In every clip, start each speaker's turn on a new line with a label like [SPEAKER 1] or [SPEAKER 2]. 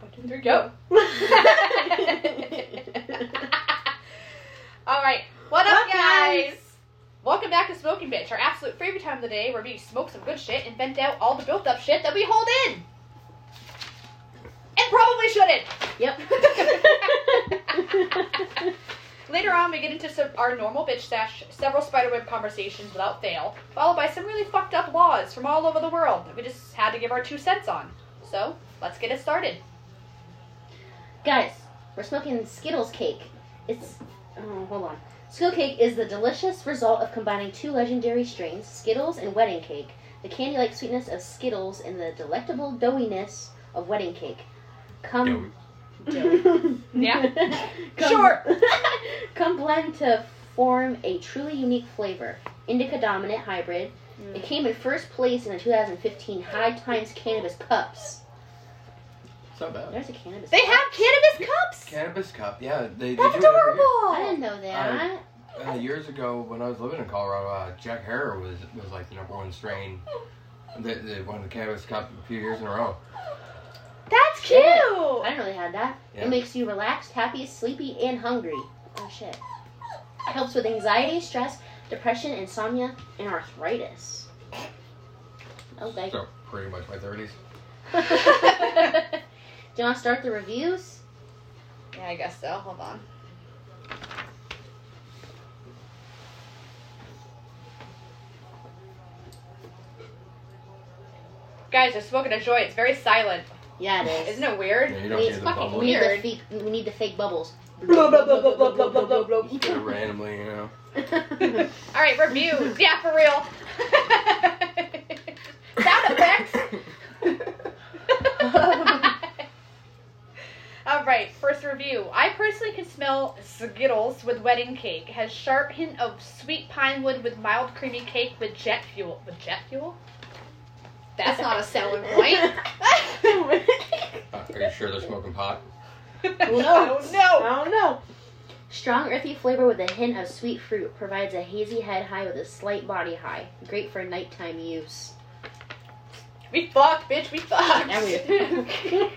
[SPEAKER 1] Fucking through Joe. All right. What up,
[SPEAKER 2] What,
[SPEAKER 1] guys?
[SPEAKER 2] guys?
[SPEAKER 1] Welcome back to Smoking Bitch, our absolute favorite time of the day where we smoke some good shit and vent out all the built up shit that we hold in. And probably shouldn't. Yep. Later on, we get into some, our normal bitch stash, several spiderweb conversations without fail, followed by some really fucked up laws from all over the world that we just had to give our two cents on. So, let's get it started.
[SPEAKER 2] Guys, we're smoking Skittles cake. It's oh, hold on. Skittle cake is the delicious result of combining two legendary strains, Skittles and wedding cake. The candy-like sweetness of Skittles and the delectable doughiness of wedding cake. Come,
[SPEAKER 1] Yeah.
[SPEAKER 2] Come-
[SPEAKER 1] Sure.
[SPEAKER 2] come blend to form a truly unique flavor. Indica dominant hybrid.
[SPEAKER 1] Mm.
[SPEAKER 2] It came in first place in the 2015 High Times Cannabis Cups.
[SPEAKER 3] It's not bad.
[SPEAKER 2] There's a cannabis.
[SPEAKER 1] They
[SPEAKER 2] cup.
[SPEAKER 1] have cannabis cups!
[SPEAKER 3] Cannabis cup. Yeah, they, they
[SPEAKER 1] That's
[SPEAKER 3] do it every year.
[SPEAKER 2] I
[SPEAKER 1] adorable!
[SPEAKER 2] didn't know that.
[SPEAKER 3] Uh, years ago, when I was living in Colorado, uh, Jack Herrer was was like the number one strain. that that won the Cannabis Cup a few years in a row.
[SPEAKER 1] That's cute!
[SPEAKER 2] Shit. I didn't know they had that.
[SPEAKER 3] Yeah.
[SPEAKER 2] It makes you relaxed, happy, sleepy, and hungry. Oh shit. It helps with anxiety, stress, depression, insomnia, and arthritis. Okay.
[SPEAKER 3] So pretty much my thirties.
[SPEAKER 2] Do you want to start the reviews?
[SPEAKER 1] Yeah, I guess so. Hold on. Guys, they're smoking a joint. It's very silent.
[SPEAKER 2] Yeah, it is.
[SPEAKER 1] Isn't it weird?
[SPEAKER 3] Yeah, you don't
[SPEAKER 2] Wait,
[SPEAKER 3] hear the
[SPEAKER 1] fucking
[SPEAKER 3] bubble.
[SPEAKER 2] We need the
[SPEAKER 1] Weird.
[SPEAKER 2] fake, we need the fake bubbles.
[SPEAKER 1] Blah, blah, blah, blah, blah, blah, blah, blah, blah.
[SPEAKER 3] Just do it randomly, you know.
[SPEAKER 1] All right, reviews. Yeah, for real. Sound effects.
[SPEAKER 3] Uh,
[SPEAKER 1] All right, first review. I personally can smell Skittles with wedding cake. Has sharp hint of sweet pine wood with mild creamy cake with jet fuel. With jet fuel? That's not a selling point.
[SPEAKER 3] Uh, are you sure they're smoking pot?
[SPEAKER 1] Oh, no.
[SPEAKER 2] I don't know. Strong earthy flavor with a hint of sweet fruit provides a hazy head high with a slight body high. Great for nighttime use.
[SPEAKER 1] We fucked, bitch. We fucked.
[SPEAKER 2] Now we-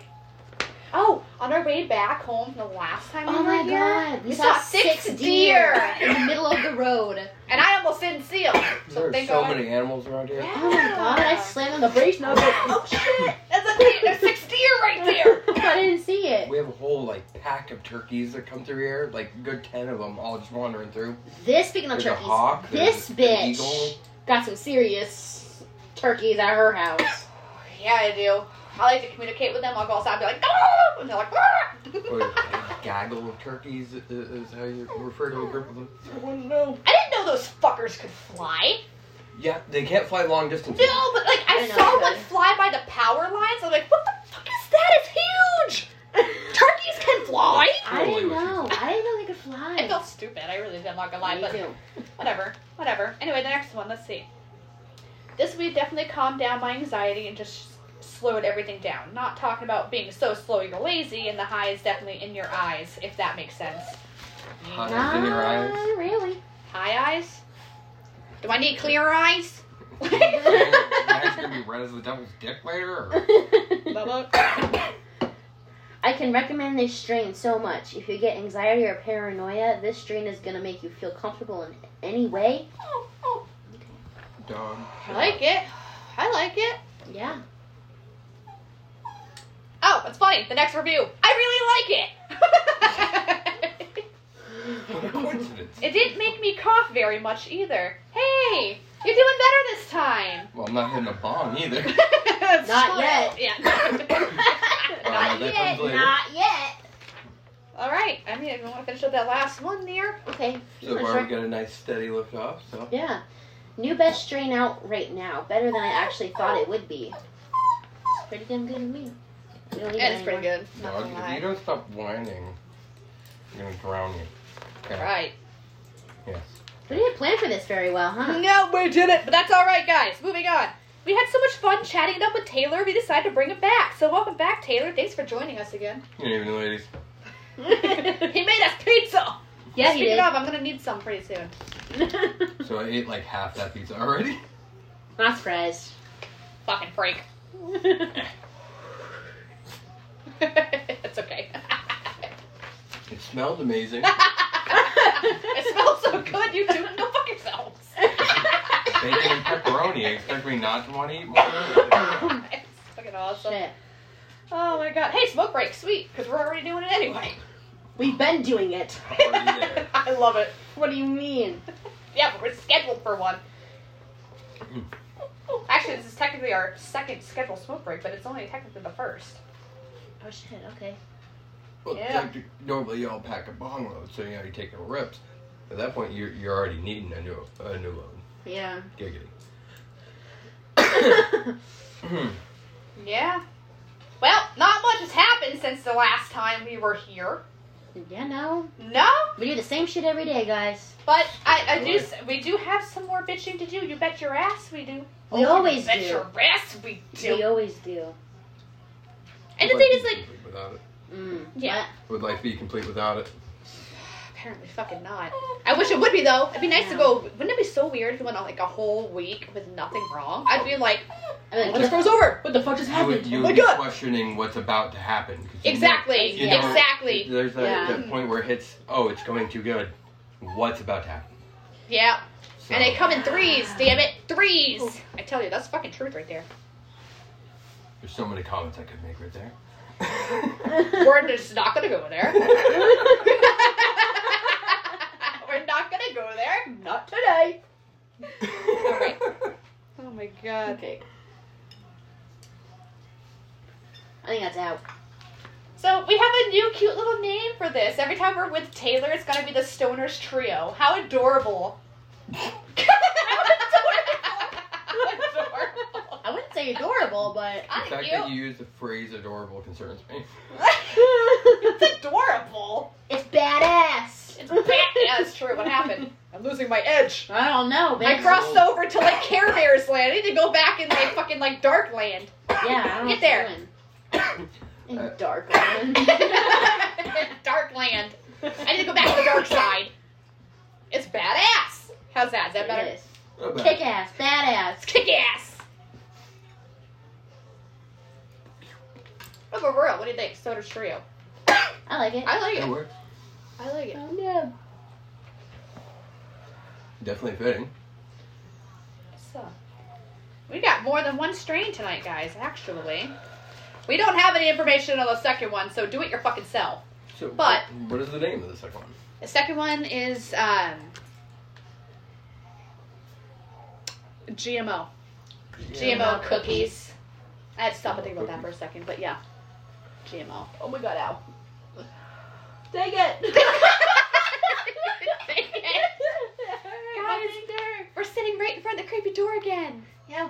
[SPEAKER 1] oh, on our way back home from the last time we were
[SPEAKER 2] oh my
[SPEAKER 1] here,
[SPEAKER 2] god!
[SPEAKER 1] we saw six deer.
[SPEAKER 2] in the middle of the road.
[SPEAKER 1] and I almost didn't see them. So
[SPEAKER 3] There are
[SPEAKER 1] thank
[SPEAKER 3] so
[SPEAKER 1] God.
[SPEAKER 3] many animals around here.
[SPEAKER 2] Oh my god! I slammed on the brakes. and I was like,
[SPEAKER 1] Oh shit! That's a thing. There's six deer right there.
[SPEAKER 2] I didn't see it.
[SPEAKER 3] We have a whole like pack of turkeys that come through here, like a good ten of them, all just wandering through.
[SPEAKER 2] This speaking of
[SPEAKER 3] There's a
[SPEAKER 2] turkeys,
[SPEAKER 3] hawk.
[SPEAKER 2] this
[SPEAKER 3] there's an eagle.
[SPEAKER 2] bitch got some serious turkeys at her house.
[SPEAKER 1] Yeah, I do. I like to communicate with them. I'll go outside and be like, "Gah!" and they're like, "Ah!" "Gah!"
[SPEAKER 3] Or a gaggle of turkeys i- i- is how you refer to a group of them.
[SPEAKER 1] I didn't know those fuckers could fly.
[SPEAKER 3] Yeah, they can't fly long distances.
[SPEAKER 1] No, but like I,
[SPEAKER 2] I know
[SPEAKER 1] saw
[SPEAKER 2] they
[SPEAKER 1] one
[SPEAKER 2] could.
[SPEAKER 1] fly by the power lines. I'm like, what the fuck is that? It's huge. Turkeys can fly.
[SPEAKER 2] I didn't know. I didn't know they could fly.
[SPEAKER 1] I felt stupid. I really did. I'm not gonna lie,
[SPEAKER 2] Me
[SPEAKER 1] but
[SPEAKER 2] too.
[SPEAKER 1] whatever, whatever. Anyway, the next one. Let's see. This week definitely calmed down my anxiety and just slowed everything down. Not talking about being so slow you're lazy, and the high is definitely in your eyes, if that makes sense.
[SPEAKER 3] Hot
[SPEAKER 2] Not
[SPEAKER 3] in your eyes.
[SPEAKER 2] really.
[SPEAKER 1] High eyes? Do I need clear eyes?
[SPEAKER 3] That's gonna be red as the devil's dick later. Or?
[SPEAKER 2] I can recommend this strain so much. If you get anxiety or paranoia, this strain is gonna make you feel comfortable in any way.
[SPEAKER 1] Oh, oh,
[SPEAKER 3] Dumb.
[SPEAKER 1] I like it. I like it.
[SPEAKER 2] Yeah.
[SPEAKER 1] Oh, that's funny. The next review. I really like it.
[SPEAKER 3] What a coincidence.
[SPEAKER 1] It didn't make me cough very much either. Hey, you're doing better this time.
[SPEAKER 3] Well, I'm not hitting a bong either.
[SPEAKER 2] Not yet.
[SPEAKER 1] Yeah.
[SPEAKER 3] Uh,
[SPEAKER 1] Not
[SPEAKER 3] that
[SPEAKER 1] yet.
[SPEAKER 3] comes later.
[SPEAKER 2] Not yet.
[SPEAKER 1] All right. I mean, I want to finish up that last one there.
[SPEAKER 2] Okay.
[SPEAKER 3] So far, we got a nice steady lift off. So
[SPEAKER 2] Yeah. New best strain out right now. Better than I actually thought it would be. It's pretty damn good to me. We don't need
[SPEAKER 1] That is pretty
[SPEAKER 2] anymore.
[SPEAKER 1] good. Not
[SPEAKER 3] Dog,
[SPEAKER 1] gonna
[SPEAKER 3] if you
[SPEAKER 1] lie.
[SPEAKER 3] don't stop whining, I'm gonna drown you. Okay.
[SPEAKER 1] Right.
[SPEAKER 3] Yes.
[SPEAKER 2] We didn't plan for this very well, huh?
[SPEAKER 1] No, we did it. But that's all right, guys. Moving on. We had so much fun chatting it up with Taylor. We decided to bring it back. So welcome back, Taylor. Thanks for joining us again.
[SPEAKER 3] You know, even the ladies.
[SPEAKER 1] he made us pizza.
[SPEAKER 2] yeah, he
[SPEAKER 1] Speaking
[SPEAKER 2] did.
[SPEAKER 1] of, I'm gonna need some pretty soon.
[SPEAKER 3] So I ate like half that pizza already.
[SPEAKER 2] Not surprised.
[SPEAKER 1] Fucking freak.
[SPEAKER 3] smelled amazing.
[SPEAKER 1] It smells so good, you two can go fuck yourselves.
[SPEAKER 3] Bacon and pepperoni. Expect me not to want to eat more.
[SPEAKER 1] it's fucking awesome.
[SPEAKER 2] Shit.
[SPEAKER 1] Oh my god. Hey, smoke break, sweet, because we're already doing it anyway.
[SPEAKER 2] We've been doing it.
[SPEAKER 3] Already there.
[SPEAKER 1] I love it.
[SPEAKER 2] What do you mean?
[SPEAKER 1] Yeah, but we're scheduled for one.
[SPEAKER 3] Mm.
[SPEAKER 1] Actually, this is technically our second scheduled smoke break, but it's only technically the first.
[SPEAKER 2] Oh shit. Okay.
[SPEAKER 3] Well,
[SPEAKER 1] Yeah.
[SPEAKER 3] like, normally y'all pack a bong load, so you know you take no rips. At that point, you're, you're already needing a new a new load.
[SPEAKER 2] Yeah.
[SPEAKER 3] Giggity.
[SPEAKER 2] yeah.
[SPEAKER 1] Hmm. Yeah. Well, not much has happened since the last time we were here.
[SPEAKER 2] No.
[SPEAKER 1] No,
[SPEAKER 2] We do the same shit every day, guys.
[SPEAKER 1] but I, I do. s- We do have some more bitching to do. You bet your ass we do.
[SPEAKER 2] We always
[SPEAKER 1] bet
[SPEAKER 2] do.
[SPEAKER 1] your ass we do.
[SPEAKER 2] We always do.
[SPEAKER 1] and the thing is, like,
[SPEAKER 3] without it,
[SPEAKER 2] Mm.
[SPEAKER 1] Yeah.
[SPEAKER 3] would life be complete without it?
[SPEAKER 1] apparently fucking not. I wish it would be though. It'd be nice to
[SPEAKER 2] Yeah.
[SPEAKER 1] go. Wouldn't it be so weird if you went on like a whole week with nothing wrong? I'd be like,
[SPEAKER 2] I mean,
[SPEAKER 1] when
[SPEAKER 2] what
[SPEAKER 1] this
[SPEAKER 2] the,
[SPEAKER 1] goes over, what the fuck just
[SPEAKER 3] You would,
[SPEAKER 1] happened?
[SPEAKER 3] you
[SPEAKER 1] Oh
[SPEAKER 3] would
[SPEAKER 1] my
[SPEAKER 3] be
[SPEAKER 1] god.
[SPEAKER 3] questioning what's about to happen. 'cause you know-
[SPEAKER 1] Exactly.
[SPEAKER 2] you
[SPEAKER 3] know-
[SPEAKER 1] Exactly.
[SPEAKER 3] There's that,
[SPEAKER 2] Yeah.
[SPEAKER 3] that point where it hits. Oh, it's coming too good. What's about to happen?
[SPEAKER 1] Yeah.
[SPEAKER 3] So,
[SPEAKER 1] And they come in threes. Damn it, threes. I tell you, that's fucking truth right there.
[SPEAKER 3] There's so many comments I could make right there.
[SPEAKER 1] We're just not gonna go there. We're not gonna go there. Not today. Alright. Oh my god.
[SPEAKER 2] okay. I think that's out.
[SPEAKER 1] So we have a new cute little name for this. Every time we're with Taylor, it's gonna be the Stoners Trio. How adorable. How adorable.
[SPEAKER 2] I wouldn't say adorable, but
[SPEAKER 3] The
[SPEAKER 1] Aren't
[SPEAKER 3] fact
[SPEAKER 1] you?
[SPEAKER 3] that you use the phrase "adorable" concerns me.
[SPEAKER 1] it's adorable.
[SPEAKER 2] it's badass.
[SPEAKER 1] It's bad. Yeah, it's true. What happened? I'm losing my edge.
[SPEAKER 2] I don't know,
[SPEAKER 1] I
[SPEAKER 2] bitch.
[SPEAKER 1] crossed over to like Care Bears land. I need to go back in like fucking like Dark Land.
[SPEAKER 2] yeah, I don't
[SPEAKER 1] Get
[SPEAKER 2] know
[SPEAKER 1] there.
[SPEAKER 2] what you're doing. In
[SPEAKER 3] Uh,
[SPEAKER 2] dark land.
[SPEAKER 1] dark Land. I need to go back to the dark side. It's badass. How's that? Is that better?
[SPEAKER 2] It is.
[SPEAKER 3] Not bad.
[SPEAKER 2] Kick ass, badass.
[SPEAKER 1] Kick ass. Over real. What do you think? Soda Trio.
[SPEAKER 2] I like it.
[SPEAKER 1] I like
[SPEAKER 3] That
[SPEAKER 1] it.
[SPEAKER 3] works.
[SPEAKER 1] I like it.
[SPEAKER 2] Oh no.
[SPEAKER 3] Definitely fitting.
[SPEAKER 1] So, we got more than one strain tonight, guys. Actually, we don't have any information on the second one, so do it your fucking self.
[SPEAKER 3] So,
[SPEAKER 1] But-
[SPEAKER 3] what- what is the name of the second one?
[SPEAKER 1] The second one is um, GMO. GMO cookies. I had to stop and think about that for a second, but yeah. GMO. Oh my god, ow.
[SPEAKER 2] Take it.
[SPEAKER 1] Guys, we're sitting right in front of the creepy door again.
[SPEAKER 2] Yeah.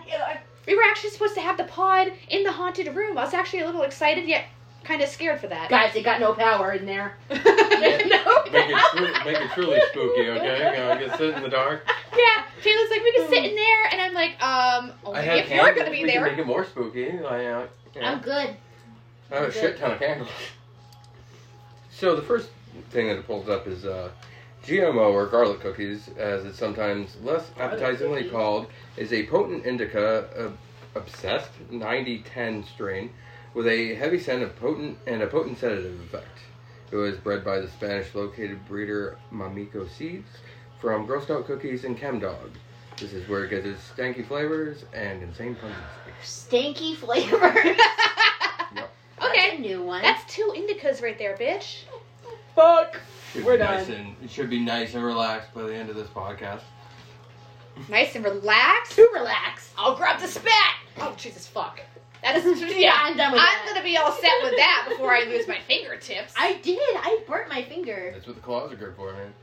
[SPEAKER 1] We were actually supposed to have the pod in the haunted room. I was actually a little excited yet kind of scared for that.
[SPEAKER 2] Guys, it got no power in there.
[SPEAKER 1] no.
[SPEAKER 3] Make it, tru- make it truly spooky, okay? You know, I can sit in the dark.
[SPEAKER 1] Yeah, Taylor's like, we can sit in
[SPEAKER 2] Mm.
[SPEAKER 1] there, and I'm like, um, only
[SPEAKER 3] I have
[SPEAKER 1] if you're gonna
[SPEAKER 3] candles,
[SPEAKER 1] be
[SPEAKER 3] we
[SPEAKER 1] there.
[SPEAKER 3] Can make it more spooky. I, uh, you know,
[SPEAKER 2] I'm good.
[SPEAKER 3] I have a shit ton of candles. So the first thing that it pulls up is uh, GMO or garlic cookies, as it's sometimes less appetizingly
[SPEAKER 2] cookies.
[SPEAKER 3] called, is a potent indica uh, obsessed 90-10 strain with a heavy scent of potent and a potent sedative effect. It was bred by the Spanish-located breeder Mamiko Seeds from Girl Scout Cookies and Chem Dog. This is where it gets its stanky flavors and insane pungency.
[SPEAKER 2] Stanky flavor. That's a
[SPEAKER 1] okay,
[SPEAKER 2] new one.
[SPEAKER 1] that's two indicas right there, bitch.
[SPEAKER 2] fuck.
[SPEAKER 3] Should
[SPEAKER 2] We're
[SPEAKER 3] be nice
[SPEAKER 2] done.
[SPEAKER 3] and it should be nice and relaxed by the end of this podcast.
[SPEAKER 1] Nice and relaxed.
[SPEAKER 2] Too relaxed.
[SPEAKER 1] I'll grab the spat. Oh Jesus fuck. That is yeah.
[SPEAKER 2] I'm done with
[SPEAKER 1] I'm
[SPEAKER 2] that.
[SPEAKER 1] gonna be all set with that before I lose my fingertips.
[SPEAKER 2] I did. I burnt my finger.
[SPEAKER 3] That's what the claws are good for, man.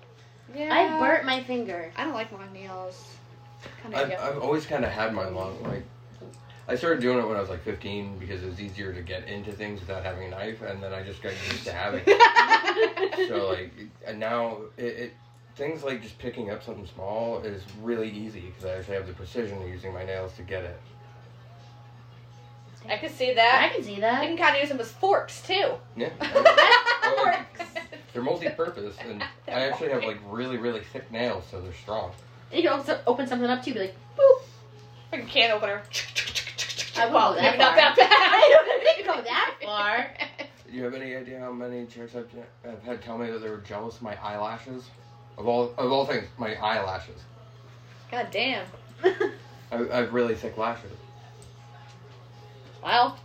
[SPEAKER 1] yeah.
[SPEAKER 2] I burnt my finger.
[SPEAKER 1] I don't like long nails. Come
[SPEAKER 3] I've,
[SPEAKER 1] here.
[SPEAKER 3] I've always kind of had my long like. I started doing it when I was like 15 because it was easier to get into things without having a knife, and then I just got used to having. it. so like, and now it, it things like just picking up something small is really easy because I actually have the precision of using my nails to get it.
[SPEAKER 1] I can see
[SPEAKER 2] I
[SPEAKER 1] that.
[SPEAKER 2] can see
[SPEAKER 1] I
[SPEAKER 2] that.
[SPEAKER 1] can kind of use them as forks too.
[SPEAKER 3] Yeah,
[SPEAKER 1] Forks.
[SPEAKER 3] they're multi-purpose, and I actually have like really really thick nails, so they're strong.
[SPEAKER 2] You can also open something up too. Be like, boop.
[SPEAKER 1] Like a can opener.
[SPEAKER 2] I won't
[SPEAKER 1] well,
[SPEAKER 2] go
[SPEAKER 1] maybe
[SPEAKER 2] that
[SPEAKER 1] not that
[SPEAKER 2] far.
[SPEAKER 1] bad.
[SPEAKER 2] I don't think go that far.
[SPEAKER 3] Do you have any idea how many chicks I've, I've had tell me that they were jealous of my eyelashes. Of all of all things, my eyelashes.
[SPEAKER 1] God damn.
[SPEAKER 3] I, I have really thick lashes.
[SPEAKER 1] well,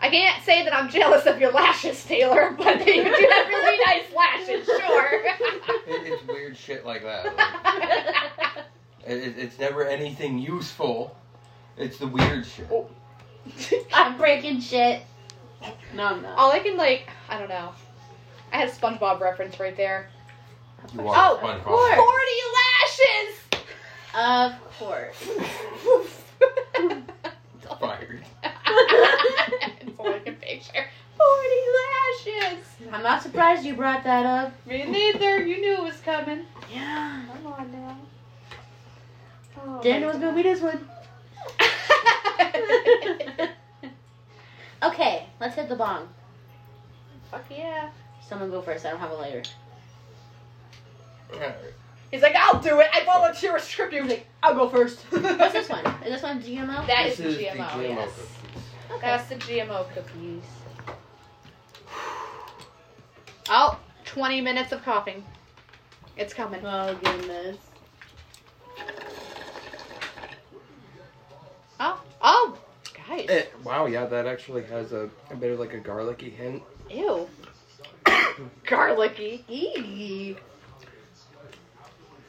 [SPEAKER 1] I can't say that I'm jealous of your lashes, Taylor, but you do have really nice lashes, sure.
[SPEAKER 3] It, it's weird shit like that. Like, it, it- it's never anything useful. It's the weird shit.
[SPEAKER 2] I'm breaking shit.
[SPEAKER 4] No, I'm not.
[SPEAKER 1] All I can like, I don't know. I had a SpongeBob reference right there.
[SPEAKER 3] You are
[SPEAKER 1] oh,
[SPEAKER 3] SpongeBob.
[SPEAKER 1] forty
[SPEAKER 2] Of course.
[SPEAKER 1] lashes.
[SPEAKER 3] Fired.
[SPEAKER 1] it's a looking picture. Forty lashes.
[SPEAKER 2] I'm not surprised you brought that up.
[SPEAKER 1] Me neither. You knew it was coming.
[SPEAKER 2] Yeah.
[SPEAKER 1] Come on now. Oh,
[SPEAKER 2] Didn't know it was gonna be this one. Okay, let's hit the bong.
[SPEAKER 1] Fuck yeah.
[SPEAKER 2] Someone go first. I don't have a lighter.
[SPEAKER 1] He's like, I'll do it. I volunteer a script. He was like, I'll go first.
[SPEAKER 2] What's this one? Is this one GMO?
[SPEAKER 1] That is
[SPEAKER 3] this is
[SPEAKER 1] the GMO.
[SPEAKER 3] the GMO.
[SPEAKER 1] yes. That's the GMO cookies. Oh, 20 minutes of coughing. It's coming.
[SPEAKER 4] Oh goodness.
[SPEAKER 1] Oh, oh, guys.
[SPEAKER 3] Eh, wow, yeah, that actually has a, a bit of like a garlicky hint.
[SPEAKER 1] Ew. Garlicky.
[SPEAKER 2] Eee.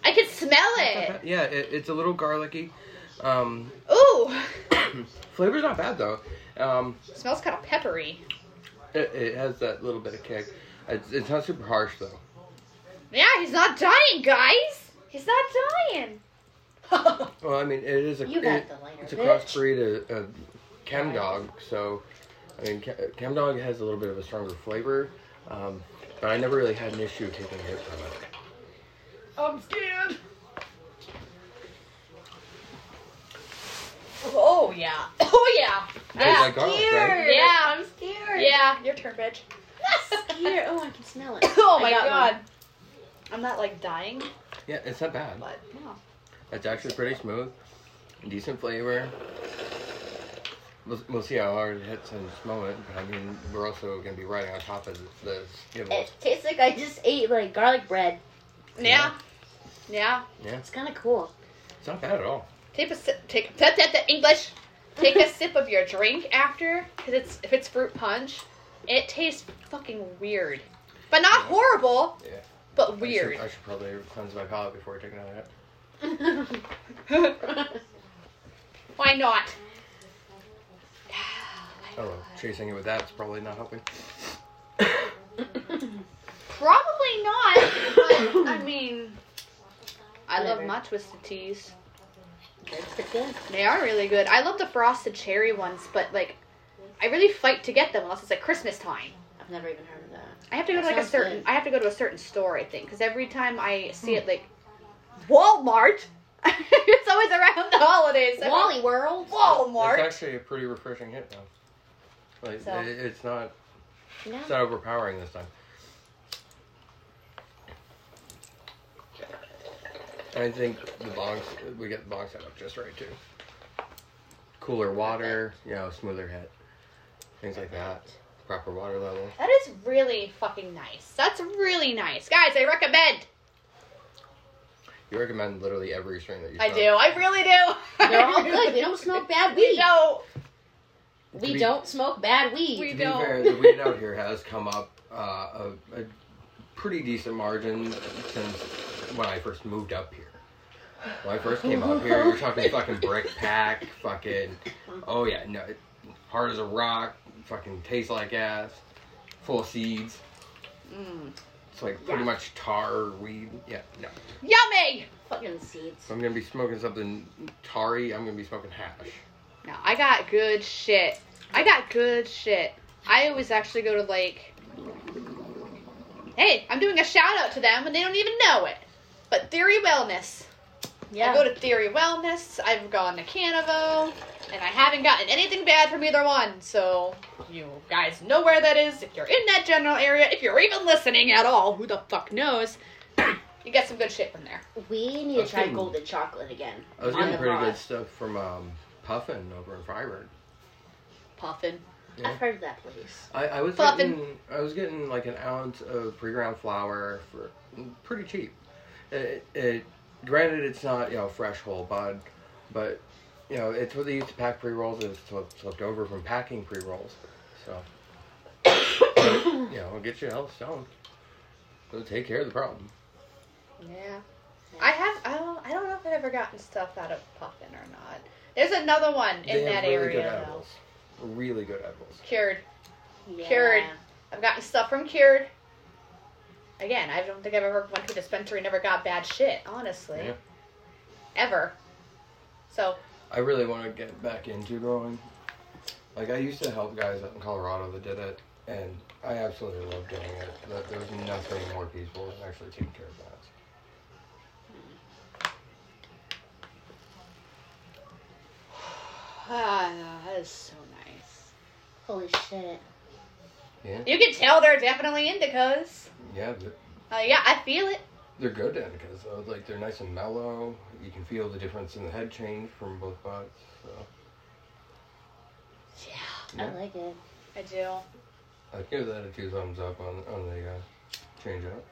[SPEAKER 1] I can smell it.
[SPEAKER 3] Yeah, it, it's a little garlicky. Um,
[SPEAKER 1] Ooh.
[SPEAKER 3] flavor's not bad though. Um,
[SPEAKER 1] Smells kind of peppery.
[SPEAKER 3] it, it has that little bit of kick. It's, it's not super harsh though.
[SPEAKER 1] Yeah, he's not dying, guys. He's not dying.
[SPEAKER 3] Well, I mean, it is a
[SPEAKER 2] You
[SPEAKER 3] it,
[SPEAKER 2] got the lighter.
[SPEAKER 3] it's a
[SPEAKER 2] bitch.
[SPEAKER 3] crossbreed of, of chem dog, so I mean, Ca- chem dog has a little bit of a stronger flavor, um, but I never really had an issue taking a hit from it.
[SPEAKER 1] I'm scared. Oh yeah. Oh yeah.
[SPEAKER 3] Yeah, it's like garlic, right?
[SPEAKER 1] Yeah.
[SPEAKER 4] I'm scared.
[SPEAKER 1] Yeah, your turn, bitch.
[SPEAKER 4] Scared. Oh, I can smell it.
[SPEAKER 1] oh
[SPEAKER 4] I
[SPEAKER 1] my
[SPEAKER 4] got
[SPEAKER 1] god. I'm not like dying,
[SPEAKER 3] Yeah, it's not bad.
[SPEAKER 1] but no.
[SPEAKER 3] It's actually pretty smooth, decent flavor. We'll, we'll see how hard it hits in this moment. but I mean, we're also gonna be riding on top of this. Give
[SPEAKER 2] It tastes like I just ate like garlic bread.
[SPEAKER 1] Yeah. Yeah.
[SPEAKER 2] It's kind of cool.
[SPEAKER 3] It's not bad at all.
[SPEAKER 1] Take a sip. Take that that that English. Take a sip of your drink after, cause it's if it's fruit punch, it tastes fucking weird, but not horrible.
[SPEAKER 3] Yeah.
[SPEAKER 1] But
[SPEAKER 3] I should-
[SPEAKER 1] weird.
[SPEAKER 3] I should, probably cleanse my palate before I take another hit.
[SPEAKER 1] Why not?
[SPEAKER 3] Oh, well, chasing it with that is probably not helping.
[SPEAKER 1] Probably not. But, I mean, I love
[SPEAKER 2] Whatever.
[SPEAKER 1] my twisted teas.
[SPEAKER 2] That's pretty good.
[SPEAKER 1] They are really good. I love the frosted cherry ones, but like, I really fight to get them unless it's like Christmas time.
[SPEAKER 2] I've never even heard of that.
[SPEAKER 1] I have to go
[SPEAKER 2] That
[SPEAKER 1] to like a
[SPEAKER 2] sounds
[SPEAKER 1] certain.
[SPEAKER 2] good. Hmm.
[SPEAKER 1] I have to go to a certain store, I think, because every time I see it, like Walmart, it's always around the holidays. I'm like,
[SPEAKER 2] Wally World.
[SPEAKER 1] Walmart.
[SPEAKER 3] It's actually a pretty refreshing hit though. Like
[SPEAKER 1] So.
[SPEAKER 3] it, it's not
[SPEAKER 2] No.
[SPEAKER 3] it's not overpowering this time. I think the bongs we get the bong set up just right too. Cooler water, you know, smoother hit, things like that. Proper water level.
[SPEAKER 1] That is really fucking nice. That's really nice, guys. I recommend.
[SPEAKER 3] You recommend literally every strain that you.
[SPEAKER 1] I
[SPEAKER 3] smoke.
[SPEAKER 1] do. I really do.
[SPEAKER 2] They're all good. We don't smoke bad
[SPEAKER 1] We
[SPEAKER 2] weed.
[SPEAKER 1] know.
[SPEAKER 3] To
[SPEAKER 2] We
[SPEAKER 3] be-
[SPEAKER 2] don't smoke bad
[SPEAKER 1] We
[SPEAKER 3] To
[SPEAKER 2] weed.
[SPEAKER 3] be
[SPEAKER 1] don't.
[SPEAKER 3] fair, the weed out here has come up uh, a, a pretty decent margin since when I first moved up here. When I first came up here, you're talking fucking brick pack, fucking, oh yeah, no, it- hard as a rock, fucking tastes like ass, full of seeds.
[SPEAKER 1] Mm.
[SPEAKER 3] It's like pretty much tar weed. Yeah, no.
[SPEAKER 1] Yummy.
[SPEAKER 2] Fucking seeds.
[SPEAKER 3] If I'm gonna be smoking something tarry, I'm gonna be smoking hash.
[SPEAKER 1] No, I got good shit. I got good shit. I always actually go to like. Hey, I'm doing a shout out to them, and they don't even know it. But Theory Wellness. I go
[SPEAKER 2] Yeah.
[SPEAKER 1] to Theory Wellness. I've gone to Canavo, and I haven't gotten anything bad from either one. So you guys know where that is. If you're in that general area, if you're even listening at all, who the fuck knows? you get some good shit from there.
[SPEAKER 2] We need to
[SPEAKER 3] That's
[SPEAKER 2] try
[SPEAKER 3] good.
[SPEAKER 2] golden chocolate again.
[SPEAKER 3] I was
[SPEAKER 2] On
[SPEAKER 3] getting
[SPEAKER 2] the
[SPEAKER 3] pretty
[SPEAKER 2] rod.
[SPEAKER 3] good stuff from um, Puffin over in Freiburg.
[SPEAKER 1] Puffin.
[SPEAKER 3] Yeah.
[SPEAKER 2] I've heard of that place.
[SPEAKER 3] I, I was
[SPEAKER 1] Fluffin'.
[SPEAKER 3] getting I was getting like an ounce of pre-ground flour for mm, pretty cheap. It, it granted it's not you know fresh whole bud, but you know it's what they used to pack pre-rolls. It's what's left over from packing pre-rolls, so you know it'll get you health stone. So take care of the problem.
[SPEAKER 1] Yeah. I have. I don't, I don't know if I've ever gotten stuff out of Puffin or not. There's another one in
[SPEAKER 3] they
[SPEAKER 1] that
[SPEAKER 3] have really
[SPEAKER 1] area.
[SPEAKER 3] good
[SPEAKER 1] though.
[SPEAKER 3] edibles. Really good edibles.
[SPEAKER 1] Cured.
[SPEAKER 2] Yeah.
[SPEAKER 1] Cured. I've gotten stuff from Cured. Again, I don't think I've ever went to a dispensary and never got bad shit, honestly.
[SPEAKER 3] Yeah.
[SPEAKER 1] Ever. So,
[SPEAKER 3] I really want to get back into growing. Like I used to help guys up in Colorado that did it, and I absolutely love doing it. But there was nothing more peaceful than actually taking care of plants.
[SPEAKER 1] ah, that is so nice.
[SPEAKER 2] Holy shit.
[SPEAKER 1] You can tell they're definitely indicas.
[SPEAKER 3] Yeah, but
[SPEAKER 1] Uh, yeah, I feel it.
[SPEAKER 3] they're good indicas though. uh, Like they're nice and mellow. You can feel the difference in the head change from both buds. So
[SPEAKER 1] Yeah,
[SPEAKER 3] Yeah.
[SPEAKER 2] I like it.
[SPEAKER 1] I do.
[SPEAKER 3] I'd give that a two thumbs up on on the uh, change up.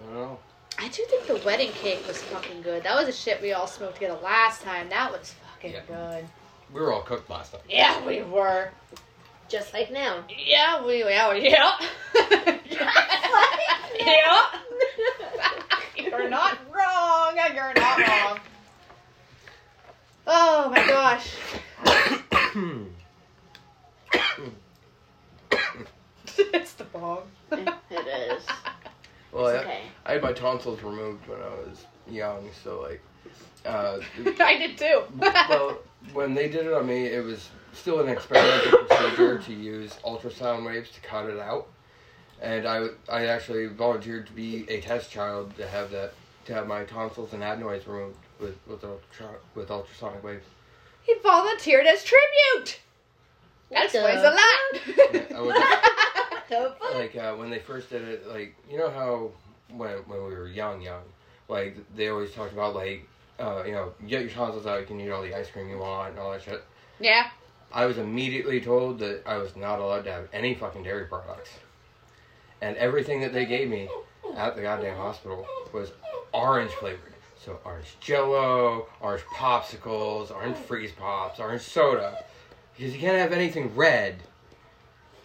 [SPEAKER 3] I don't know.
[SPEAKER 1] I do think the wedding cake was fucking good. That was the shit we all smoked together last time. That was fucking
[SPEAKER 3] Yeah.
[SPEAKER 1] good.
[SPEAKER 3] We were all cooked last time.
[SPEAKER 1] Yeah, we were.
[SPEAKER 2] Just like now.
[SPEAKER 1] Yeah, we were. Yeah. yeah. You're not wrong. You're not wrong. Oh my gosh. it's the bomb.
[SPEAKER 4] it is.
[SPEAKER 3] well,
[SPEAKER 2] It's
[SPEAKER 3] I-
[SPEAKER 2] okay.
[SPEAKER 3] I had my tonsils removed when I was young, so like, uh,
[SPEAKER 1] I did too.
[SPEAKER 3] well, when they did it on me, it was still an experimental procedure to use ultrasound waves to cut it out, and I w- I actually volunteered to be a test child to have that to have my tonsils and adenoids removed with with ultra- with ultrasonic waves.
[SPEAKER 1] he volunteered as tribute. That
[SPEAKER 2] What the-
[SPEAKER 1] explains a lot.
[SPEAKER 3] Yeah, I would-
[SPEAKER 1] the fuck?
[SPEAKER 3] like uh, when they first did it, like you know how when when we were young, young, like they always talked about like uh, you know get your tonsils out, you can eat all the ice cream you want and all that shit.
[SPEAKER 1] Yeah.
[SPEAKER 3] I was immediately told that I was not allowed to have any fucking dairy products, and everything that they gave me at the goddamn hospital was orange flavored. So orange Jello, orange popsicles, orange freeze pops, orange soda, because you can't have anything red.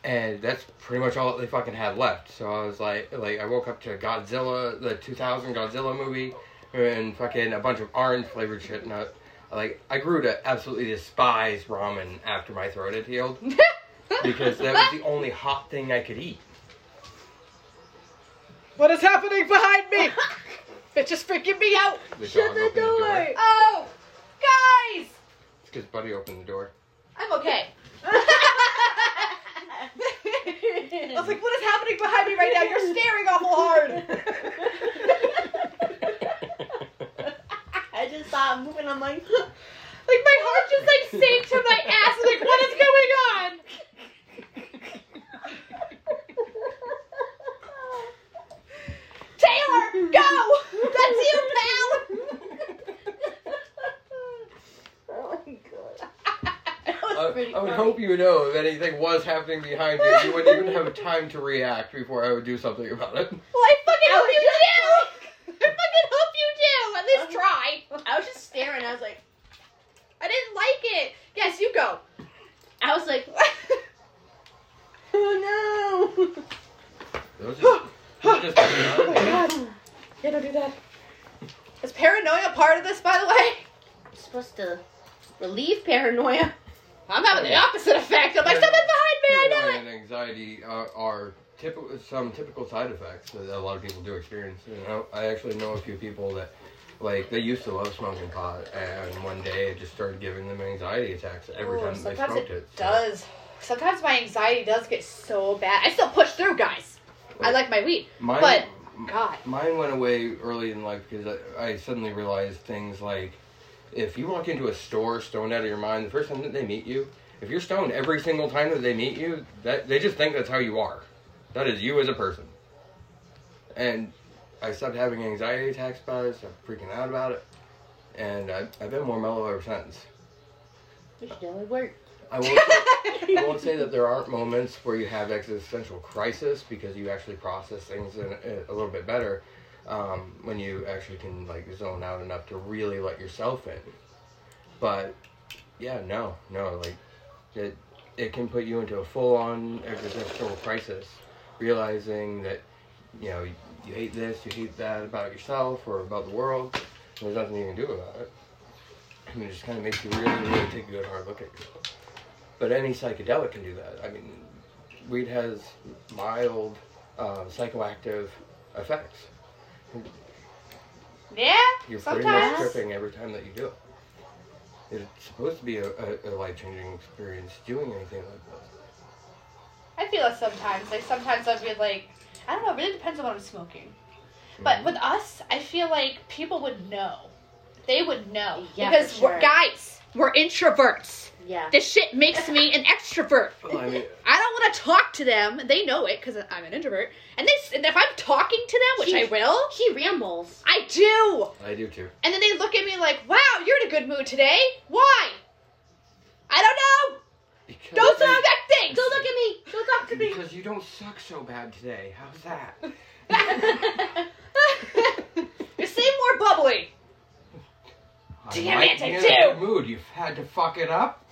[SPEAKER 3] And that's pretty much all that they fucking had left. So I was like, like I woke up to Godzilla, the 2000 Godzilla movie, and fucking a bunch of orange flavored shit. And I, like, I grew to absolutely despise ramen after my throat had healed because that was the only hot thing I could eat.
[SPEAKER 1] What is happening behind me? Bitch is freaking me out.
[SPEAKER 3] The Shut the door.
[SPEAKER 1] Oh, guys,
[SPEAKER 3] It's because Buddy opened the door.
[SPEAKER 1] I'm okay. I was like, what is happening behind me right now? You're staring awful hard.
[SPEAKER 4] I just saw it moving. I'm like,
[SPEAKER 1] Like my heart just like sank to my ass. I'm like, what is going on? Taylor, go! That's you, pal!
[SPEAKER 4] oh my god.
[SPEAKER 3] I, I would hope you know if anything was happening behind you, you wouldn't even have time to react before I would do something about it.
[SPEAKER 1] Well, I fucking hope you do! I fucking hope you do! At least try.
[SPEAKER 4] I was just staring. I was like,
[SPEAKER 1] I didn't like it. Yes, you go.
[SPEAKER 2] I was like,
[SPEAKER 4] oh no.
[SPEAKER 3] Those are- those are just-
[SPEAKER 1] God. Yeah, don't do that. Is paranoia part of this, by the way?
[SPEAKER 2] it's supposed to relieve paranoia.
[SPEAKER 1] I'm having the opposite effect. I'm like,
[SPEAKER 3] Yeah.
[SPEAKER 1] something behind me, I know
[SPEAKER 3] Paranoia
[SPEAKER 1] it.
[SPEAKER 3] and anxiety are, are typical, some typical side effects that a lot of people do experience. You know, I actually know a few people that, like, they used to love smoking pot, and one day it just started giving them anxiety attacks every
[SPEAKER 1] Ooh,
[SPEAKER 3] time they
[SPEAKER 1] sometimes
[SPEAKER 3] smoked
[SPEAKER 1] it,
[SPEAKER 3] it. so-
[SPEAKER 1] does. Sometimes my anxiety does get so bad. I still push through, guys. I like my weed.
[SPEAKER 3] Mine,
[SPEAKER 1] but- God.
[SPEAKER 3] mine went away early in life because I, I suddenly realized things like, if you walk into a store stoned out of your mind, the first time that they meet you, if you're stoned every single time that they meet you, that they just think that's how you are. That is you as a person. And I stopped having anxiety attacks about it, stopped freaking out about it, and I, I've been more mellow ever since.
[SPEAKER 2] You should do it work.
[SPEAKER 3] I won't, say, I won't say that there aren't moments where you have existential crisis because you actually process things in, a little bit better um, when you actually can like zone out enough to really let yourself in. But yeah, no, no, like it, it can put you into a full-on existential crisis, realizing that you know you, you hate this, you hate that about yourself or about the world. and there's nothing you can do about it. I mean, it just kind of makes you really, really take a good hard look at yourself. But any psychedelic can do that. I mean, weed has mild uh, psychoactive effects.
[SPEAKER 1] Yeah.
[SPEAKER 3] You're pretty much
[SPEAKER 1] Sometimes.
[SPEAKER 3] tripping every time that you do it. It's supposed to be a, a, a life changing experience doing anything like this.
[SPEAKER 1] I feel that sometimes. Like sometimes I'll be like, I don't know. It really depends on what I'm smoking.
[SPEAKER 2] Mm.
[SPEAKER 1] But with us, I feel like people would know. They would know
[SPEAKER 2] Yeah, for
[SPEAKER 1] because we're
[SPEAKER 2] sure.
[SPEAKER 1] guys. We're introverts.
[SPEAKER 2] Yeah.
[SPEAKER 1] This shit makes me an extrovert.
[SPEAKER 3] Well, I mean,
[SPEAKER 1] I don't want to talk to them. They know it because I'm an introvert. And they, s- and if I'm talking to them, which I
[SPEAKER 2] She-
[SPEAKER 1] will,
[SPEAKER 2] She rambles.
[SPEAKER 1] I do.
[SPEAKER 3] I do too.
[SPEAKER 1] And then they look at me like, "Wow, you're in a good mood today. Why? I don't know.
[SPEAKER 3] Because
[SPEAKER 1] Don't
[SPEAKER 3] you-
[SPEAKER 1] throw that thing. Don't look at me.
[SPEAKER 2] Don't talk to me.
[SPEAKER 3] Because you don't suck so bad today. How's that?
[SPEAKER 1] you seem more bubbly. Damn
[SPEAKER 3] might
[SPEAKER 1] it, I
[SPEAKER 3] be in a
[SPEAKER 1] do.
[SPEAKER 3] good Mood. You've had to fuck it up.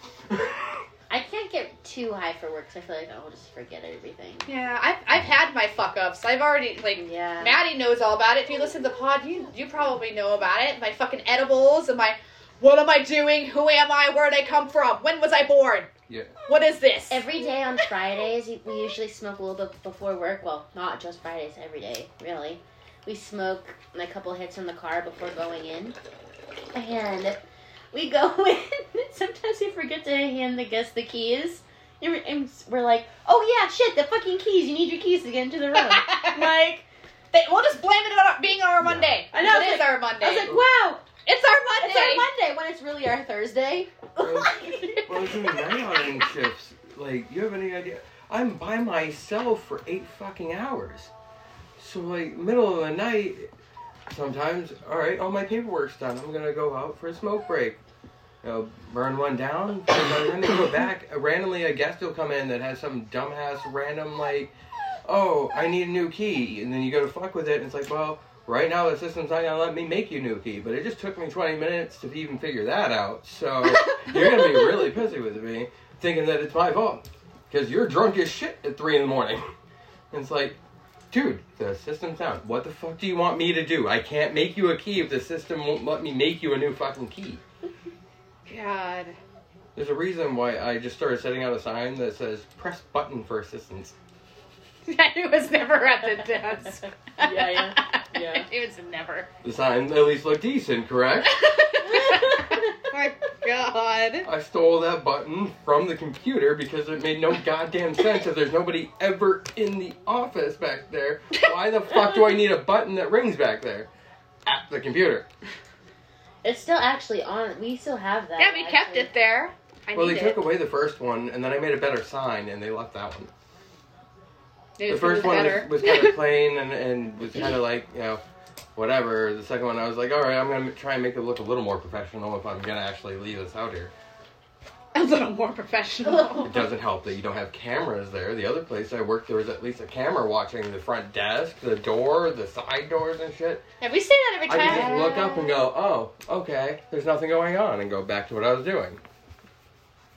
[SPEAKER 2] I can't get too high for work 'cause I feel like I'll just forget everything.
[SPEAKER 1] Yeah, I've I've had my fuck ups. I've already like
[SPEAKER 2] Yeah.
[SPEAKER 1] Maddie knows all about it. If you listen to the pod, you you probably know about it. My fucking edibles and my what am I doing? Who am I? Where did I come from? When was I born?
[SPEAKER 3] Yeah.
[SPEAKER 1] What is this?
[SPEAKER 2] Every day on Fridays, we usually smoke a little bit before work. Well, not just Fridays, every day, really. We smoke a couple hits in the car before going in. And we go in. Sometimes we forget to hand the guest the keys. And we're- and we're like, oh yeah, shit, the fucking keys. You need your keys to get into the room. like,
[SPEAKER 1] They, we'll just blame it on being on our Monday.
[SPEAKER 2] I know, I was
[SPEAKER 1] it is
[SPEAKER 2] like-
[SPEAKER 1] our Monday.
[SPEAKER 2] I was like, wow,
[SPEAKER 1] it's our Monday.
[SPEAKER 2] it's our Monday when it's really our Thursday.
[SPEAKER 3] Well, I was doing night auditing shifts. Like, you have any idea? I'm by myself for eight fucking hours. So, like, middle of the night, sometimes, all right, all my paperwork's done. I'm gonna go out for a smoke break. You know, burn one down. and By the time they go back, randomly a guest will come in that has some dumbass random like, oh, I need a new key, and then you go to fuck with it, and it's like, well. Right now, the system's not gonna let me make you a new key, but it just took me 20 minutes to even figure that out. So you're gonna be really pissy with me, thinking that it's my fault because you're drunk as shit at three in the morning. And it's like, dude, the system's down. What the fuck do you want me to do? I can't make you a key if the system won't let me make you a new fucking key.
[SPEAKER 1] God.
[SPEAKER 3] There's a reason why I just started setting out a sign that says "press button for assistance."
[SPEAKER 1] Maddie was never at the desk.
[SPEAKER 2] Yeah, yeah, yeah.
[SPEAKER 1] She was never.
[SPEAKER 3] The sign at least looked decent, correct?
[SPEAKER 1] My God.
[SPEAKER 3] I stole that button from the computer because it made no goddamn sense if there's nobody ever in the office back there. Why the fuck do I need a button that rings back there? At the computer.
[SPEAKER 2] It's still actually on. We still have that.
[SPEAKER 1] Yeah, we kept
[SPEAKER 2] actually.
[SPEAKER 1] it there. I
[SPEAKER 3] Well, they
[SPEAKER 1] need it.
[SPEAKER 3] took away the first one, and then I made a better sign, and they left that one.
[SPEAKER 1] It
[SPEAKER 3] the
[SPEAKER 1] was
[SPEAKER 3] first one
[SPEAKER 1] better.
[SPEAKER 3] was, was kind of plain and, and was kind of like, you know, whatever. The second one, I was like, all right, I'm going to try and make it look a little more professional if I'm going to actually leave this out here.
[SPEAKER 1] a little more professional.
[SPEAKER 3] It doesn't help that you don't have cameras there. The other place I worked, there was at least a camera watching the front desk, the door, the side doors, and shit.
[SPEAKER 1] and we say that every
[SPEAKER 3] I could just
[SPEAKER 1] time.
[SPEAKER 3] look up and go, oh, okay, there's nothing going on, and go back to what I was doing.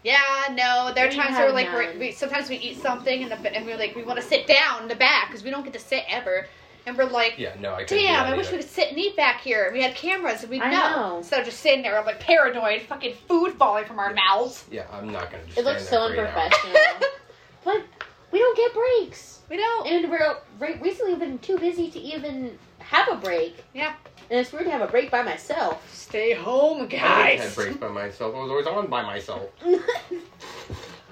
[SPEAKER 1] Yeah, no. There are
[SPEAKER 2] We
[SPEAKER 1] times
[SPEAKER 2] have
[SPEAKER 1] where like we're,
[SPEAKER 2] none.
[SPEAKER 1] we sometimes we eat something and, the, and we're like we want to sit down in the back because we don't get to sit ever, and we're like.
[SPEAKER 3] Yeah, no, I couldn't. do
[SPEAKER 1] Damn,
[SPEAKER 3] that
[SPEAKER 1] I wish
[SPEAKER 3] either.
[SPEAKER 1] we could sit and eat back here. We had cameras and we know.
[SPEAKER 2] I know.
[SPEAKER 1] Instead of just sitting there, I'm like paranoid, fucking food falling from our mouths.
[SPEAKER 3] Yeah, I'm not going to just
[SPEAKER 2] It looks so
[SPEAKER 3] stand there for eight hours.
[SPEAKER 2] unprofessional. but we don't get breaks,
[SPEAKER 1] We don't.
[SPEAKER 2] and we're re- recently we've been too busy to even have a break.
[SPEAKER 1] Yeah.
[SPEAKER 2] and it's weird to have a break by myself.
[SPEAKER 1] Stay home,
[SPEAKER 3] I always had
[SPEAKER 1] guys.
[SPEAKER 3] breaks by myself. I was always on by myself.
[SPEAKER 2] I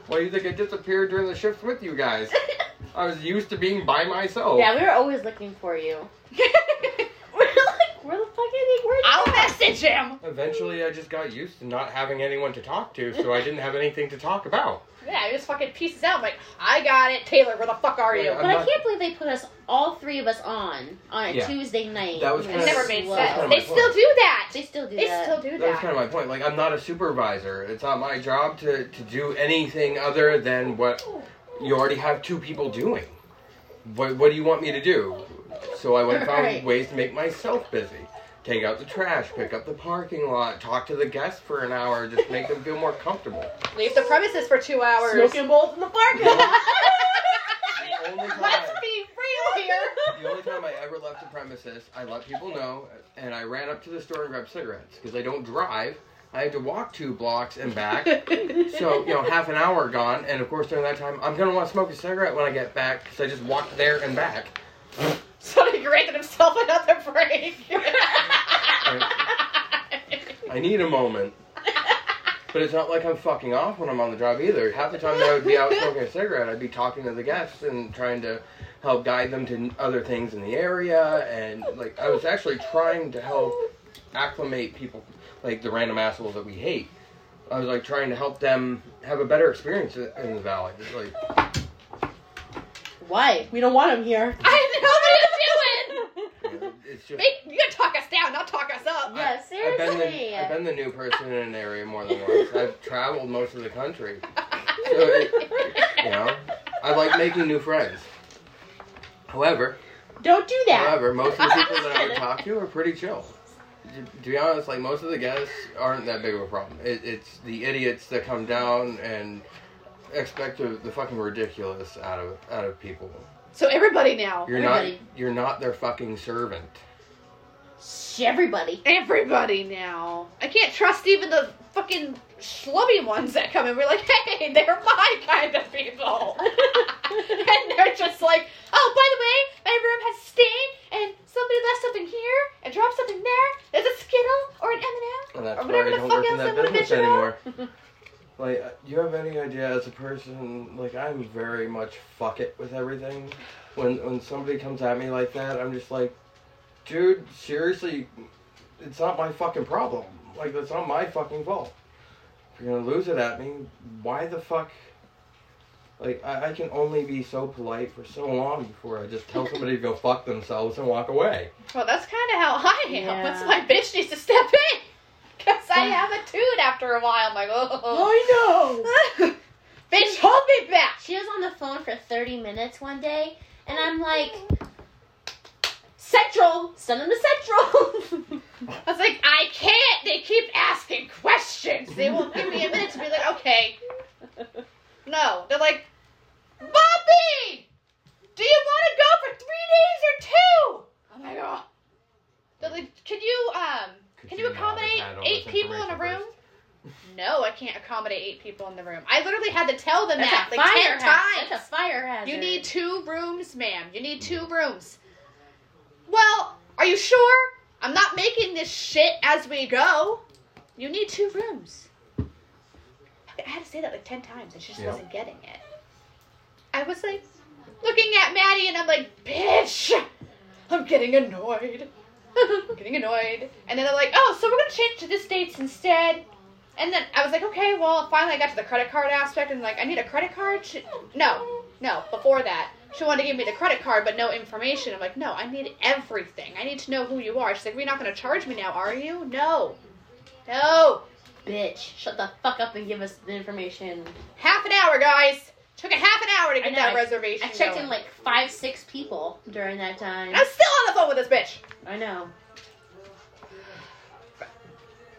[SPEAKER 3] Why do you think I disappeared during the shifts with you guys? I was used to being by myself.
[SPEAKER 2] Yeah, we were always looking for you. We're like, where the fuck are they? Where
[SPEAKER 1] I'll message it, Jim!
[SPEAKER 3] Eventually, I just got used to not having anyone to talk to, so I didn't have anything to talk about.
[SPEAKER 1] Yeah, it just fucking pieces out. I'm like, I got it, Taylor. Where the fuck are you?
[SPEAKER 2] But
[SPEAKER 3] I'm
[SPEAKER 2] I
[SPEAKER 3] not-
[SPEAKER 2] can't believe they put us all three of us on on a
[SPEAKER 3] Yeah.
[SPEAKER 2] Tuesday night.
[SPEAKER 3] That was
[SPEAKER 2] It
[SPEAKER 1] It
[SPEAKER 3] kinda-
[SPEAKER 1] never made
[SPEAKER 2] slow.
[SPEAKER 3] That's kinda
[SPEAKER 1] sense.
[SPEAKER 3] my
[SPEAKER 1] They still do that.
[SPEAKER 2] They still do
[SPEAKER 1] They
[SPEAKER 2] that.
[SPEAKER 1] still do
[SPEAKER 3] That was
[SPEAKER 1] that.
[SPEAKER 3] kind of my point. Like, I'm not a supervisor. It's not my job to, to do anything other than what you already have two people doing. What, what do you want me to do? So I went and found
[SPEAKER 2] Right.
[SPEAKER 3] ways to make myself busy. Take out the trash, pick up the parking lot, talk to the guests for an hour, just make them feel more comfortable.
[SPEAKER 1] Leave the premises for two hours.
[SPEAKER 4] Smoking bowls in the parking lot.
[SPEAKER 3] The only time,
[SPEAKER 1] Let's be real here.
[SPEAKER 3] the only time I ever left the premises, I let people know, and I ran up to the store and grabbed cigarettes because I don't drive. I had to walk two blocks and back. So, you know, half an hour gone, and of course, during that time, I'm gonna want to smoke a cigarette when I get back because I just walked there and back.
[SPEAKER 1] So he granted himself another break.
[SPEAKER 3] I need a moment. But it's not like I'm fucking off when I'm on the job either. Half the time that I would be out smoking a cigarette, I'd be talking to the guests and trying to help guide them to other things in the area. And, like, I was actually trying to help acclimate people, like the random assholes that we hate. I was, like, trying to help them have a better experience in the valley. It's like,
[SPEAKER 2] Why?
[SPEAKER 4] we don't want him here.
[SPEAKER 1] I know what you're doing.
[SPEAKER 3] you know, it's just.
[SPEAKER 1] Make, you gotta talk us down, not talk us up.
[SPEAKER 2] Yeah,
[SPEAKER 3] I've been,
[SPEAKER 2] seriously.
[SPEAKER 3] the, I've been the new person in an area more than once. I've traveled most of the country. So it- you know, I like making new friends. However,
[SPEAKER 2] Don't do that.
[SPEAKER 3] however, most of the people that I would talk to are pretty chill. To- To be honest, like most of the guests aren't that big of a problem. It, it's the idiots that come down and expect the, the fucking ridiculous out of out of people.
[SPEAKER 1] So everybody now.
[SPEAKER 3] You're
[SPEAKER 2] Everybody.
[SPEAKER 3] not you're not their fucking servant.
[SPEAKER 2] Shh, everybody.
[SPEAKER 1] Everybody now. I can't trust even the fucking schlubby ones that come in. We're like, hey, they're my kind of people. and they're just like, oh, by the way, my room has stain, and somebody left something here, and dropped something there. There's a Skittle or an M&M.
[SPEAKER 3] And that's
[SPEAKER 1] Or
[SPEAKER 3] why I
[SPEAKER 1] whatever the
[SPEAKER 3] don't
[SPEAKER 1] fuck
[SPEAKER 3] work in
[SPEAKER 1] else I
[SPEAKER 3] that
[SPEAKER 1] wanna
[SPEAKER 3] business
[SPEAKER 1] bitch about.
[SPEAKER 3] anymore. Like, uh, you have any idea as a person? Like, I'm very much fuck it with everything. When when somebody comes at me like that, I'm just like, dude, seriously, it's not my fucking problem. Like, that's not my fucking fault. If you're gonna lose it at me, why the fuck? Like, I, I can only be so polite for so long before I just tell somebody to go fuck themselves and walk away.
[SPEAKER 1] Well, that's kind of how I am.
[SPEAKER 2] Yeah.
[SPEAKER 1] That's why bitch needs to step in. Because I have a toot after a while. I'm like, oh.
[SPEAKER 4] I know.
[SPEAKER 1] bitch, hold me back.
[SPEAKER 2] She was on the phone for 30 minutes one day, and I'm like, Central! Send them to Central!
[SPEAKER 1] I was like, I can't. They keep asking questions. They won't give me a minute to be like, okay. No. They're like, Bobby, do you want to go for three days or two? I'm like, oh. They're like, can you, um,
[SPEAKER 3] Could
[SPEAKER 1] can
[SPEAKER 3] you
[SPEAKER 1] you
[SPEAKER 3] not have
[SPEAKER 1] accommodate
[SPEAKER 3] had all
[SPEAKER 1] eight
[SPEAKER 3] this
[SPEAKER 1] people in a
[SPEAKER 3] information
[SPEAKER 1] room? No, I can't accommodate eight people in the room. I literally had to tell them that
[SPEAKER 2] a
[SPEAKER 1] like ten
[SPEAKER 2] fire
[SPEAKER 1] times.
[SPEAKER 2] hazard. That's a fire hazard.
[SPEAKER 1] You need two rooms, ma'am. You need two rooms. Well, are you sure? I'm not making this shit as we go. You need two rooms. I had to say that like 10 times and she just
[SPEAKER 3] Yeah.
[SPEAKER 1] wasn't getting it. I was like looking at Maddie and I'm like, bitch, I'm getting annoyed. I'm getting annoyed. And then they're like, oh, so we're going to change to this dates instead. And then I was like, okay, well, finally I got to the credit card aspect and like, I need a credit card. She, no, no, before that. She wanted to give me the credit card, but no information. I'm like, no, I need everything. I need to know who you are. She's like, you're not going to charge me now, are you? No. No.
[SPEAKER 2] Bitch, shut the fuck up and give us the information.
[SPEAKER 1] Half an hour, guys. Took a half an hour to
[SPEAKER 2] I
[SPEAKER 1] get
[SPEAKER 2] know,
[SPEAKER 1] that
[SPEAKER 2] I-
[SPEAKER 1] reservation.
[SPEAKER 2] I checked
[SPEAKER 1] going.
[SPEAKER 2] in like five, six people during that time.
[SPEAKER 1] And I'm still on the phone with this bitch.
[SPEAKER 2] I know.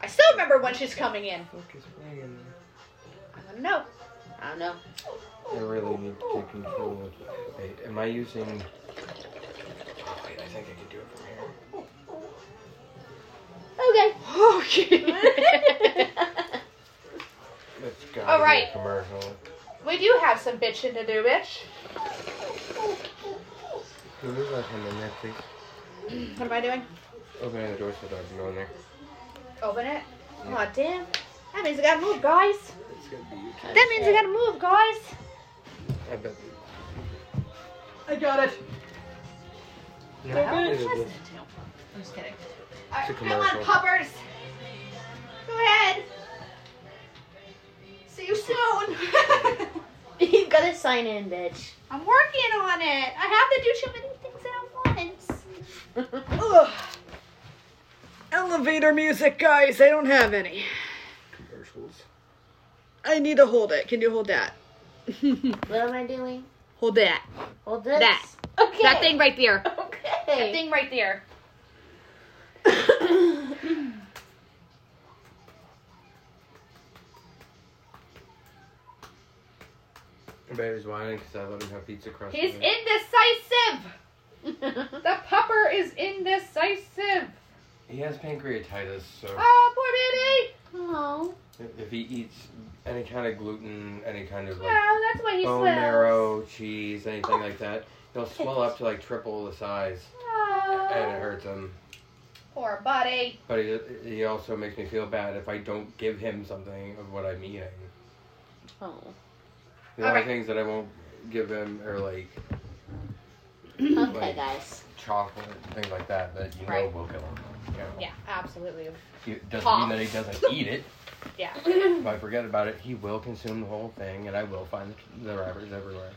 [SPEAKER 1] I still remember when she's coming in.
[SPEAKER 3] Fuck is ringing.
[SPEAKER 1] I don't know.
[SPEAKER 2] I don't know.
[SPEAKER 3] I really need to take control of. Wait, am I using? Oh, wait, I think I can do it from here.
[SPEAKER 2] Okay.
[SPEAKER 1] Okay.
[SPEAKER 3] It's got
[SPEAKER 1] All right.
[SPEAKER 3] a commercial.
[SPEAKER 1] we do have some bitching to do, bitch.
[SPEAKER 3] Can you let him in there, please?
[SPEAKER 1] What am I doing?
[SPEAKER 3] Open the door so the dog can go in there.
[SPEAKER 1] Open it. Aw, damn. That means I gotta move, guys.
[SPEAKER 3] It's gonna be you.
[SPEAKER 1] That means I gotta move, guys.
[SPEAKER 3] I bet.
[SPEAKER 1] I got it.
[SPEAKER 3] No,
[SPEAKER 1] I'm
[SPEAKER 3] it is.
[SPEAKER 1] just kidding.
[SPEAKER 3] It's a
[SPEAKER 1] Alright, come on,
[SPEAKER 3] commercial.
[SPEAKER 1] puppers. Go ahead. See you soon.
[SPEAKER 2] you gotta sign in, bitch.
[SPEAKER 1] I'm working on it. I have to do too many things at once.
[SPEAKER 4] Ugh. Elevator music, guys. I don't have any.
[SPEAKER 3] Commercials.
[SPEAKER 4] I need to hold it. Can you hold that?
[SPEAKER 2] what am I doing?
[SPEAKER 4] hold that.
[SPEAKER 2] Hold this.
[SPEAKER 1] That.
[SPEAKER 2] Okay.
[SPEAKER 1] That thing right there. That
[SPEAKER 2] Okay.
[SPEAKER 1] thing right there.
[SPEAKER 3] Everybody's whining because I let him have pizza crust.
[SPEAKER 1] He's
[SPEAKER 3] today.
[SPEAKER 1] indecisive. The pupper is indecisive.
[SPEAKER 3] He has pancreatitis, so
[SPEAKER 1] Ah. Oh,
[SPEAKER 2] oh.
[SPEAKER 3] if- if he eats any kind of gluten, any kind
[SPEAKER 1] poor
[SPEAKER 3] of
[SPEAKER 1] baby.
[SPEAKER 3] like
[SPEAKER 1] Well, that's what Ah, he
[SPEAKER 3] bone
[SPEAKER 1] smells.
[SPEAKER 3] marrow, cheese, anything like that, he'll swell up to like triple the size,
[SPEAKER 1] Oh,
[SPEAKER 3] and it hurts him.
[SPEAKER 1] Poor buddy.
[SPEAKER 3] But he, he also makes me feel bad if I don't give him something of what I'm eating.
[SPEAKER 2] Oh.
[SPEAKER 3] The
[SPEAKER 1] All
[SPEAKER 3] only
[SPEAKER 1] right.
[SPEAKER 3] things that I won't give him are like
[SPEAKER 2] Okay,
[SPEAKER 3] Like-
[SPEAKER 2] guys.
[SPEAKER 3] chocolate, things like that that you
[SPEAKER 1] Right.
[SPEAKER 3] know will kill him. You know?
[SPEAKER 1] Yeah, absolutely.
[SPEAKER 3] It doesn't
[SPEAKER 1] Pop.
[SPEAKER 3] mean that he doesn't eat it.
[SPEAKER 1] Yeah.
[SPEAKER 3] If I forget about it, he will consume the whole thing, and I will find the rappers everywhere.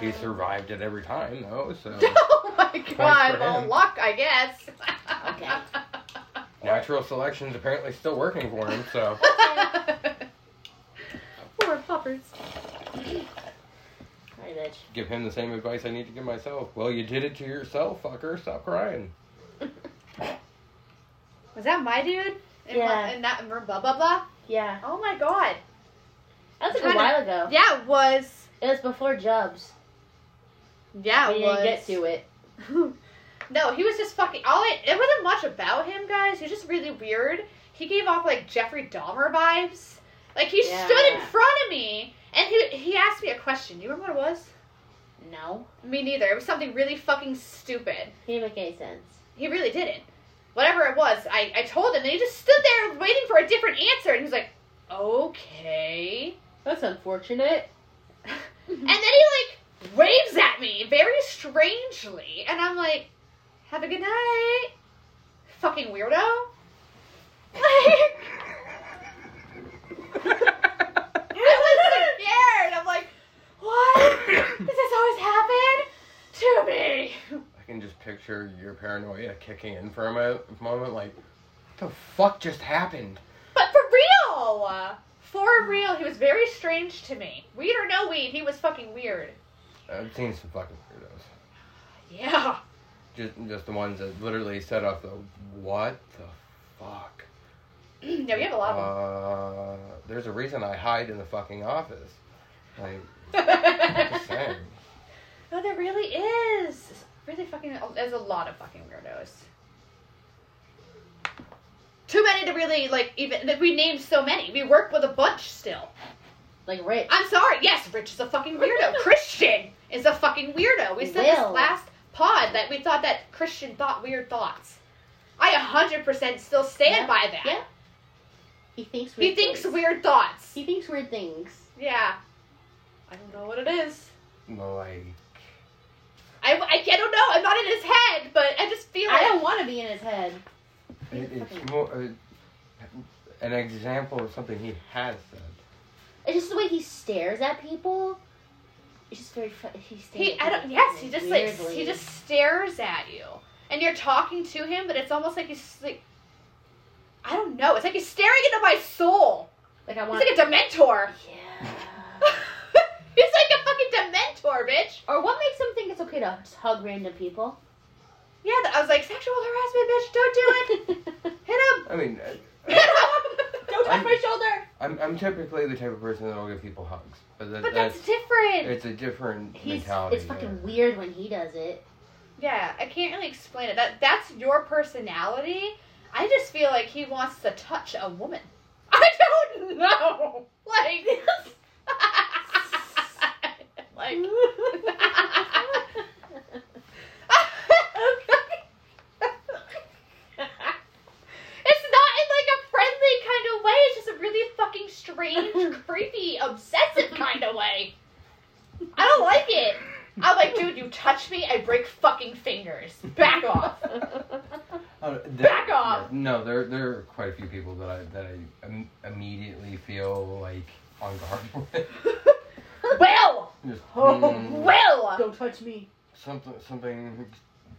[SPEAKER 3] He survived it every time, though, so
[SPEAKER 1] oh my
[SPEAKER 3] for
[SPEAKER 1] god. Well,
[SPEAKER 3] him.
[SPEAKER 1] luck, I guess.
[SPEAKER 2] Okay.
[SPEAKER 3] natural selection's apparently still working for him. So
[SPEAKER 1] Poor puppers.
[SPEAKER 2] Hi, bitch.
[SPEAKER 3] give him the same advice I need to give myself. Well, you did it to yourself, fucker. Stop crying.
[SPEAKER 1] Was that my dude? And
[SPEAKER 2] Yeah.
[SPEAKER 1] what- And that blah blah blah.
[SPEAKER 2] Yeah.
[SPEAKER 1] Oh my god.
[SPEAKER 2] That was like a
[SPEAKER 1] Kinda-
[SPEAKER 2] while ago.
[SPEAKER 1] Yeah, it was.
[SPEAKER 2] It was before Jubs.
[SPEAKER 1] Yeah, it
[SPEAKER 2] we
[SPEAKER 1] was.
[SPEAKER 2] didn't get to it.
[SPEAKER 1] no, he was just fucking. All it. It wasn't much about him, guys. He was just really weird. He gave off like Jeffrey Dahmer vibes. Like he
[SPEAKER 2] Yeah.
[SPEAKER 1] stood in front of me and he he asked me a question. You remember what it was?
[SPEAKER 2] No.
[SPEAKER 1] Me neither. It was something really fucking stupid.
[SPEAKER 2] He didn't make any sense.
[SPEAKER 1] He really didn't. Whatever it was, I, I told him, and he just stood there waiting for a different answer, and he's like, okay.
[SPEAKER 2] That's unfortunate.
[SPEAKER 1] And then he like waves at me very strangely, and I'm like, "Have a good night, fucking weirdo." Like, I was like scared. I'm like, "What? Does this always happen to me?"
[SPEAKER 3] I can just picture your paranoia kicking in for a mo- moment, like, what the fuck just happened?
[SPEAKER 1] But for real, for real, he was very strange to me. Weed or no weed, he was fucking weird.
[SPEAKER 3] I've seen some fucking weirdos.
[SPEAKER 1] Yeah.
[SPEAKER 3] Just, just the ones that literally set off the what the fuck.
[SPEAKER 1] yeah, we have a lot of them.
[SPEAKER 3] Uh, there's a reason I hide in the fucking office. Like, just saying.
[SPEAKER 1] No, there really is. Really fucking. oh, There's a lot of fucking weirdos. Too many to really like. Even that we named so many. We work with a bunch still.
[SPEAKER 2] Like Rich.
[SPEAKER 1] I'm sorry. Yes, Rich is a fucking weirdo. Christian is a fucking weirdo. We said this
[SPEAKER 2] Will.
[SPEAKER 1] last pod that we thought that Christian thought weird thoughts. I 100% still stand
[SPEAKER 2] Yeah,
[SPEAKER 1] by that.
[SPEAKER 2] yeah. He thinks weird
[SPEAKER 1] He thinks
[SPEAKER 2] things.
[SPEAKER 1] weird thoughts.
[SPEAKER 2] He thinks weird things.
[SPEAKER 1] Yeah. I don't know what it is.
[SPEAKER 3] Like,
[SPEAKER 1] I, I, I don't know. I'm not in his head, but I just feel
[SPEAKER 2] I
[SPEAKER 1] like
[SPEAKER 2] don't want to be in his head.
[SPEAKER 3] it, it's more uh, an example of something he has said.
[SPEAKER 2] It's just the way he stares at people. It's just very. Fu- he stares.
[SPEAKER 1] He,
[SPEAKER 2] at
[SPEAKER 1] I don't.
[SPEAKER 2] people
[SPEAKER 1] Yes, he just like
[SPEAKER 2] weirdly.
[SPEAKER 1] he just stares at you, and you're talking to him, but it's almost like he's like, I don't know. It's like he's staring into my soul.
[SPEAKER 2] like I
[SPEAKER 1] He's
[SPEAKER 2] want.
[SPEAKER 1] like a dementor.
[SPEAKER 2] yeah.
[SPEAKER 1] he's like a fucking dementor, bitch.
[SPEAKER 2] or what makes him think it's okay to just hug random people?
[SPEAKER 1] Yeah, th- I was like sexual harassment, bitch. Don't do it. Hit him.
[SPEAKER 3] I mean, I-
[SPEAKER 1] Hit him.
[SPEAKER 2] don't touch
[SPEAKER 3] I'm-
[SPEAKER 2] my shoulder.
[SPEAKER 3] I'm, I'm typically the type of person that will give people hugs, but, that,
[SPEAKER 1] But
[SPEAKER 3] that's,
[SPEAKER 1] that's different.
[SPEAKER 3] it's a different
[SPEAKER 2] He's.
[SPEAKER 3] mentality.
[SPEAKER 2] It's fucking
[SPEAKER 3] there.
[SPEAKER 2] weird when he does it.
[SPEAKER 1] Yeah, I can't really explain it. That that's your personality. I just feel like he wants to touch a woman. I don't know. Like like It's not in like a friendly kind of way. It's just a really fucking strange, creepy, obsessive kind of way. I don't like it. I'm like, dude, you touch me, I break fucking fingers. Back off.
[SPEAKER 3] Uh,
[SPEAKER 1] Back off!
[SPEAKER 3] No, there there are quite a few people that I that I im- immediately feel like on guard with.
[SPEAKER 1] Will!
[SPEAKER 3] Just,
[SPEAKER 4] Oh,
[SPEAKER 3] mm,
[SPEAKER 1] Will!
[SPEAKER 4] Don't touch me.
[SPEAKER 3] something something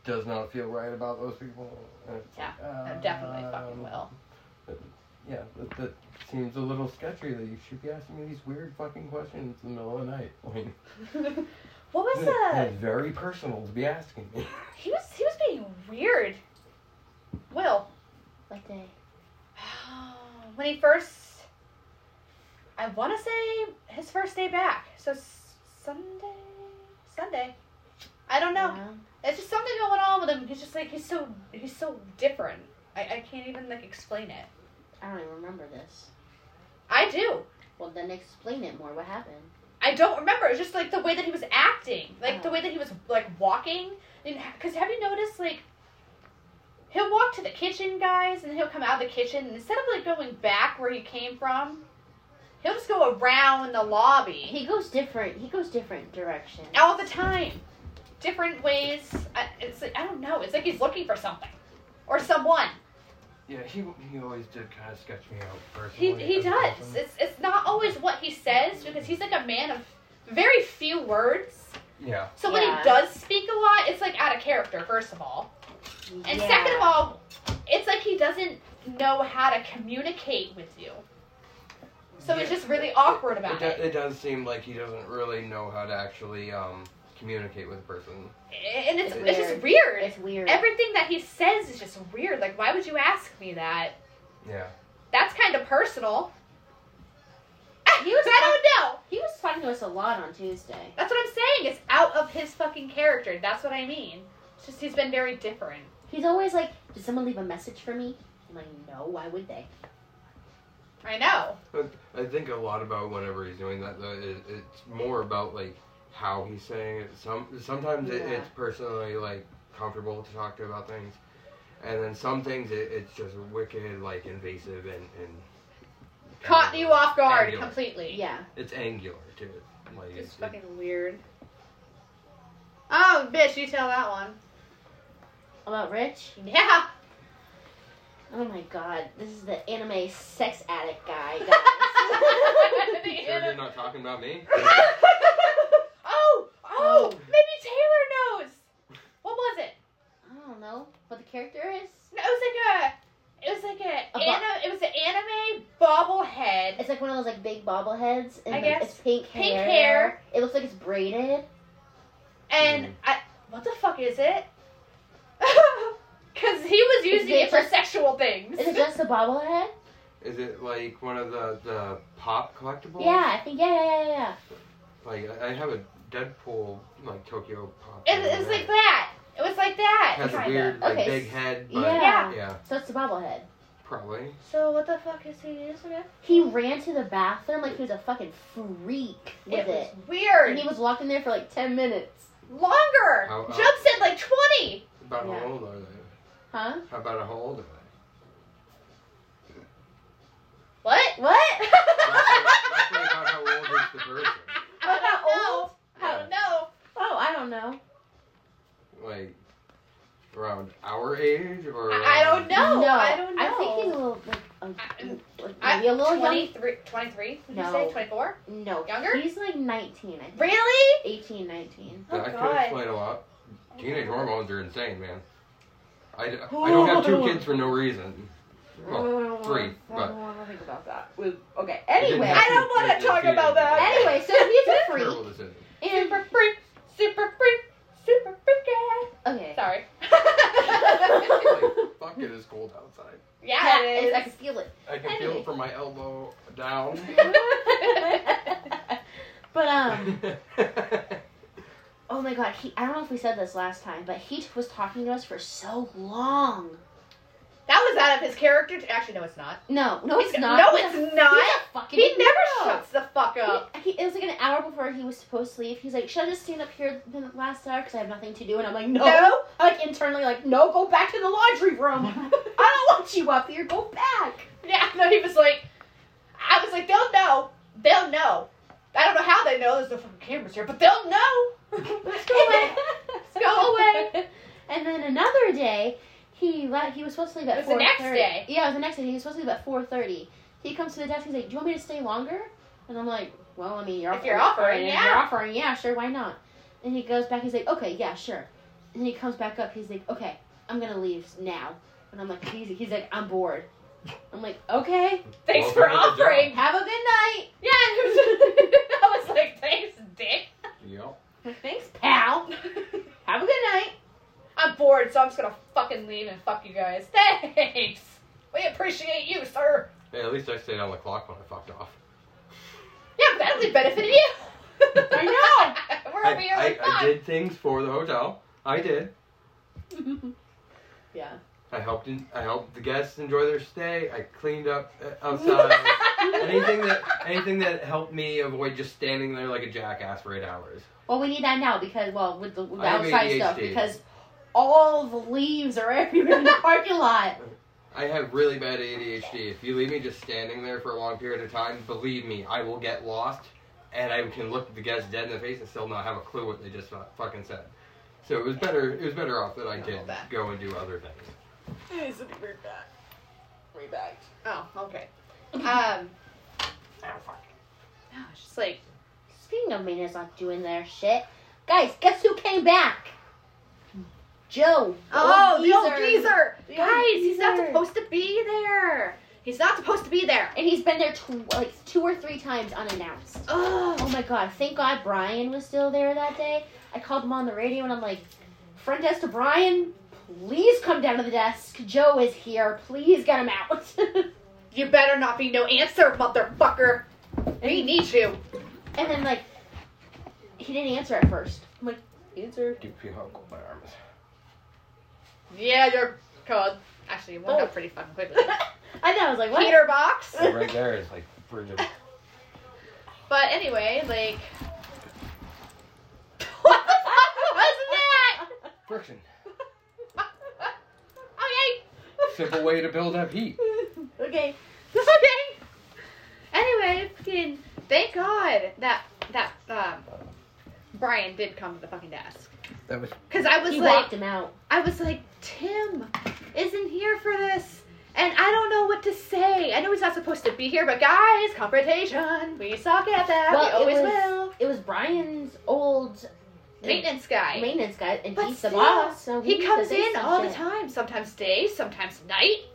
[SPEAKER 3] does not feel right about those people. And it's
[SPEAKER 1] Yeah,
[SPEAKER 3] like,
[SPEAKER 1] I uh, definitely fucking
[SPEAKER 3] um,
[SPEAKER 1] will.
[SPEAKER 3] Yeah, that, that seems a little sketchy that you should be asking me these weird fucking questions in the middle of the night. Like,
[SPEAKER 1] what was
[SPEAKER 3] it's
[SPEAKER 1] that?
[SPEAKER 3] very personal to be asking me.
[SPEAKER 1] He was he was being weird. Will.
[SPEAKER 2] Like they.
[SPEAKER 1] when he first I want to say his first day back. So s- Sunday, Sunday. I don't know. It's just something going on with him. He's just like he's so he's so different. I, I can't even like explain it.
[SPEAKER 2] I don't even remember this.
[SPEAKER 1] I do.
[SPEAKER 2] Well, then explain it more. What happened?
[SPEAKER 1] I don't remember. It's just like the way that he was acting, like the
[SPEAKER 2] Oh.
[SPEAKER 1] way that he was like walking. And because have you noticed like he'll walk to the kitchen, guys, and he'll come out of the kitchen. And instead of like going back where he came from, he'll just go around the lobby
[SPEAKER 2] He goes different. He goes different direction.
[SPEAKER 1] all the time, different ways. I, it's like, I don't know. It's like he's looking for something or someone.
[SPEAKER 3] yeah, he he always did kind of sketch me out
[SPEAKER 1] He
[SPEAKER 3] personally.
[SPEAKER 1] he
[SPEAKER 3] as a
[SPEAKER 1] does.
[SPEAKER 3] person.
[SPEAKER 1] It's it's not always what he says because he's like a man of very few words.
[SPEAKER 3] Yeah.
[SPEAKER 1] So when
[SPEAKER 2] Yeah.
[SPEAKER 1] he does speak a lot, it's like out of character, first of all. And second of all, it's like he doesn't know how to communicate with you. So it's
[SPEAKER 3] Yeah.
[SPEAKER 1] just really awkward
[SPEAKER 3] It,
[SPEAKER 1] about
[SPEAKER 3] do,
[SPEAKER 1] it.
[SPEAKER 3] it does seem like he doesn't really know how to actually um, communicate with a person.
[SPEAKER 1] And it's,
[SPEAKER 2] It's
[SPEAKER 1] it's just weird.
[SPEAKER 2] it's weird.
[SPEAKER 1] Everything that he says is just weird. Like, why would you ask me that?
[SPEAKER 3] Yeah.
[SPEAKER 1] That's kind of personal.
[SPEAKER 2] He was
[SPEAKER 1] I don't know.
[SPEAKER 2] he was talking to us a lot on Tuesday.
[SPEAKER 1] That's what I'm saying. It's out of his fucking character. That's what I mean. It's just he's been very different.
[SPEAKER 2] He's always like, "Did someone leave a message for me?" I'm like, "No, why would they?"
[SPEAKER 1] I know.
[SPEAKER 3] I think a lot about whenever he's doing that, though, it, it's more about like how he's saying it. Some sometimes it,
[SPEAKER 2] Yeah.
[SPEAKER 3] it's personally like comfortable to talk to about things, and then some things it, it's just wicked like invasive and and
[SPEAKER 1] Caught you off guard
[SPEAKER 3] Angular.
[SPEAKER 1] completely.
[SPEAKER 2] Yeah.
[SPEAKER 3] It's angular too. Like
[SPEAKER 1] It's
[SPEAKER 3] it's,
[SPEAKER 1] fucking weird. Oh, bitch, you tell that one.
[SPEAKER 2] About Rich?
[SPEAKER 1] Yeah.
[SPEAKER 2] Oh my God, this is the anime sex addict guy. guys.
[SPEAKER 3] you sure you're
[SPEAKER 1] oh,
[SPEAKER 3] not talking about me?
[SPEAKER 1] oh,
[SPEAKER 2] Oh.
[SPEAKER 1] maybe Taylor knows. What was it?
[SPEAKER 2] I don't know what the character is.
[SPEAKER 1] No, it was like a, it was like a,
[SPEAKER 2] A bo-
[SPEAKER 1] anime, it was an anime bobblehead.
[SPEAKER 2] It's like one of those like big bobbleheads, and
[SPEAKER 1] I
[SPEAKER 2] like,
[SPEAKER 1] guess.
[SPEAKER 2] it's pink hair.
[SPEAKER 1] Pink hair.
[SPEAKER 2] It looks like it's braided.
[SPEAKER 1] And
[SPEAKER 3] Mm.
[SPEAKER 1] I, what the fuck is it? Cause he was using
[SPEAKER 2] it
[SPEAKER 1] it for
[SPEAKER 2] just-
[SPEAKER 1] sexual things.
[SPEAKER 2] Is it just the bobblehead?
[SPEAKER 3] Is it like one of the the pop collectibles?
[SPEAKER 2] Yeah, I think yeah, yeah, yeah, yeah.
[SPEAKER 3] Like I I have a Deadpool like Tokyo pop.
[SPEAKER 1] It, it was like that. It was like that.
[SPEAKER 3] Has a
[SPEAKER 1] kinda.
[SPEAKER 3] weird like
[SPEAKER 2] Okay,
[SPEAKER 3] big
[SPEAKER 2] s-
[SPEAKER 3] head, but
[SPEAKER 2] yeah.
[SPEAKER 3] yeah
[SPEAKER 2] So it's the bobblehead.
[SPEAKER 3] probably.
[SPEAKER 1] So what the fuck is he using it?
[SPEAKER 2] He ran to the bathroom like he was a fucking freak with
[SPEAKER 1] It was
[SPEAKER 2] it.
[SPEAKER 1] weird.
[SPEAKER 2] And he was locked in there for like ten minutes.
[SPEAKER 1] Longer.
[SPEAKER 3] How- uh, how-
[SPEAKER 1] Jump said like twenty.
[SPEAKER 3] About
[SPEAKER 2] Yeah.
[SPEAKER 3] how old are they?
[SPEAKER 2] Huh?
[SPEAKER 3] How about how old are they?
[SPEAKER 1] What?
[SPEAKER 2] What?
[SPEAKER 3] Ask me about how old is the person.
[SPEAKER 1] I don't know. I
[SPEAKER 3] Yeah.
[SPEAKER 1] don't know.
[SPEAKER 2] Oh, I don't know.
[SPEAKER 3] Like around our age or? um,
[SPEAKER 1] I, I don't know. I don't know.
[SPEAKER 2] I think he's a
[SPEAKER 1] I-
[SPEAKER 2] little like, a, like
[SPEAKER 1] I-
[SPEAKER 2] maybe a little
[SPEAKER 1] 23, 23, would
[SPEAKER 2] No.
[SPEAKER 1] you say? 24?
[SPEAKER 2] young. No,
[SPEAKER 1] Younger?
[SPEAKER 2] He's like nineteen. I think.
[SPEAKER 1] Really?
[SPEAKER 2] 18, 19.
[SPEAKER 1] Oh,
[SPEAKER 3] That could
[SPEAKER 1] God. Oh.
[SPEAKER 3] explain a lot. Teenage hormones are insane, man. I, d- I don't have two kids for no reason. Well, three,
[SPEAKER 4] I
[SPEAKER 3] but
[SPEAKER 4] don't want to think about that. With, okay.
[SPEAKER 3] didn't
[SPEAKER 4] Anyway.
[SPEAKER 3] have
[SPEAKER 1] I
[SPEAKER 3] two
[SPEAKER 1] don't wanna
[SPEAKER 3] kids,
[SPEAKER 1] talk
[SPEAKER 3] teenage
[SPEAKER 1] about that.
[SPEAKER 3] hormones.
[SPEAKER 2] Anyway, so he's a freak.
[SPEAKER 3] Terrible decision.
[SPEAKER 2] And
[SPEAKER 1] Super freak. Super freak. Super freaky.
[SPEAKER 2] okay.
[SPEAKER 1] Sorry.
[SPEAKER 3] Like, fuck it is cold outside.
[SPEAKER 1] yeah,
[SPEAKER 2] Yeah,
[SPEAKER 1] it is.
[SPEAKER 2] I can feel it.
[SPEAKER 3] I can feel it from my elbow down.
[SPEAKER 2] but um, oh my god, he I don't know if we said this last time, but he was talking to us for so long.
[SPEAKER 1] that was out of his character. t- Actually, no, it's not.
[SPEAKER 2] No, no, it's
[SPEAKER 1] He's-
[SPEAKER 2] not.
[SPEAKER 1] No,
[SPEAKER 2] He's a-
[SPEAKER 1] it's
[SPEAKER 2] he's
[SPEAKER 1] not.
[SPEAKER 2] a fucking
[SPEAKER 1] He never
[SPEAKER 2] weirdo.
[SPEAKER 1] shuts the fuck up.
[SPEAKER 2] He, he- it was like an hour before he was supposed to leave. He's like, "Should I just stand up here the last hour because I have nothing to do?" And I'm like, "No."
[SPEAKER 1] No.
[SPEAKER 2] I'm like internally, like, "No, go back to the laundry room. I don't want you up here. Go back."
[SPEAKER 1] Yeah, no, he was like, I was like, they'll know. They'll know. I don't know how they know there's no fucking cameras here, but they'll know.
[SPEAKER 2] Let's go away.
[SPEAKER 1] Let's go away.
[SPEAKER 2] And then another day, He left. He was supposed to leave at.
[SPEAKER 1] It was the next
[SPEAKER 2] 4:30.
[SPEAKER 1] day.
[SPEAKER 2] Yeah, it was the next day. He was supposed to leave at four thirty. He comes to the desk. He's like, "Do you want me to stay longer?" And I'm like, "Well, I mean, you're
[SPEAKER 1] If you're offering,
[SPEAKER 2] if
[SPEAKER 1] yeah.
[SPEAKER 2] you're offering, yeah, sure, why not?" And he goes back. He's like, "Okay, yeah, sure." And he comes back up. He's like, "Okay, I'm gonna leave now." And I'm like, "He's he's like, I'm bored." I'm like, "Okay,
[SPEAKER 1] Thanks
[SPEAKER 3] Well,
[SPEAKER 1] for
[SPEAKER 3] good job.
[SPEAKER 1] offering.
[SPEAKER 2] have a good night."
[SPEAKER 1] Yeah, I was like, thanks, dick.
[SPEAKER 3] Yep.
[SPEAKER 2] Thanks, pal. Have a good night.
[SPEAKER 1] I'm bored, so I'm just gonna fucking leave and fuck you guys. Thanks. We appreciate you, sir.
[SPEAKER 3] Hey, at least I stayed on the clock when I fucked off.
[SPEAKER 1] Yeah, but that only benefited you.
[SPEAKER 2] I
[SPEAKER 1] know. We're
[SPEAKER 3] I,
[SPEAKER 1] over here
[SPEAKER 3] I,
[SPEAKER 1] like
[SPEAKER 3] I
[SPEAKER 1] fuck.
[SPEAKER 3] did things for the hotel. I did.
[SPEAKER 2] yeah.
[SPEAKER 3] I helped. In, I helped the guests enjoy their stay. I cleaned up uh, outside. anything that anything that helped me avoid just standing there like a jackass for eight hours.
[SPEAKER 2] Well, we need that now because, well, with the, with the
[SPEAKER 3] I have
[SPEAKER 2] outside stuff,
[SPEAKER 3] ADHD.
[SPEAKER 2] because all the leaves are everywhere in the parking lot.
[SPEAKER 3] I have really bad ADHD. If you leave me just standing there for a long period of time, believe me, I will get lost, and I can look the guests dead in the face and still not have a clue what they just fu- fucking said. So it was better. It was better off that I did go and do other things.
[SPEAKER 4] It's a weird back. Rebagged.
[SPEAKER 1] Oh, okay. Um,
[SPEAKER 3] Ah,
[SPEAKER 1] no, it's just like
[SPEAKER 2] Speaking of maintenance not doing their shit, guys, guess who came back? Joe.
[SPEAKER 1] Oh, the old
[SPEAKER 2] geezer.
[SPEAKER 1] geezer.
[SPEAKER 2] The old
[SPEAKER 1] Guys, he's not
[SPEAKER 2] geezer.
[SPEAKER 1] supposed to be there. He's not supposed to be there.
[SPEAKER 2] And he's been there tw- like two or three times unannounced. Oh
[SPEAKER 1] Oh,
[SPEAKER 2] my god, thank God Brian was still there that day. I called him on the radio and I'm like, front desk to Brian, please come down to the desk. Joe is here. Please get him out.
[SPEAKER 1] you better not be no answer, motherfucker. We need you.
[SPEAKER 2] and then, like, he didn't answer at first. I'm like, answer.
[SPEAKER 3] Do feel how cold my arm is?
[SPEAKER 1] Yeah, you're cold. Actually, it went
[SPEAKER 2] Oh.
[SPEAKER 1] up pretty fucking quickly.
[SPEAKER 2] I know, I was like, what?
[SPEAKER 1] Peter box.
[SPEAKER 3] right there is like frigid.
[SPEAKER 1] But anyway, like. what the fuck was that?
[SPEAKER 3] Friction.
[SPEAKER 1] okay.
[SPEAKER 3] Simple way to build up heat.
[SPEAKER 2] okay.
[SPEAKER 1] okay. Anyway, fucking thank God that that um Brian did come to the fucking desk.
[SPEAKER 3] That was
[SPEAKER 1] Cause I was
[SPEAKER 2] He
[SPEAKER 1] like
[SPEAKER 2] walked him out.
[SPEAKER 1] I was like, Tim isn't here for this. And I don't know what to say. I know he's not supposed to be here, but guys, confrontation. We suck at that.
[SPEAKER 2] Well,
[SPEAKER 1] we
[SPEAKER 2] it
[SPEAKER 1] always
[SPEAKER 2] was-
[SPEAKER 1] will.
[SPEAKER 2] It was Brian's old
[SPEAKER 1] Maintenance guy.
[SPEAKER 2] maintenance guy, and
[SPEAKER 1] But
[SPEAKER 2] he's the
[SPEAKER 1] still,
[SPEAKER 2] boss. So
[SPEAKER 1] He
[SPEAKER 2] needs to
[SPEAKER 1] comes
[SPEAKER 2] say
[SPEAKER 1] in
[SPEAKER 2] some
[SPEAKER 1] all the
[SPEAKER 2] shit.
[SPEAKER 1] time. Sometimes day, sometimes night.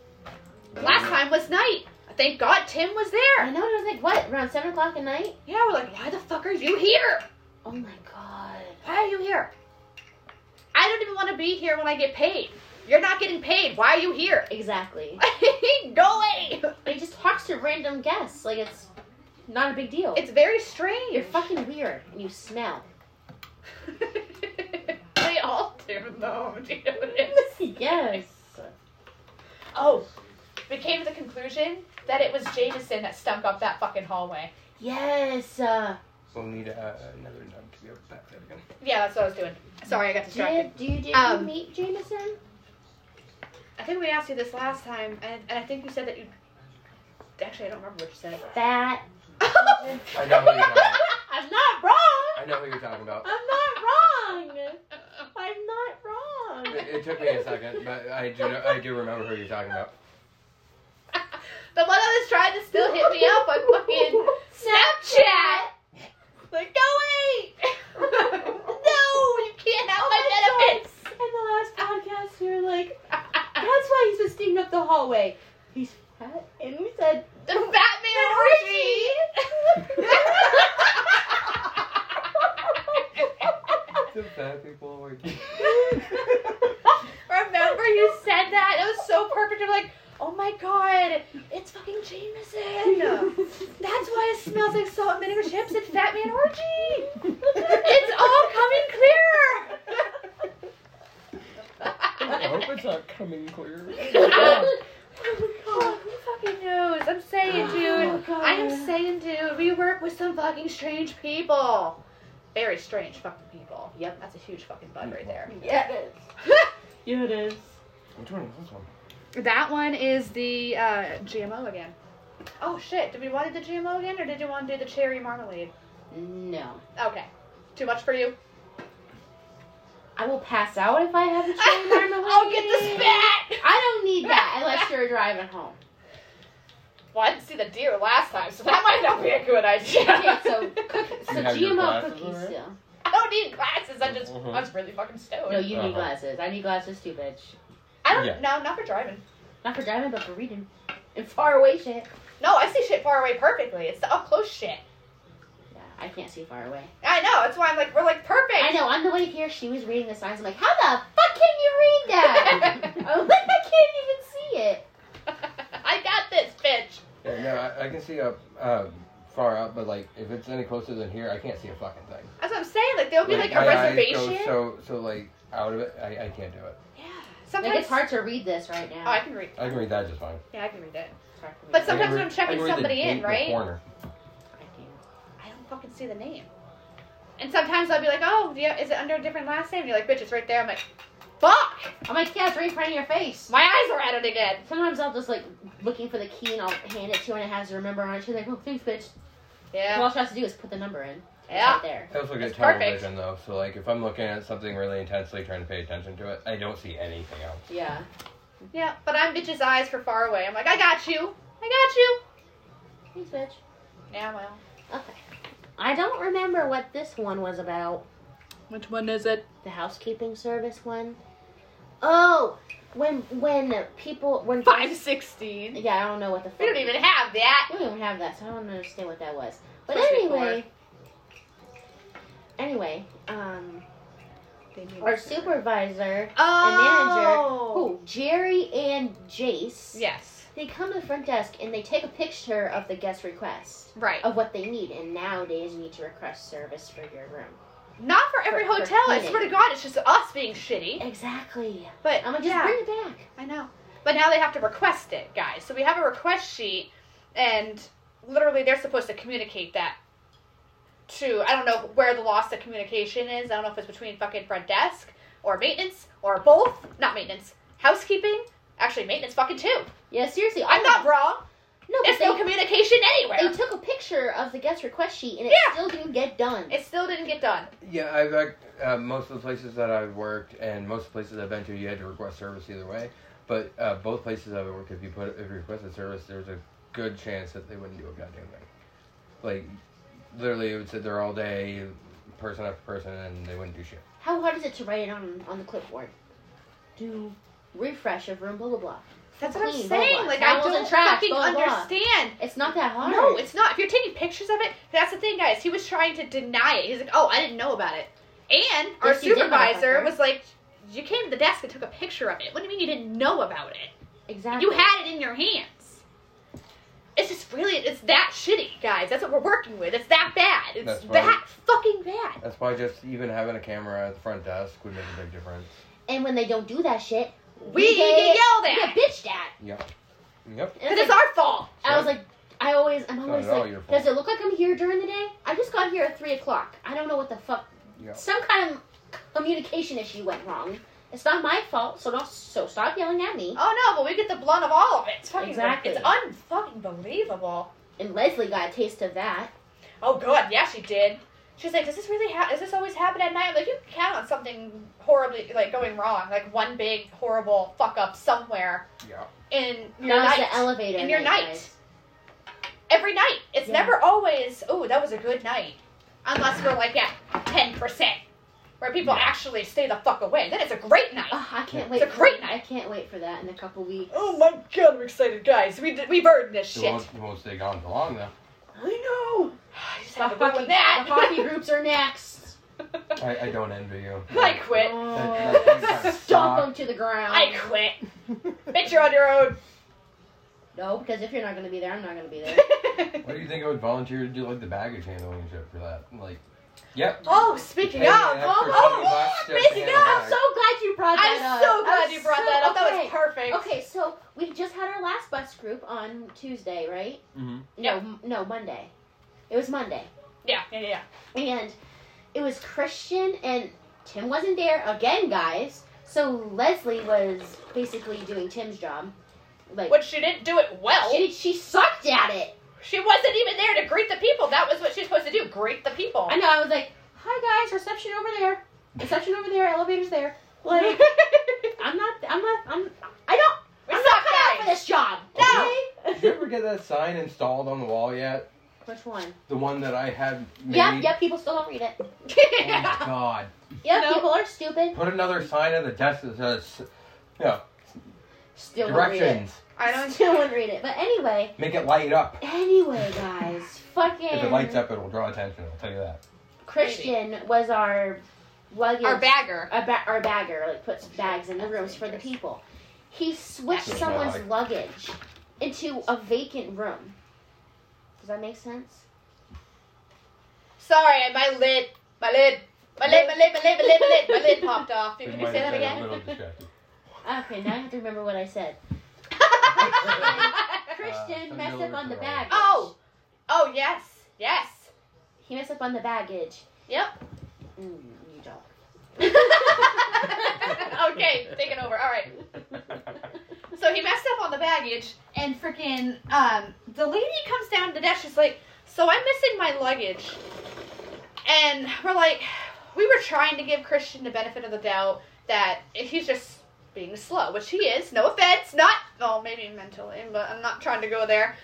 [SPEAKER 1] Last time was night. Thank God Tim was
[SPEAKER 2] I
[SPEAKER 1] there.
[SPEAKER 2] know, it was like, what, around 7 o'clock at night?
[SPEAKER 1] Yeah, we're like, why the fuck are you here?
[SPEAKER 2] Oh my god.
[SPEAKER 1] Why are you here? I don't even want to be here when I get paid. You're not getting paid. Why are you here?
[SPEAKER 2] Exactly.
[SPEAKER 1] Go away.
[SPEAKER 2] He just talks to random guests. Like it's not a big deal.
[SPEAKER 1] It's very strange.
[SPEAKER 2] you're fucking weird and you smell.
[SPEAKER 1] they all do though. Do you notice?
[SPEAKER 2] yes.
[SPEAKER 1] Oh, we came to the conclusion that it was Jameson that stunk up that fucking hallway.
[SPEAKER 2] Yes. Uh,
[SPEAKER 3] We'll need uh, another nub to be able to pack that again.
[SPEAKER 1] Yeah, that's what I was doing. Sorry, I got distracted.
[SPEAKER 2] did, do you did
[SPEAKER 1] Um,
[SPEAKER 2] you meet Jameson?
[SPEAKER 1] I think we asked you this last time, and, and I think you said that you. Actually, I don't remember what you said.
[SPEAKER 2] That
[SPEAKER 3] I know what you're talking about.
[SPEAKER 2] I'm not wrong.
[SPEAKER 3] I know what you're talking about.
[SPEAKER 2] I'm not wrong. I'm not wrong.
[SPEAKER 3] It, it took me a second, but I do know, I do remember who you're talking about.
[SPEAKER 1] the one that was trying to still hit me up on fucking Snapchat. Like, go away! no, you can't have my benefits.
[SPEAKER 2] In the last podcast, we were like, that's why he's been stinking up the hallway. He's fat, and we said,
[SPEAKER 1] The Fat Man Orgy!
[SPEAKER 3] The bad people were.
[SPEAKER 1] Remember you said that? It was so perfect. You're like, oh my god, it's fucking Jameson. That's why it smells like salt and vinegar chips and Fat Man Orgy. It's all coming clear.
[SPEAKER 3] it's not coming clear.
[SPEAKER 1] Oh, who fucking knows? I'm saying,
[SPEAKER 2] Oh,
[SPEAKER 1] dude.
[SPEAKER 2] God.
[SPEAKER 1] I am saying, dude. We work with some fucking strange people. Very strange fucking people. Yep, that's a huge fucking bug right there.
[SPEAKER 2] yeah, it is. Yeah, it is.
[SPEAKER 3] Which one is this one?
[SPEAKER 1] That one is the uh, GMO again. Oh shit! Did we want to do the GMO again, or did you want to do the cherry marmalade?
[SPEAKER 2] No.
[SPEAKER 1] Okay, too much for you.
[SPEAKER 2] I will pass out if I have a chili marmalade.
[SPEAKER 1] I'll get the spat.
[SPEAKER 2] I don't need that unless you're driving home.
[SPEAKER 1] Well, I didn't see the deer last time, so that might not be a good idea.
[SPEAKER 2] Okay, so cook, so
[SPEAKER 3] You have your
[SPEAKER 2] GMO
[SPEAKER 3] glasses
[SPEAKER 2] cookies
[SPEAKER 3] already?
[SPEAKER 2] still.
[SPEAKER 1] I don't need glasses. I just
[SPEAKER 3] Mhm.
[SPEAKER 1] I was really fucking stoned.
[SPEAKER 2] No, you
[SPEAKER 3] Uh-huh.
[SPEAKER 2] need glasses. I need glasses too, bitch.
[SPEAKER 1] I don't.
[SPEAKER 3] Yeah.
[SPEAKER 1] No, not for driving.
[SPEAKER 2] Not for driving, but for reading. And far away shit.
[SPEAKER 1] No, I see shit far away perfectly. It's the up close shit.
[SPEAKER 2] Yeah, I can't see far away.
[SPEAKER 1] I know. That's why I'm like we're like perfect.
[SPEAKER 2] I know. I'm the one here. She was reading the signs. I'm like, how the fuck can you read that? I'm like, I can't even see it.
[SPEAKER 1] I got this, bitch.
[SPEAKER 3] Yeah, no, I, I can see up um, far up, but like if it's any closer than here, I can't see a fucking thing.
[SPEAKER 1] That's what I'm saying. Like there'll be like, a
[SPEAKER 3] my eyes
[SPEAKER 1] reservation.
[SPEAKER 3] Go so so like out of it, I, I can't do it.
[SPEAKER 1] yeah.
[SPEAKER 2] Like,
[SPEAKER 1] Sometimes
[SPEAKER 2] it's hard to read this right now.
[SPEAKER 1] Oh, I can read.
[SPEAKER 3] I can read that just fine.
[SPEAKER 1] Yeah, I can read it.
[SPEAKER 2] It's hard for me.
[SPEAKER 1] But
[SPEAKER 3] I can
[SPEAKER 1] sometimes when
[SPEAKER 3] read-
[SPEAKER 1] I'm checking
[SPEAKER 3] I can read the
[SPEAKER 1] somebody
[SPEAKER 3] date
[SPEAKER 1] in,
[SPEAKER 3] in the
[SPEAKER 1] right?
[SPEAKER 3] corner.
[SPEAKER 2] I can't.
[SPEAKER 1] I don't fucking see the name. And sometimes I'll be like, oh, yeah, is it under a different last name? And you're like, bitch, it's right there. I'm like, fuck!
[SPEAKER 2] I'm like, yeah, it's right in front of your face.
[SPEAKER 1] My eyes are at it again.
[SPEAKER 2] Sometimes I'll just like looking for the key and I'll hand it to her and it has to remember on it. She's like, oh, thanks, bitch.
[SPEAKER 1] Yeah.
[SPEAKER 2] All she has to do is put the number in. It's
[SPEAKER 1] Yeah.
[SPEAKER 2] Right there.
[SPEAKER 3] I also get
[SPEAKER 1] It's perfect.
[SPEAKER 3] television though, so like if I'm looking at something really intensely, trying to pay attention to it, I don't see anything else.
[SPEAKER 2] Yeah.
[SPEAKER 1] Yeah, but I'm bitch's eyes for far away. I'm like, I got you. I
[SPEAKER 2] Thanks, bitch.
[SPEAKER 1] got you. Yeah, well.
[SPEAKER 2] Okay. I don't remember what this one was about.
[SPEAKER 1] Which one is it?
[SPEAKER 2] the housekeeping service one. Oh, when when people when
[SPEAKER 1] 516.
[SPEAKER 2] yeah, I don't know what the fuck.
[SPEAKER 1] We don't even have that.
[SPEAKER 2] we don't even have that, so I don't understand what that was. But
[SPEAKER 1] Supposed to be
[SPEAKER 2] anyway, anyway, um,
[SPEAKER 1] They need
[SPEAKER 2] our
[SPEAKER 1] it.
[SPEAKER 2] supervisor,
[SPEAKER 1] Oh!
[SPEAKER 2] who Jerry and Jace,
[SPEAKER 1] Yes.
[SPEAKER 2] they come to the front desk and they take a picture of the guest request
[SPEAKER 1] Right.
[SPEAKER 2] of what they need. And nowadays, you need to request service for your room.
[SPEAKER 1] Not for every
[SPEAKER 2] for- for
[SPEAKER 1] hotel. I
[SPEAKER 2] cleaning.
[SPEAKER 1] swear to God, it's just us being shitty.
[SPEAKER 2] Exactly.
[SPEAKER 1] But
[SPEAKER 2] I'm like, just
[SPEAKER 1] yeah.
[SPEAKER 2] bring it back.
[SPEAKER 1] I know. But now they have to request it, guys. So we have a request sheet, and literally they're supposed to communicate that to, I don't know where the loss of communication is. I don't know if it's between fucking front desk or maintenance or both. Not maintenance, housekeeping. Actually, maintenance fucking too.
[SPEAKER 2] Yeah, seriously.
[SPEAKER 1] I'm
[SPEAKER 2] all-
[SPEAKER 1] not wrong.
[SPEAKER 2] No, but
[SPEAKER 1] There's
[SPEAKER 2] they,
[SPEAKER 1] no communication
[SPEAKER 2] They
[SPEAKER 1] anywhere.
[SPEAKER 2] took a picture of the guest request sheet and it
[SPEAKER 1] Yeah.
[SPEAKER 2] still didn't get done.
[SPEAKER 1] It still didn't get done.
[SPEAKER 3] Yeah, I've act- uh, most of the places that I've worked and most of the places I've been to, you had to request service either way. But uh, both places I've worked, if you put if you requested service, there's a good chance that they wouldn't do a goddamn thing. Like literally, it would sit there all day, person after person, and they wouldn't do shit.
[SPEAKER 2] How hard is it to write it on on the clipboard? Do refresh of room blah blah blah.
[SPEAKER 1] That's what I'm
[SPEAKER 2] Clean, blah, blah.
[SPEAKER 1] saying. Like, I
[SPEAKER 2] Towels and
[SPEAKER 1] don't
[SPEAKER 2] trash,
[SPEAKER 1] fucking
[SPEAKER 2] blah, blah.
[SPEAKER 1] understand.
[SPEAKER 2] It's not that hard.
[SPEAKER 1] No, it's not. If you're taking pictures of it, that's the thing, guys. He was trying to deny it. He's like, oh, I didn't know about it. And our
[SPEAKER 2] Yes, you did know about
[SPEAKER 1] supervisor
[SPEAKER 2] that.
[SPEAKER 1] was like, you came to the desk and took a picture of it. What do you mean you didn't know about it?
[SPEAKER 2] exactly.
[SPEAKER 1] You had it in your hands. It's just really, it's that shitty, guys. That's what we're working with. It's that bad. It's
[SPEAKER 3] That's right.
[SPEAKER 1] that fucking bad.
[SPEAKER 3] That's why just even having a camera at the front desk would make a big difference.
[SPEAKER 2] and when they don't do that shit,
[SPEAKER 1] We get yelled
[SPEAKER 2] we
[SPEAKER 1] at.
[SPEAKER 2] get bitched at.
[SPEAKER 3] Yep.
[SPEAKER 2] And
[SPEAKER 1] Because
[SPEAKER 2] it's
[SPEAKER 1] it's
[SPEAKER 2] like,
[SPEAKER 1] our fault.
[SPEAKER 2] I was like, I always, I'm always
[SPEAKER 3] at all
[SPEAKER 2] like,
[SPEAKER 3] your fault.
[SPEAKER 2] does it look like I'm here during the day? I just got here at three o'clock. I don't know what the fuck.
[SPEAKER 3] Yeah.
[SPEAKER 2] Some kind of communication issue went wrong. It's not my fault, so don't. So stop yelling at me.
[SPEAKER 1] Oh no, but we get the blunt of all of it. It's fucking,
[SPEAKER 2] Exactly.
[SPEAKER 1] it's unfucking believable.
[SPEAKER 2] And Leslie got a taste of that.
[SPEAKER 1] Oh god, yeah, she did. She's like, does this really ha- Does this always happen at night? I'm like, you can count on something horribly, like going wrong, like one big horrible fuck up somewhere
[SPEAKER 3] Yeah.
[SPEAKER 1] in your
[SPEAKER 2] That
[SPEAKER 1] night.
[SPEAKER 2] was the elevator.
[SPEAKER 1] In your night.
[SPEAKER 2] guys.
[SPEAKER 1] Every night, it's
[SPEAKER 2] Yeah.
[SPEAKER 1] never always. Oh, that was a good night, unless we're like at ten percent, where people
[SPEAKER 3] Yeah.
[SPEAKER 1] actually stay the fuck away. Then it's a great night.
[SPEAKER 2] Oh, I can't
[SPEAKER 3] It's
[SPEAKER 2] wait.
[SPEAKER 1] a
[SPEAKER 2] for-
[SPEAKER 1] great night.
[SPEAKER 2] I can't wait for that in a couple weeks.
[SPEAKER 1] Oh my god, I'm excited, guys. We did, we've earned this
[SPEAKER 3] You
[SPEAKER 1] shit.
[SPEAKER 3] won't, you won't stay gone for long though.
[SPEAKER 2] I know.
[SPEAKER 1] I just
[SPEAKER 2] The
[SPEAKER 1] had to go
[SPEAKER 2] hockey,
[SPEAKER 1] with that.
[SPEAKER 2] the hockey groups are next.
[SPEAKER 3] I, I don't envy you.
[SPEAKER 1] I quit.
[SPEAKER 3] Oh.
[SPEAKER 2] Stomp them to the ground.
[SPEAKER 1] I quit. Bitch, you're on your own.
[SPEAKER 2] No, because if you're not going to be there, I'm not going to be there.
[SPEAKER 3] What do you think I would volunteer to do like the baggage handling and shit for that? Like, yep.
[SPEAKER 1] oh, speaking
[SPEAKER 3] Hey,
[SPEAKER 1] of,
[SPEAKER 3] man, that's
[SPEAKER 1] oh,
[SPEAKER 3] for
[SPEAKER 1] oh,
[SPEAKER 3] 20 bucks
[SPEAKER 1] yeah,
[SPEAKER 3] just
[SPEAKER 1] speaking
[SPEAKER 3] to
[SPEAKER 1] of.
[SPEAKER 3] handle
[SPEAKER 2] I'm so glad you brought that
[SPEAKER 1] I'm
[SPEAKER 2] up.
[SPEAKER 1] so glad
[SPEAKER 2] I'm
[SPEAKER 1] you brought
[SPEAKER 2] so-
[SPEAKER 1] that up. That was
[SPEAKER 2] okay.
[SPEAKER 1] perfect.
[SPEAKER 2] Okay, so we just had our last bus group on Tuesday, right?
[SPEAKER 3] Mm-hmm.
[SPEAKER 2] No, m- no, Monday. It was Monday.
[SPEAKER 1] Yeah, yeah, yeah.
[SPEAKER 2] and it was Christian and Tim wasn't there again, guys. So Leslie was basically doing Tim's job. Like
[SPEAKER 1] Which she didn't do it well.
[SPEAKER 2] she, she sucked at it.
[SPEAKER 1] She wasn't even there to greet the people. That was what she's supposed to do. Greet the people.
[SPEAKER 2] I know. I was like, "Hi guys, reception over there." Reception over there. Elevator's there.
[SPEAKER 4] Like,
[SPEAKER 1] it's
[SPEAKER 2] I'm not. I'm not. I'm. I don't. I'm
[SPEAKER 1] not
[SPEAKER 2] not cut out
[SPEAKER 1] guys.
[SPEAKER 2] for this job.
[SPEAKER 3] No.
[SPEAKER 2] Okay?
[SPEAKER 3] Did you ever get that sign installed on the wall yet?
[SPEAKER 2] Which one?
[SPEAKER 3] The one that I had made?
[SPEAKER 2] Yep. Yep. People still don't read it.
[SPEAKER 3] Oh my god.
[SPEAKER 2] Yep.
[SPEAKER 1] No.
[SPEAKER 2] People are stupid.
[SPEAKER 3] Put another sign on the desk that says
[SPEAKER 2] Still don't read it.
[SPEAKER 3] directions.
[SPEAKER 1] I don't.
[SPEAKER 2] Still wouldn't read it. But anyway.
[SPEAKER 3] Make it light up.
[SPEAKER 2] Anyway, guys, fucking
[SPEAKER 3] If it lights up, it will draw attention. I'll tell you that.
[SPEAKER 2] Christian was our luggage,
[SPEAKER 1] Our bagger.
[SPEAKER 2] a ba- our bagger, like puts bags in the rooms for the people. He switched
[SPEAKER 3] That's
[SPEAKER 2] someone's
[SPEAKER 3] not
[SPEAKER 2] luggage into a vacant room. Does that make sense?
[SPEAKER 1] Sorry, my lid, my lid, my lid, my lid, my lid, my lid, my lid, my lid popped off.
[SPEAKER 3] It
[SPEAKER 1] Can you
[SPEAKER 3] might
[SPEAKER 1] say
[SPEAKER 3] have
[SPEAKER 1] that
[SPEAKER 3] been a
[SPEAKER 1] again?
[SPEAKER 3] little distracted.
[SPEAKER 2] Okay, now I have to remember what I said. Christian
[SPEAKER 3] Uh,
[SPEAKER 2] messed up on the
[SPEAKER 3] familiar.
[SPEAKER 2] baggage.
[SPEAKER 1] oh, oh yes, yes.
[SPEAKER 2] he messed up on the baggage.
[SPEAKER 1] Yep.
[SPEAKER 2] Mm, you don't.
[SPEAKER 1] okay, taking over. All right. So he messed up on the baggage, and freaking um, the lady comes down to the desk. She's like, "So I'm missing my luggage," and we're like, "We were trying to give Christian the benefit of the doubt that he's just being slow, which he is. No offense, not well, maybe mentally, but I'm not trying to go there.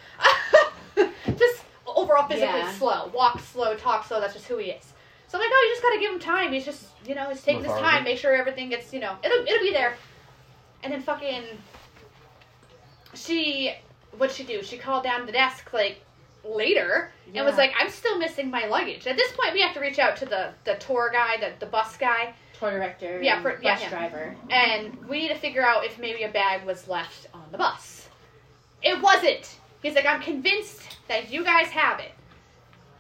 [SPEAKER 1] just overall physically
[SPEAKER 2] Yeah.
[SPEAKER 1] slow, walk slow, talk slow. That's just who he is." So I'm like, oh, you just gotta give him time. He's just, you know, he's taking his
[SPEAKER 3] Lethargic.
[SPEAKER 1] time. Make sure everything gets, you know, it'll it'll be there. And then fucking, she, what'd she do? She called down the desk like later and was
[SPEAKER 2] Yeah.
[SPEAKER 1] like, I'm still missing my luggage. At this point, we have to reach out to the the tour guy, the the bus guy,
[SPEAKER 2] Tour director,
[SPEAKER 1] Yeah,
[SPEAKER 2] and
[SPEAKER 1] for-
[SPEAKER 2] bus
[SPEAKER 1] yeah, yeah.
[SPEAKER 2] driver.
[SPEAKER 1] and we need to figure out if maybe a bag was left on the bus. It wasn't. He's like, I'm convinced that you guys have it.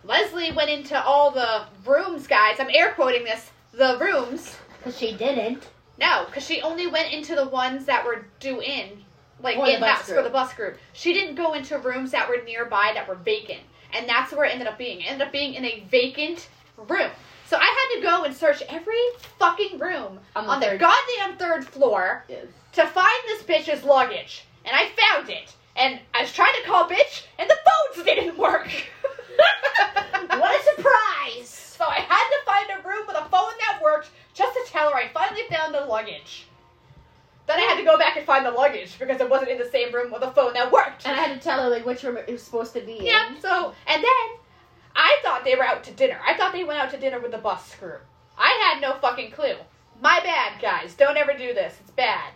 [SPEAKER 1] Leslie went into all the rooms, guys. I'm air quoting this. The rooms.
[SPEAKER 2] Cause she didn't.
[SPEAKER 1] No, because she only went into the ones that were due in, like
[SPEAKER 2] For the
[SPEAKER 1] in
[SPEAKER 2] bus
[SPEAKER 1] house for
[SPEAKER 2] group.
[SPEAKER 1] the bus group. She didn't go into rooms that were nearby that were vacant, and that's where it ended up being. It ended up being in a vacant room. So I had to go and search every fucking room
[SPEAKER 2] On the
[SPEAKER 1] on the
[SPEAKER 2] third-
[SPEAKER 1] goddamn third floor to find this bitch's luggage, and I found it. And I was trying to call bitch, and the phones didn't work.
[SPEAKER 2] What a surprise!
[SPEAKER 1] So I had to find a room with a phone that worked just to tell her I finally found the luggage. Then I had to go back and find the luggage because it wasn't in the same room with a phone that worked.
[SPEAKER 2] And I had to tell her like which room it was supposed to be in.
[SPEAKER 1] yeah, so, and then I thought they were out to dinner. I thought they went out to dinner with the bus crew. I had no fucking clue. My bad, guys. Don't ever do this. It's bad.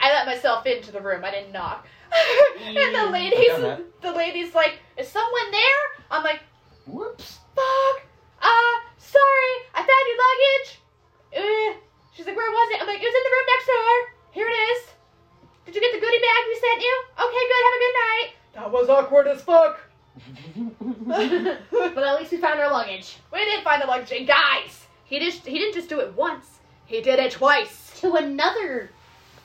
[SPEAKER 1] I let myself into the room. I didn't knock. and the
[SPEAKER 3] I've
[SPEAKER 1] ladies,
[SPEAKER 3] done
[SPEAKER 1] the ladies, like, is someone there? I'm like,
[SPEAKER 3] Whoops.
[SPEAKER 1] fuck, uh, sorry, I found your luggage. Uh, she's like, where was it? I'm like, it was in the room next door. Here it is. Did you get the goodie bag we sent you? Okay, good, have a good night. That was awkward as fuck.
[SPEAKER 2] But at least we found our luggage.
[SPEAKER 1] we didn't find the luggage. And guys, he, just, he didn't just do it once. He did it twice.
[SPEAKER 2] To another.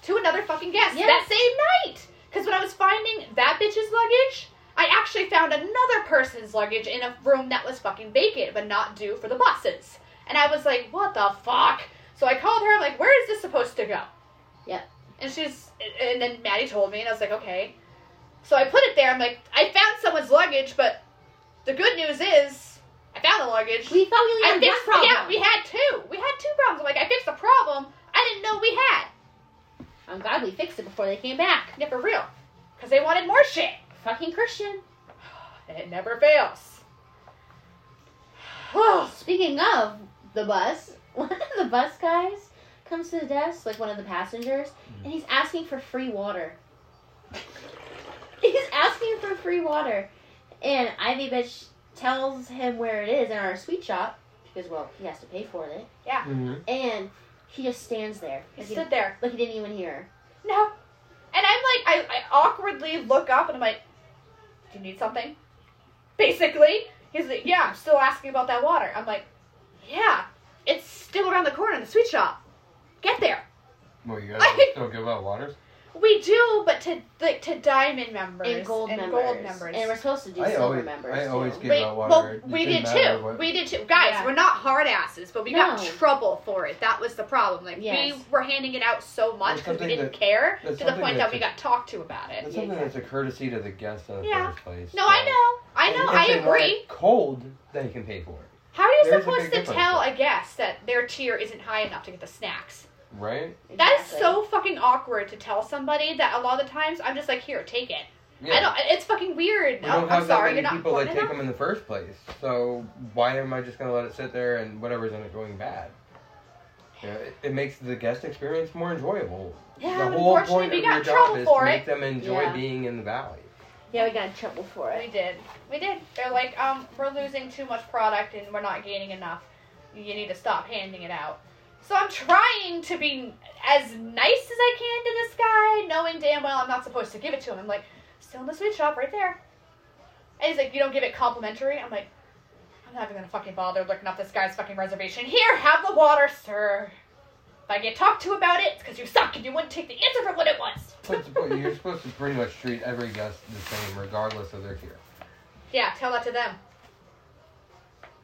[SPEAKER 1] To another fucking guest
[SPEAKER 2] Yeah.
[SPEAKER 1] that same night. Because when I was finding that bitch's luggage, I actually found another person's luggage in a room that was fucking vacant but not due for the buses. And I was like, what the fuck? So I called her, like, where is this supposed to go?
[SPEAKER 2] Yeah.
[SPEAKER 1] And she's, and then Maddie told me, and I was like, okay. So I put it there. I'm like, I found someone's luggage, but the good news is, I found the luggage.
[SPEAKER 2] We thought we only
[SPEAKER 1] I
[SPEAKER 2] had
[SPEAKER 1] fixed,
[SPEAKER 2] one problem.
[SPEAKER 1] yeah, we had two. We had two problems. I'm like, I fixed the problem I didn't know we had.
[SPEAKER 2] I'm glad we fixed it before they came back.
[SPEAKER 1] Yeah, for real. Because they wanted more shit.
[SPEAKER 2] Fucking Christian.
[SPEAKER 1] And it never fails. Oh,
[SPEAKER 2] Speaking of the bus, one of the bus guys comes to the desk, like one of the passengers,
[SPEAKER 3] Mm.
[SPEAKER 2] and he's asking for free water. he's asking for free water. And Ivy Bitch tells him where it is in our sweet shop, because, well, he has to pay for it.
[SPEAKER 1] Mm-hmm.
[SPEAKER 2] And he just stands there.
[SPEAKER 1] I
[SPEAKER 2] Like he,
[SPEAKER 1] stood there.
[SPEAKER 2] like he didn't even hear her.
[SPEAKER 1] No. And I'm like, I, I awkwardly look up and I'm like, do you need something? Basically. He's like, yeah, I'm still asking about that water. I'm like, yeah, it's still around the corner in the sweet shop. Get there.
[SPEAKER 3] Well, you guys
[SPEAKER 1] I-
[SPEAKER 3] still give out waters?
[SPEAKER 1] We do, but to like to diamond members
[SPEAKER 2] And gold members.
[SPEAKER 1] gold members.
[SPEAKER 2] And we're supposed to do
[SPEAKER 3] I
[SPEAKER 2] silver
[SPEAKER 3] always,
[SPEAKER 2] members.
[SPEAKER 3] I always
[SPEAKER 2] too.
[SPEAKER 3] give
[SPEAKER 1] Wait,
[SPEAKER 3] out
[SPEAKER 1] well,
[SPEAKER 3] water. It
[SPEAKER 1] we did
[SPEAKER 3] didn't matter
[SPEAKER 1] too.
[SPEAKER 3] what-
[SPEAKER 1] We did too. Guys,
[SPEAKER 2] Yeah.
[SPEAKER 1] we're not hard asses, but we got
[SPEAKER 2] No.
[SPEAKER 1] trouble for it. That was the problem. Like
[SPEAKER 2] Yes.
[SPEAKER 1] we were handing it out so much
[SPEAKER 3] That's
[SPEAKER 1] because we
[SPEAKER 3] something
[SPEAKER 1] didn't
[SPEAKER 3] that-
[SPEAKER 1] care to
[SPEAKER 3] that's
[SPEAKER 1] the
[SPEAKER 3] something
[SPEAKER 1] point
[SPEAKER 3] that
[SPEAKER 1] that we
[SPEAKER 3] the-
[SPEAKER 1] got talked to about it.
[SPEAKER 3] That's
[SPEAKER 2] Yeah,
[SPEAKER 3] something that's a courtesy to the guest in the
[SPEAKER 1] Yeah.
[SPEAKER 3] first place.
[SPEAKER 1] No,
[SPEAKER 3] so-
[SPEAKER 1] I know, I
[SPEAKER 3] And
[SPEAKER 1] know,
[SPEAKER 3] if
[SPEAKER 1] I
[SPEAKER 3] they want
[SPEAKER 1] agree.
[SPEAKER 3] it Cold, they can pay for it.
[SPEAKER 1] How are you
[SPEAKER 3] There is a
[SPEAKER 1] supposed
[SPEAKER 3] big
[SPEAKER 1] to
[SPEAKER 3] difference,
[SPEAKER 1] tell
[SPEAKER 3] though.
[SPEAKER 1] a guest that their tier isn't high enough to get the snacks?
[SPEAKER 3] right?
[SPEAKER 1] That is
[SPEAKER 2] Exactly.
[SPEAKER 1] so fucking awkward to tell somebody that a lot of the times I'm just like, here, take it.
[SPEAKER 3] Yeah.
[SPEAKER 1] I don't. It's fucking weird.
[SPEAKER 3] We don't
[SPEAKER 1] I'm,
[SPEAKER 3] have
[SPEAKER 1] I'm sorry, you're
[SPEAKER 3] that many
[SPEAKER 1] not
[SPEAKER 3] people that
[SPEAKER 1] important
[SPEAKER 3] take
[SPEAKER 1] enough.
[SPEAKER 3] them in the first place. So why am I just gonna let it sit there and whatever's in it going bad? You know, it, it makes the guest experience more enjoyable.
[SPEAKER 1] Yeah,
[SPEAKER 3] the
[SPEAKER 1] but
[SPEAKER 3] whole
[SPEAKER 1] unfortunately
[SPEAKER 3] point
[SPEAKER 1] we
[SPEAKER 3] of
[SPEAKER 1] got
[SPEAKER 3] your
[SPEAKER 1] in trouble
[SPEAKER 3] job is
[SPEAKER 1] for
[SPEAKER 3] to
[SPEAKER 1] it.
[SPEAKER 3] make them enjoy
[SPEAKER 2] Yeah.
[SPEAKER 3] being in the valley.
[SPEAKER 2] Yeah, we got in trouble for
[SPEAKER 1] We
[SPEAKER 2] it.
[SPEAKER 1] did. We did. They're like, um, we're losing too much product and we're not gaining enough. You need to stop handing it out. So I'm trying to be as nice as I can to this guy, knowing damn well I'm not supposed to give it to him. I'm like, still in the sweet shop right there. And he's like, you don't give it complimentary? I'm like, I'm not even gonna fucking bother looking up this guy's fucking reservation. Here, have the water, sir. If I get talked to about it, it's because you suck and you wouldn't take the answer for what it was.
[SPEAKER 3] But it's- but you're supposed to pretty much treat every guest the same, regardless of their tier.
[SPEAKER 1] Yeah, tell that to them.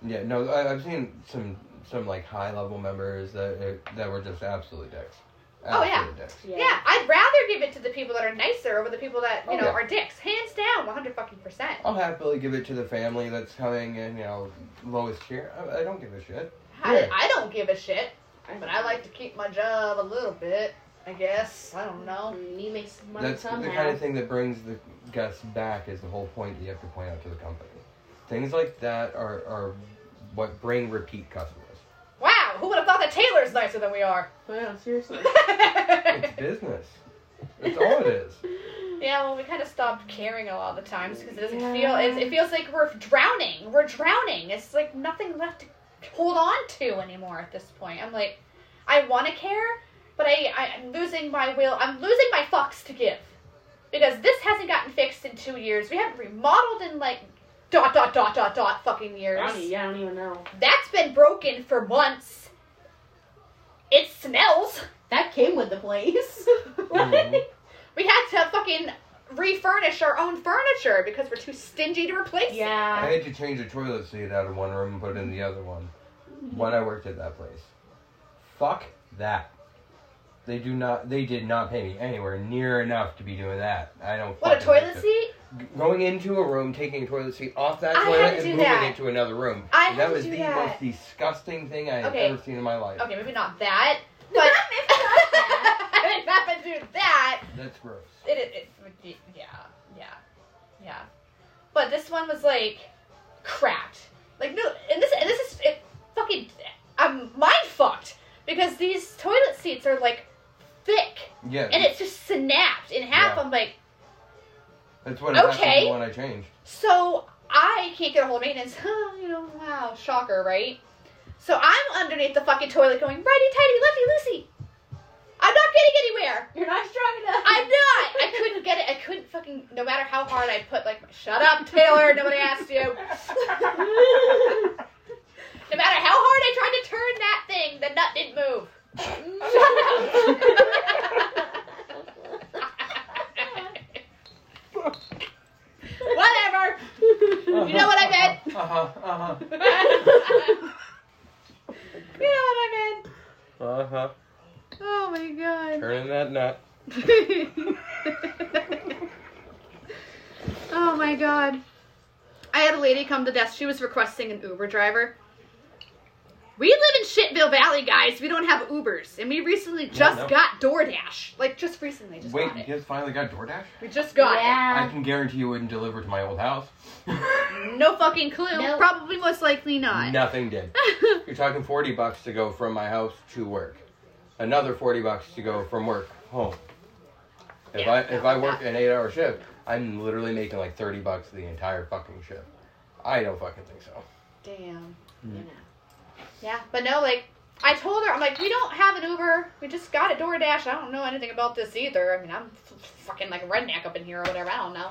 [SPEAKER 3] Yeah, no, I, I've seen some some like high level members that uh, that were just absolutely dicks.
[SPEAKER 1] Oh, yeah.
[SPEAKER 3] Absolute dicks.
[SPEAKER 1] Yeah. I'd rather give it to the people that are nicer over the people that you
[SPEAKER 3] Oh,
[SPEAKER 1] know
[SPEAKER 3] yeah.
[SPEAKER 1] are dicks, hands down, one hundred fucking percent.
[SPEAKER 3] I'll happily give it to the family that's coming in, you know, lowest tier. I, I don't give a shit.
[SPEAKER 1] I,
[SPEAKER 3] Yeah.
[SPEAKER 1] I don't give a shit, but I like to keep my job a little bit. I guess I don't know.
[SPEAKER 2] You make some money
[SPEAKER 3] That's
[SPEAKER 2] somehow.
[SPEAKER 3] the kind of thing that brings the guests back. Is the whole point that you have to point out to the company. Things like that are are what bring repeat customers.
[SPEAKER 1] Wow, who would have thought that Taylor's nicer than we are?
[SPEAKER 2] Well, seriously.
[SPEAKER 3] It's business. That's all it is.
[SPEAKER 1] yeah, well, we kind of stopped caring a lot of the times because it doesn't
[SPEAKER 2] Yeah.
[SPEAKER 1] feel. It, it feels like we're drowning. We're drowning. It's like nothing left to hold on to anymore at this point. I'm like, I want to care, but I, I I'm losing my will. I'm losing my fucks to give because this hasn't gotten fixed in two years. We haven't remodeled in like dot dot dot dot dot fucking years.
[SPEAKER 2] I don't, yeah, I don't even know.
[SPEAKER 1] That's been broken for months. It smells.
[SPEAKER 2] That came with the place.
[SPEAKER 3] Mhm.
[SPEAKER 1] We had to fucking refurnish our own furniture because we're too stingy to replace it.
[SPEAKER 3] I
[SPEAKER 2] yeah.
[SPEAKER 3] had to change a toilet seat out of one room and put it in the other one when I worked at that place. Fuck that. They do not. They did not pay me anywhere near enough to be doing that. I don't.
[SPEAKER 1] What a
[SPEAKER 3] fucking like
[SPEAKER 1] toilet
[SPEAKER 3] it.
[SPEAKER 1] seat?
[SPEAKER 3] going into a room, taking a toilet seat off that
[SPEAKER 1] I had
[SPEAKER 3] toilet,
[SPEAKER 1] to
[SPEAKER 3] and
[SPEAKER 1] do
[SPEAKER 3] moving
[SPEAKER 1] that.
[SPEAKER 3] it to another room.
[SPEAKER 1] I
[SPEAKER 3] And
[SPEAKER 1] had
[SPEAKER 3] that
[SPEAKER 1] to
[SPEAKER 3] was
[SPEAKER 1] do
[SPEAKER 3] the
[SPEAKER 1] that.
[SPEAKER 3] most disgusting thing I have
[SPEAKER 1] Okay.
[SPEAKER 3] ever seen in my life.
[SPEAKER 1] Okay, maybe not that, but I didn't happen to do that.
[SPEAKER 3] That's gross.
[SPEAKER 1] It, it, it, yeah, yeah, yeah. But this one was like cracked. Like no, and this and this is it. Fucking, I'm mind fucked because these toilet seats are like thick,
[SPEAKER 3] Yeah,
[SPEAKER 1] and it just snapped in half.
[SPEAKER 3] Yeah.
[SPEAKER 1] I'm like.
[SPEAKER 3] that's what
[SPEAKER 1] okay.
[SPEAKER 3] happened when I changed.
[SPEAKER 1] So I can't get a hold of maintenance. you know, wow, shocker, right? So I'm underneath the fucking toilet going righty tighty, lefty loosey. I'm not getting anywhere.
[SPEAKER 2] You're not strong enough.
[SPEAKER 1] I'm not. I couldn't get it. I couldn't fucking. No matter how hard I put, like, shut up, Taylor. Nobody asked you. No matter how hard I tried to turn that thing, the nut didn't move. Whatever. You know what I meant.
[SPEAKER 3] Uh-huh, uh-huh,
[SPEAKER 1] you know what I meant.
[SPEAKER 3] uh-huh.
[SPEAKER 1] Oh my god.
[SPEAKER 3] Turning that nut.
[SPEAKER 1] oh my god. I had a lady come to desk. She was requesting an Uber driver. We live in Shitville Valley, guys. We don't have Ubers, and we recently just
[SPEAKER 3] no.
[SPEAKER 1] got DoorDash. Like just recently, just
[SPEAKER 3] Wait,
[SPEAKER 1] got
[SPEAKER 3] you
[SPEAKER 1] it. Uh-huh.
[SPEAKER 3] guys finally got DoorDash?
[SPEAKER 1] We just got
[SPEAKER 3] I
[SPEAKER 2] yeah.
[SPEAKER 3] can guarantee you wouldn't deliver to my old house.
[SPEAKER 1] it. No fucking clue.
[SPEAKER 2] No.
[SPEAKER 1] Probably most likely not.
[SPEAKER 3] Nothing did. You're talking 40 bucks to go from my house to work. Another 40 bucks to go from work home. If
[SPEAKER 1] Yeah,
[SPEAKER 3] I if
[SPEAKER 1] no,
[SPEAKER 3] I
[SPEAKER 1] no.
[SPEAKER 3] work an 8-hour shift, I'm literally making like 30 bucks the entire fucking shift. I don't fucking think so.
[SPEAKER 1] Damn.
[SPEAKER 2] You know.
[SPEAKER 1] Yeah, but no, like I told her, I'm like, we don't have an Uber. We just got a DoorDash. I don't know anything about this either. I mean, I'm f- fucking like a redneck up in here or whatever. I don't know.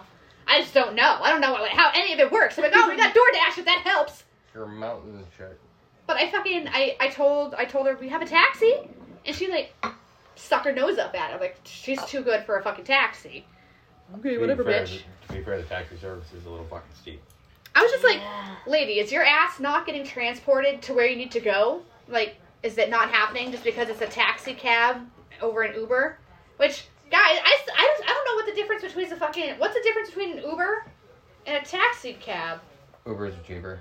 [SPEAKER 1] I just don't know. I don't know what, how any of it works. I'm like, oh, we got DoorDash if that helps.
[SPEAKER 3] Your mountain shit.
[SPEAKER 1] But I fucking I I told I told her we have a taxi, and she like stuck her nose up at it. I'm like, she's too good for a fucking taxi. Okay, whatever, bitch.
[SPEAKER 3] To be fair, the taxi service is a little fucking steep.
[SPEAKER 1] I was just like,
[SPEAKER 2] Yeah.
[SPEAKER 1] lady, is your ass not getting transported to where you need to go? Like, is it not happening just because it's a taxi cab over an Uber? Which, guys, I, s- I, just- I don't know what the difference between the fucking. What's the difference between an Uber and a taxi cab?
[SPEAKER 3] Uber is cheaper.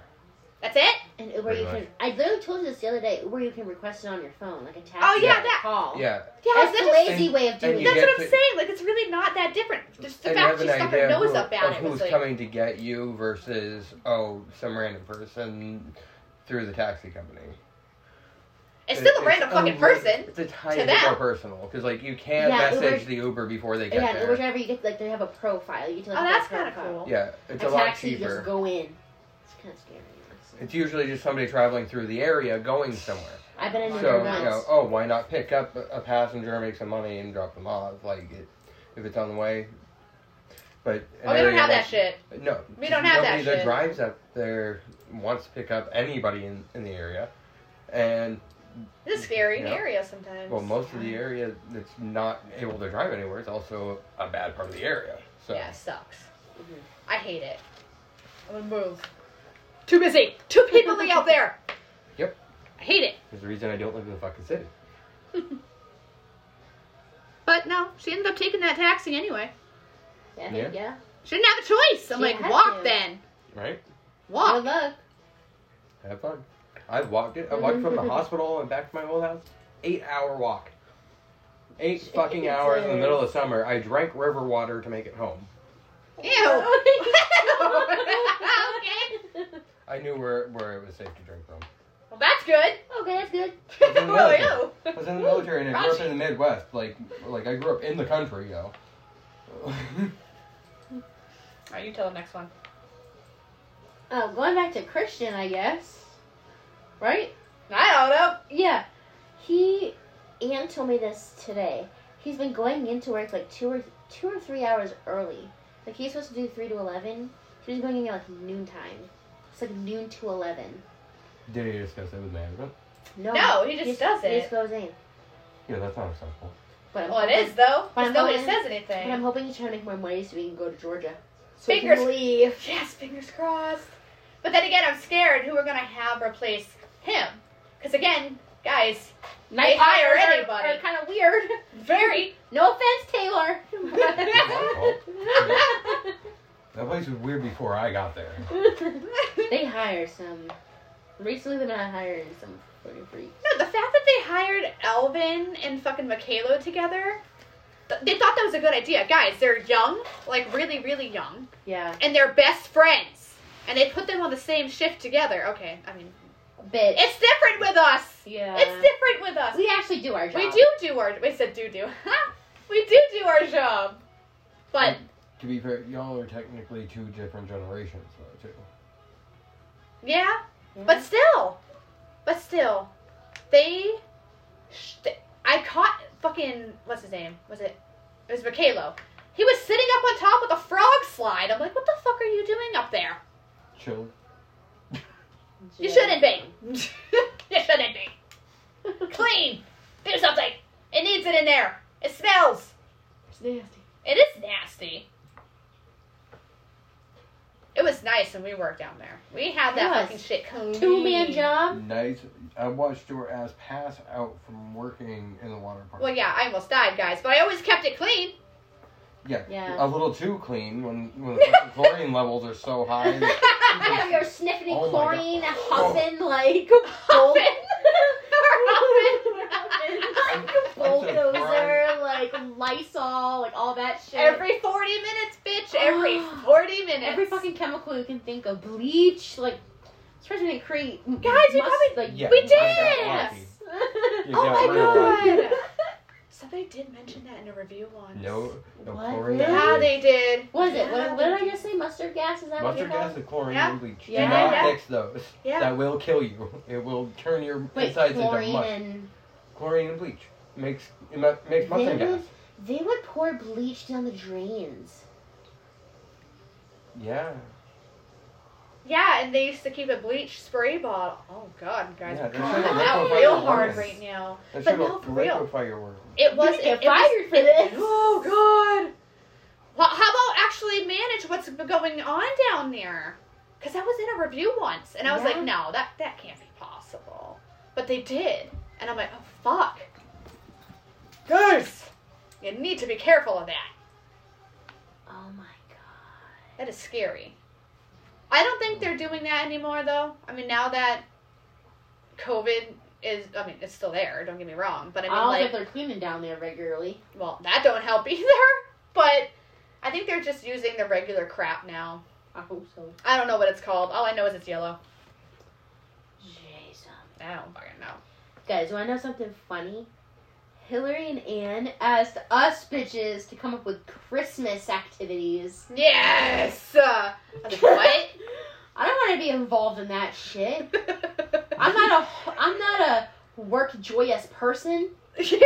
[SPEAKER 1] That's it?
[SPEAKER 2] And Uber,
[SPEAKER 3] Pretty
[SPEAKER 2] you can. I literally told you this the other day. Uber, you can request it on your phone, like a taxi.
[SPEAKER 1] Oh, yeah,
[SPEAKER 2] or a
[SPEAKER 1] that-
[SPEAKER 2] Call.
[SPEAKER 3] Yeah,
[SPEAKER 1] Yeah,
[SPEAKER 2] That's
[SPEAKER 1] is that
[SPEAKER 2] the
[SPEAKER 1] just-
[SPEAKER 2] lazy way of
[SPEAKER 3] and
[SPEAKER 2] doing
[SPEAKER 3] you
[SPEAKER 1] That's
[SPEAKER 2] it.
[SPEAKER 3] get
[SPEAKER 1] what I'm
[SPEAKER 3] to-
[SPEAKER 1] saying. Like, it's really not that different. Just the
[SPEAKER 3] and you
[SPEAKER 1] fact
[SPEAKER 3] have
[SPEAKER 1] that she
[SPEAKER 3] an
[SPEAKER 1] stuck her
[SPEAKER 3] idea of,
[SPEAKER 1] nose
[SPEAKER 3] who-
[SPEAKER 1] up at
[SPEAKER 3] of
[SPEAKER 1] it
[SPEAKER 3] who's
[SPEAKER 1] was like,
[SPEAKER 3] coming to get you versus oh some random person through the taxi company.
[SPEAKER 1] it's
[SPEAKER 3] It-
[SPEAKER 1] still a random fucking
[SPEAKER 3] little-
[SPEAKER 1] person.
[SPEAKER 3] It's a tiny bit
[SPEAKER 1] them.
[SPEAKER 3] more personal because like you can
[SPEAKER 2] Yeah,
[SPEAKER 3] message
[SPEAKER 2] Uber-
[SPEAKER 3] the Uber before they get
[SPEAKER 2] Yeah, an
[SPEAKER 3] there.
[SPEAKER 2] Uber driver, you get like they have a profile. You get to, like,
[SPEAKER 1] Oh,
[SPEAKER 2] get
[SPEAKER 1] that's
[SPEAKER 2] their
[SPEAKER 1] kind of
[SPEAKER 2] profile.
[SPEAKER 1] cool.
[SPEAKER 3] Yeah, it's a,
[SPEAKER 2] a
[SPEAKER 3] lot
[SPEAKER 2] taxi, you
[SPEAKER 3] cheaper.
[SPEAKER 2] just go in. It's kind of scary. honestly.
[SPEAKER 3] It's usually just somebody traveling through the area going somewhere.
[SPEAKER 2] I've been in
[SPEAKER 3] So
[SPEAKER 2] Uber
[SPEAKER 3] you
[SPEAKER 2] once.
[SPEAKER 3] know, oh, why not pick up a a passenger, make some money, and drop them off? Like it, if it's on the way. But
[SPEAKER 1] Oh, we don't have that shit.
[SPEAKER 3] No,
[SPEAKER 1] We don't have that
[SPEAKER 3] nobody that
[SPEAKER 1] shit.
[SPEAKER 3] drives up there wants to pick up anybody in, in the area, and
[SPEAKER 1] This is a scary
[SPEAKER 3] Yeah.
[SPEAKER 1] area sometimes.
[SPEAKER 3] well, most of the area that's not able to drive anywhere is also a bad part of the area. So
[SPEAKER 1] Yeah, it sucks.
[SPEAKER 2] Mhm.
[SPEAKER 1] I hate it. I'm gonna move. Too busy. Too people out there.
[SPEAKER 3] Yep.
[SPEAKER 1] I hate it.
[SPEAKER 3] there's a reason I don't live in the fucking city.
[SPEAKER 1] But no, she ended up taking that taxi anyway.
[SPEAKER 2] Yeah.
[SPEAKER 3] Yeah.
[SPEAKER 2] Yeah. yeah.
[SPEAKER 1] She didn't have a choice. I'm
[SPEAKER 2] She
[SPEAKER 1] like,
[SPEAKER 2] had
[SPEAKER 1] walk
[SPEAKER 2] to.
[SPEAKER 1] then.
[SPEAKER 3] Right?
[SPEAKER 2] Good
[SPEAKER 1] Walk.
[SPEAKER 2] luck.
[SPEAKER 3] Have fun. I've walked it. I walked from the hospital and back to my old house. Eight hour walk. Eight fucking hours in the middle of summer. I drank river water to make it home.
[SPEAKER 1] Ew. okay.
[SPEAKER 3] I knew where where it was safe to drink from.
[SPEAKER 1] Well, that's good.
[SPEAKER 2] Okay, that's good.
[SPEAKER 1] well, ew.
[SPEAKER 3] I was in the military and I grew up in the Midwest. Like, like I grew up in the country, yo.
[SPEAKER 1] Alright, you tell the next one.
[SPEAKER 2] Oh, going back to Christian, I guess. Right?
[SPEAKER 1] I don't know.
[SPEAKER 2] Yeah. He Ann told me this today. He's been going into work like two or two or three hours early. Like he's supposed to do three to eleven. He was going in at like noontime. It's like noon to eleven.
[SPEAKER 3] Did he discuss that with management?
[SPEAKER 2] No,
[SPEAKER 1] No, he just does
[SPEAKER 2] He
[SPEAKER 1] it.
[SPEAKER 2] just goes in.
[SPEAKER 3] Yeah, that's not acceptable.
[SPEAKER 2] But I'm
[SPEAKER 1] Well, it
[SPEAKER 2] hoping-
[SPEAKER 1] is though.
[SPEAKER 2] But I'm
[SPEAKER 1] Because nobody
[SPEAKER 2] hoping-
[SPEAKER 1] says
[SPEAKER 2] But I'm
[SPEAKER 1] anything.
[SPEAKER 2] hoping he's trying to make more money so we can go to Georgia. So
[SPEAKER 1] Fingers-
[SPEAKER 2] we can leave.
[SPEAKER 1] Yes, fingers crossed. But then again, I'm scared who we're gonna have replace him. Because again, guys, They hire anybody.
[SPEAKER 2] Are, kind of weird.
[SPEAKER 1] very.
[SPEAKER 2] No offense, Taylor.
[SPEAKER 3] That place was weird before I got there.
[SPEAKER 1] no,
[SPEAKER 2] they hire some. Recently, they're not hiring some fucking freak.
[SPEAKER 1] the fact that they hired Elvin and fucking Michaelo together, th- they thought that was a good idea. Guys, they're young, like really, really young,
[SPEAKER 2] Yeah,
[SPEAKER 1] and they're best friends. And they put them on the same shift together. Okay, I mean,
[SPEAKER 2] bitch.
[SPEAKER 1] it's different with us.
[SPEAKER 2] yeah,
[SPEAKER 1] It's different with us.
[SPEAKER 2] we actually do our job.
[SPEAKER 1] We do do our. We said do do. we do do our job, but
[SPEAKER 3] to be fair, y'all are technically two different generations, though, too.
[SPEAKER 1] yeah.
[SPEAKER 2] Yeah.
[SPEAKER 1] But still, but still, they. sh- th- I caught fucking what's his name? Was it? It was Michaelo. He was sitting up on top with a frog slide. I'm like, what the fuck are you doing up there?
[SPEAKER 3] Chill.
[SPEAKER 1] You shouldn't be. you shouldn't be. Clean. Do something. It needs it in there. It smells.
[SPEAKER 2] It's nasty.
[SPEAKER 1] It is nasty. It was nice when we worked down there. We had that
[SPEAKER 2] It was.
[SPEAKER 1] fucking shit clean.
[SPEAKER 2] Two man job.
[SPEAKER 3] Nice. I watched your ass pass out from working in the water park.
[SPEAKER 1] Well, yeah, I almost died, guys, but I always kept it clean.
[SPEAKER 3] Yeah.
[SPEAKER 2] Yeah.
[SPEAKER 3] A little too clean when, when the fucking chlorine levels are so high. that-
[SPEAKER 2] I know you're sniffing and
[SPEAKER 3] Oh my
[SPEAKER 2] chlorine,
[SPEAKER 3] God. Oh.
[SPEAKER 2] huffing like
[SPEAKER 1] Huffin'.
[SPEAKER 2] bulldog.
[SPEAKER 1] We're
[SPEAKER 2] like
[SPEAKER 1] huffin'.
[SPEAKER 2] a bulldozer, like Lysol, like all that shit.
[SPEAKER 1] Every 40 minutes, bitch. Every 40 minutes.
[SPEAKER 2] Every fucking chemical you can think of. Bleach, like, especially when they create. m-
[SPEAKER 1] Guys, we
[SPEAKER 2] must-
[SPEAKER 1] probably-
[SPEAKER 2] like,
[SPEAKER 3] Yeah,
[SPEAKER 1] We
[SPEAKER 3] I got
[SPEAKER 1] did!
[SPEAKER 2] yes.
[SPEAKER 3] lucky. You
[SPEAKER 1] Oh
[SPEAKER 3] got
[SPEAKER 1] my
[SPEAKER 3] rid of that.
[SPEAKER 1] god. Somebody did mention that in a review once.
[SPEAKER 3] No, no
[SPEAKER 2] What?
[SPEAKER 3] chlorine.
[SPEAKER 1] Yeah,
[SPEAKER 3] in bleach.
[SPEAKER 1] they did.
[SPEAKER 2] What is it? What, what did I just say? Mustard gas? Is that
[SPEAKER 3] Mustard
[SPEAKER 2] what you're
[SPEAKER 3] gas and chlorine
[SPEAKER 1] Yeah.
[SPEAKER 3] and bleach.
[SPEAKER 2] Yeah,
[SPEAKER 3] Do not
[SPEAKER 1] yeah.
[SPEAKER 3] mix those.
[SPEAKER 1] Yeah.
[SPEAKER 3] That will kill you. It will turn your
[SPEAKER 2] Wait,
[SPEAKER 3] insides into
[SPEAKER 2] chlorine
[SPEAKER 3] mush.
[SPEAKER 2] and.
[SPEAKER 3] Chlorine and bleach makes it ma-
[SPEAKER 2] They
[SPEAKER 3] makes mustard gas.
[SPEAKER 2] would, they would pour bleach down the drains.
[SPEAKER 3] Yeah.
[SPEAKER 1] Yeah, and they used to keep a bleach spray bottle. Oh god, guys.
[SPEAKER 3] Yeah, they're
[SPEAKER 1] God,
[SPEAKER 2] trying to
[SPEAKER 1] I'm
[SPEAKER 2] liquefy
[SPEAKER 1] out
[SPEAKER 2] the
[SPEAKER 1] real hard
[SPEAKER 3] lungs.
[SPEAKER 1] right now.
[SPEAKER 3] That
[SPEAKER 1] But
[SPEAKER 3] should
[SPEAKER 1] no, for real.
[SPEAKER 3] liquefy your worm.
[SPEAKER 1] It was
[SPEAKER 2] gonna get
[SPEAKER 1] it- it was-
[SPEAKER 2] fired for this.
[SPEAKER 1] Oh god. Well, how about actually manage what's been going on down there? Because I was in a review once, and I was
[SPEAKER 2] Yeah.
[SPEAKER 1] like, no, that that can't be possible. But they did, and I'm like, oh fuck. Guys, you need to be careful of that.
[SPEAKER 2] Oh my god.
[SPEAKER 1] That is scary. I don't think they're doing that anymore, though. I mean, now that COVID is, I mean, it's still there. Don't get me wrong, but I
[SPEAKER 2] I
[SPEAKER 1] mean,
[SPEAKER 2] don't
[SPEAKER 1] like,
[SPEAKER 2] think they're cleaning down there regularly.
[SPEAKER 1] well, that don't help either. But I think they're just using the regular crap now.
[SPEAKER 2] I hope so.
[SPEAKER 1] I don't know what it's called. All I know is it's yellow.
[SPEAKER 2] Jesus.
[SPEAKER 1] I don't fucking know.
[SPEAKER 2] Guys, want to know something funny? Hillary and Anne asked us bitches to come up with Christmas activities.
[SPEAKER 1] Yes. Uh, I was like, what?
[SPEAKER 2] I don't want to be involved in that shit. I'm not a I'm not a work joyous person.
[SPEAKER 1] yeah.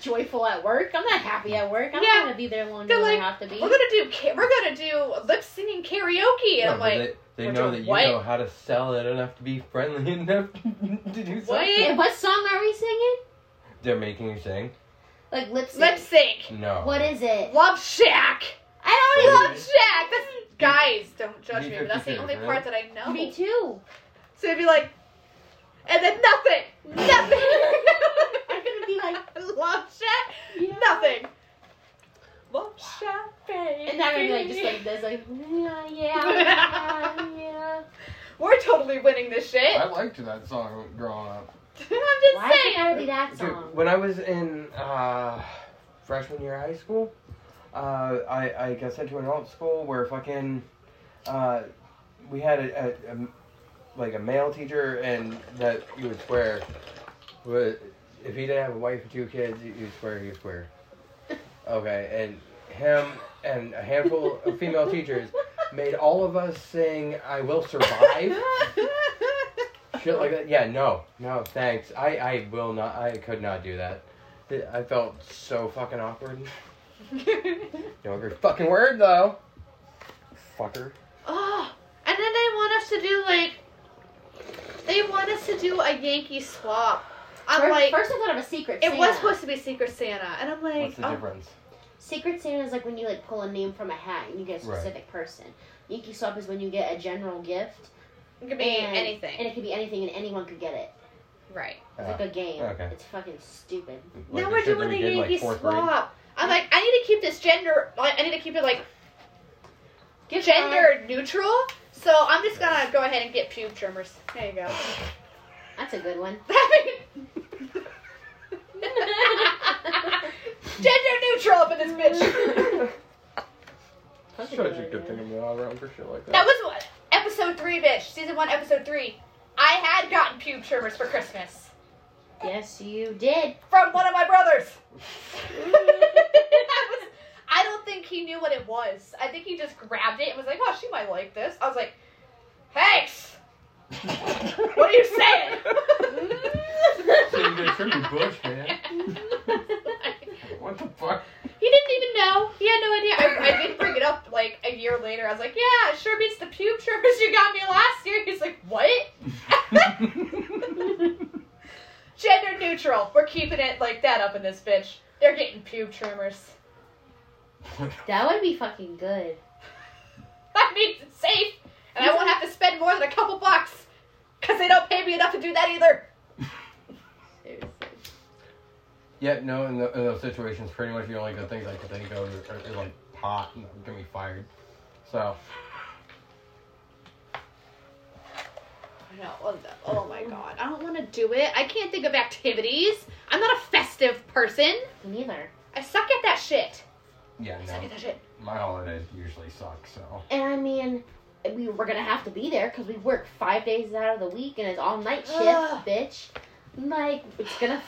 [SPEAKER 2] Joyful at work. I'm not happy at work. I don't
[SPEAKER 1] Yeah.
[SPEAKER 2] want to be there longer
[SPEAKER 1] They're
[SPEAKER 2] than
[SPEAKER 1] like,
[SPEAKER 2] I have to be.
[SPEAKER 1] We're gonna do ca- we're gonna do lip singing karaoke, and I'm like,
[SPEAKER 3] they,
[SPEAKER 1] we're
[SPEAKER 3] know
[SPEAKER 1] doing
[SPEAKER 3] that you
[SPEAKER 1] what?
[SPEAKER 3] know how to sell it enough to be friendly enough to do something.
[SPEAKER 1] What?
[SPEAKER 2] And what song are we singing?
[SPEAKER 3] They're making you sing?
[SPEAKER 2] Like lip sync.
[SPEAKER 1] lip sync.
[SPEAKER 3] No.
[SPEAKER 2] What is it?
[SPEAKER 1] Love Shack.
[SPEAKER 2] I don't
[SPEAKER 1] Love
[SPEAKER 3] Really?
[SPEAKER 1] Shack. That's, guys, don't judge
[SPEAKER 3] You
[SPEAKER 1] me.
[SPEAKER 3] took
[SPEAKER 1] But that's the
[SPEAKER 3] the
[SPEAKER 1] only
[SPEAKER 3] picture,
[SPEAKER 1] part that I know.
[SPEAKER 2] even. Me too.
[SPEAKER 1] So it'd be like, and then nothing, nothing.
[SPEAKER 2] I'm gonna be like,
[SPEAKER 1] Love Shack,
[SPEAKER 2] yeah.
[SPEAKER 1] nothing. Love Shack, baby.
[SPEAKER 2] And then I'm gonna be like just like this, like yeah, yeah, yeah.
[SPEAKER 1] we're totally winning this shit.
[SPEAKER 3] I
[SPEAKER 1] I'm
[SPEAKER 3] liked that song growing up.
[SPEAKER 1] just
[SPEAKER 2] Why does it
[SPEAKER 1] saying.
[SPEAKER 2] gotta be that
[SPEAKER 3] Dude,
[SPEAKER 2] song?
[SPEAKER 3] when I was in uh, freshman year of high school, uh, I, I got sent to an alt school where fucking uh, we had a, a, a like a male teacher and that you would swear, wa- if he didn't have a wife and two kids, you- you'd swear he was queer. Okay, and him and a handful of female teachers made all of us sing "I Will Survive." Shit like that? Yeah, no, no, thanks. I, I will not. I could not do that. Th- I felt so fucking awkward. No every fucking word though. Fucker.
[SPEAKER 1] oh, and then they want us to do like, they want us to do a Yankee swap. I'm
[SPEAKER 2] first,
[SPEAKER 1] like,
[SPEAKER 2] first I thought of a secret.
[SPEAKER 1] it
[SPEAKER 2] Santa.
[SPEAKER 1] was supposed to be Secret Santa, and I'm like,
[SPEAKER 3] What's the
[SPEAKER 1] oh,
[SPEAKER 3] difference?
[SPEAKER 2] Secret Santa is like when you like pull a name from a hat and you get a
[SPEAKER 3] Right.
[SPEAKER 2] specific person. Yankee Swap is when you get a general gift.
[SPEAKER 1] it could be
[SPEAKER 2] and-
[SPEAKER 1] anything,
[SPEAKER 2] And it could be anything and anyone could get it.
[SPEAKER 1] right?
[SPEAKER 2] It's
[SPEAKER 3] Ah,
[SPEAKER 2] like a game.
[SPEAKER 3] okay.
[SPEAKER 2] It's fucking stupid.
[SPEAKER 3] Like
[SPEAKER 1] now
[SPEAKER 3] the
[SPEAKER 1] we're
[SPEAKER 3] shit that
[SPEAKER 1] doing
[SPEAKER 3] we
[SPEAKER 1] the
[SPEAKER 3] did in, like,
[SPEAKER 1] Yankee
[SPEAKER 3] fourth grade?
[SPEAKER 1] swap. I'm like, I need to keep this gender. like, I need to keep it like
[SPEAKER 2] Gift card.
[SPEAKER 1] gender neutral. So I'm just gonna go ahead and get pube trimmers. There you go.
[SPEAKER 2] That's a good one.
[SPEAKER 1] gender neutral up in this bitch.
[SPEAKER 2] That's
[SPEAKER 3] I'm not around for shit like
[SPEAKER 1] that was what- episode three, bitch. Season one, episode three. I had gotten pube trimmers for Christmas
[SPEAKER 2] Yes, you did.
[SPEAKER 1] from one of my brothers. I was. I don't think he knew what it was. I think he just grabbed it and was like, "Oh, she might like this." I was like, "Thanks." What are you saying?
[SPEAKER 3] bush, man. What the fuck?
[SPEAKER 1] he didn't even know. He had no idea. I, I did bring it up like a year later. I was like, yeah, it sure beats the pube trimmers you got me last year. He's like, what? Gender neutral. We're keeping it like that up in this bitch. They're getting pube trimmers.
[SPEAKER 2] That would be fucking good.
[SPEAKER 1] That means it's safe, and I won't have to spend more than a couple bucks because they don't pay me enough to do that either.
[SPEAKER 2] Seriously.
[SPEAKER 3] yeah, no, in, the, in those situations, pretty much the only good things I could think of are, are, like pot and get me fired. So,
[SPEAKER 1] I know. Oh, the- Oh my god. I don't want to do it. I can't think of activities. I'm not a festive person.
[SPEAKER 2] Me neither.
[SPEAKER 1] I suck at that shit.
[SPEAKER 3] yeah,
[SPEAKER 1] I suck
[SPEAKER 3] no.
[SPEAKER 1] at that shit.
[SPEAKER 3] My holidays usually suck, so.
[SPEAKER 2] And I mean, we were gonna have to be there because we work five days out of the week and it's all night shift,
[SPEAKER 1] Ugh.
[SPEAKER 2] bitch. Like it's gonna.
[SPEAKER 1] And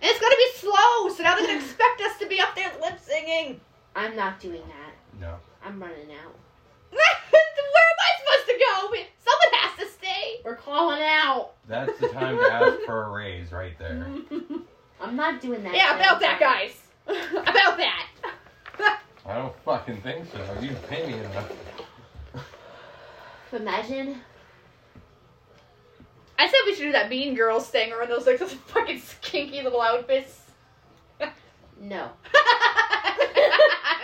[SPEAKER 1] it's gonna be slow, so now they're gonna expect us to be up there lip singing.
[SPEAKER 2] I'm not doing that.
[SPEAKER 3] No.
[SPEAKER 2] I'm running out.
[SPEAKER 1] Where am I supposed to go? Someone has to stay.
[SPEAKER 2] We're calling out.
[SPEAKER 3] That's the time to ask for a raise right there.
[SPEAKER 1] Mm-hmm.
[SPEAKER 2] I'm not doing that.
[SPEAKER 1] Yeah,
[SPEAKER 2] shit.
[SPEAKER 1] about that, guys. about that.
[SPEAKER 3] I don't fucking think so. You pay me enough.
[SPEAKER 2] Imagine.
[SPEAKER 1] I said we should do that Mean Girls thing, or in those like those fucking skinky little outfits.
[SPEAKER 2] No.
[SPEAKER 1] No.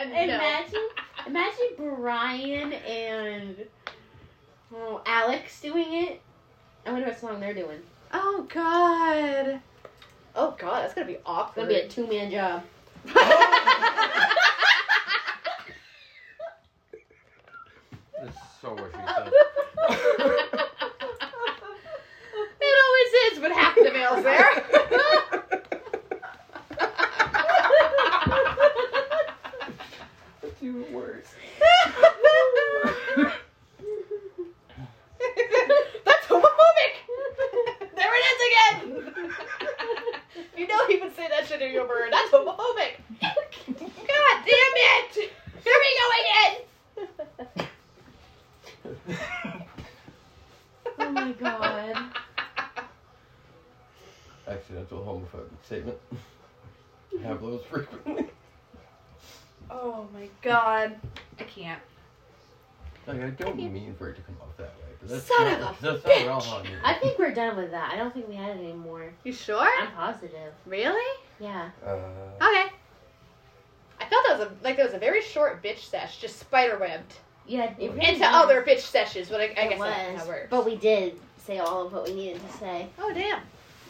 [SPEAKER 2] Imagine. Imagine Brian and oh, Alex doing it. I wonder what song they're doing.
[SPEAKER 1] Oh god. Oh god, that's gonna be
[SPEAKER 2] It's
[SPEAKER 1] awkward.
[SPEAKER 2] gonna be a two man job.
[SPEAKER 3] That's so what she said.
[SPEAKER 1] consider your word. That's homophobic. God damn it! Here we go again.
[SPEAKER 5] Oh my god.
[SPEAKER 3] Accidental homophobic statement. Have those frequently.
[SPEAKER 1] Oh my god. I can't.
[SPEAKER 3] Like I don't mean for it to come off that way, but that's
[SPEAKER 1] Son of
[SPEAKER 3] not,
[SPEAKER 1] a
[SPEAKER 3] that's not
[SPEAKER 1] bitch.
[SPEAKER 3] all on you.
[SPEAKER 2] I think we're done with that. I don't think we had it anymore.
[SPEAKER 1] You sure?
[SPEAKER 2] I'm positive.
[SPEAKER 1] Really?
[SPEAKER 2] Yeah.
[SPEAKER 3] Uh,
[SPEAKER 1] Okay. I felt that was a, like that was a very short bitch sesh, just spider webbed
[SPEAKER 2] Yeah. It really
[SPEAKER 1] into
[SPEAKER 2] was.
[SPEAKER 1] other bitch seshes. But I, I
[SPEAKER 2] It
[SPEAKER 1] guess that's how
[SPEAKER 2] was,
[SPEAKER 1] it works.
[SPEAKER 2] But we did say all of what we needed to say.
[SPEAKER 1] oh damn!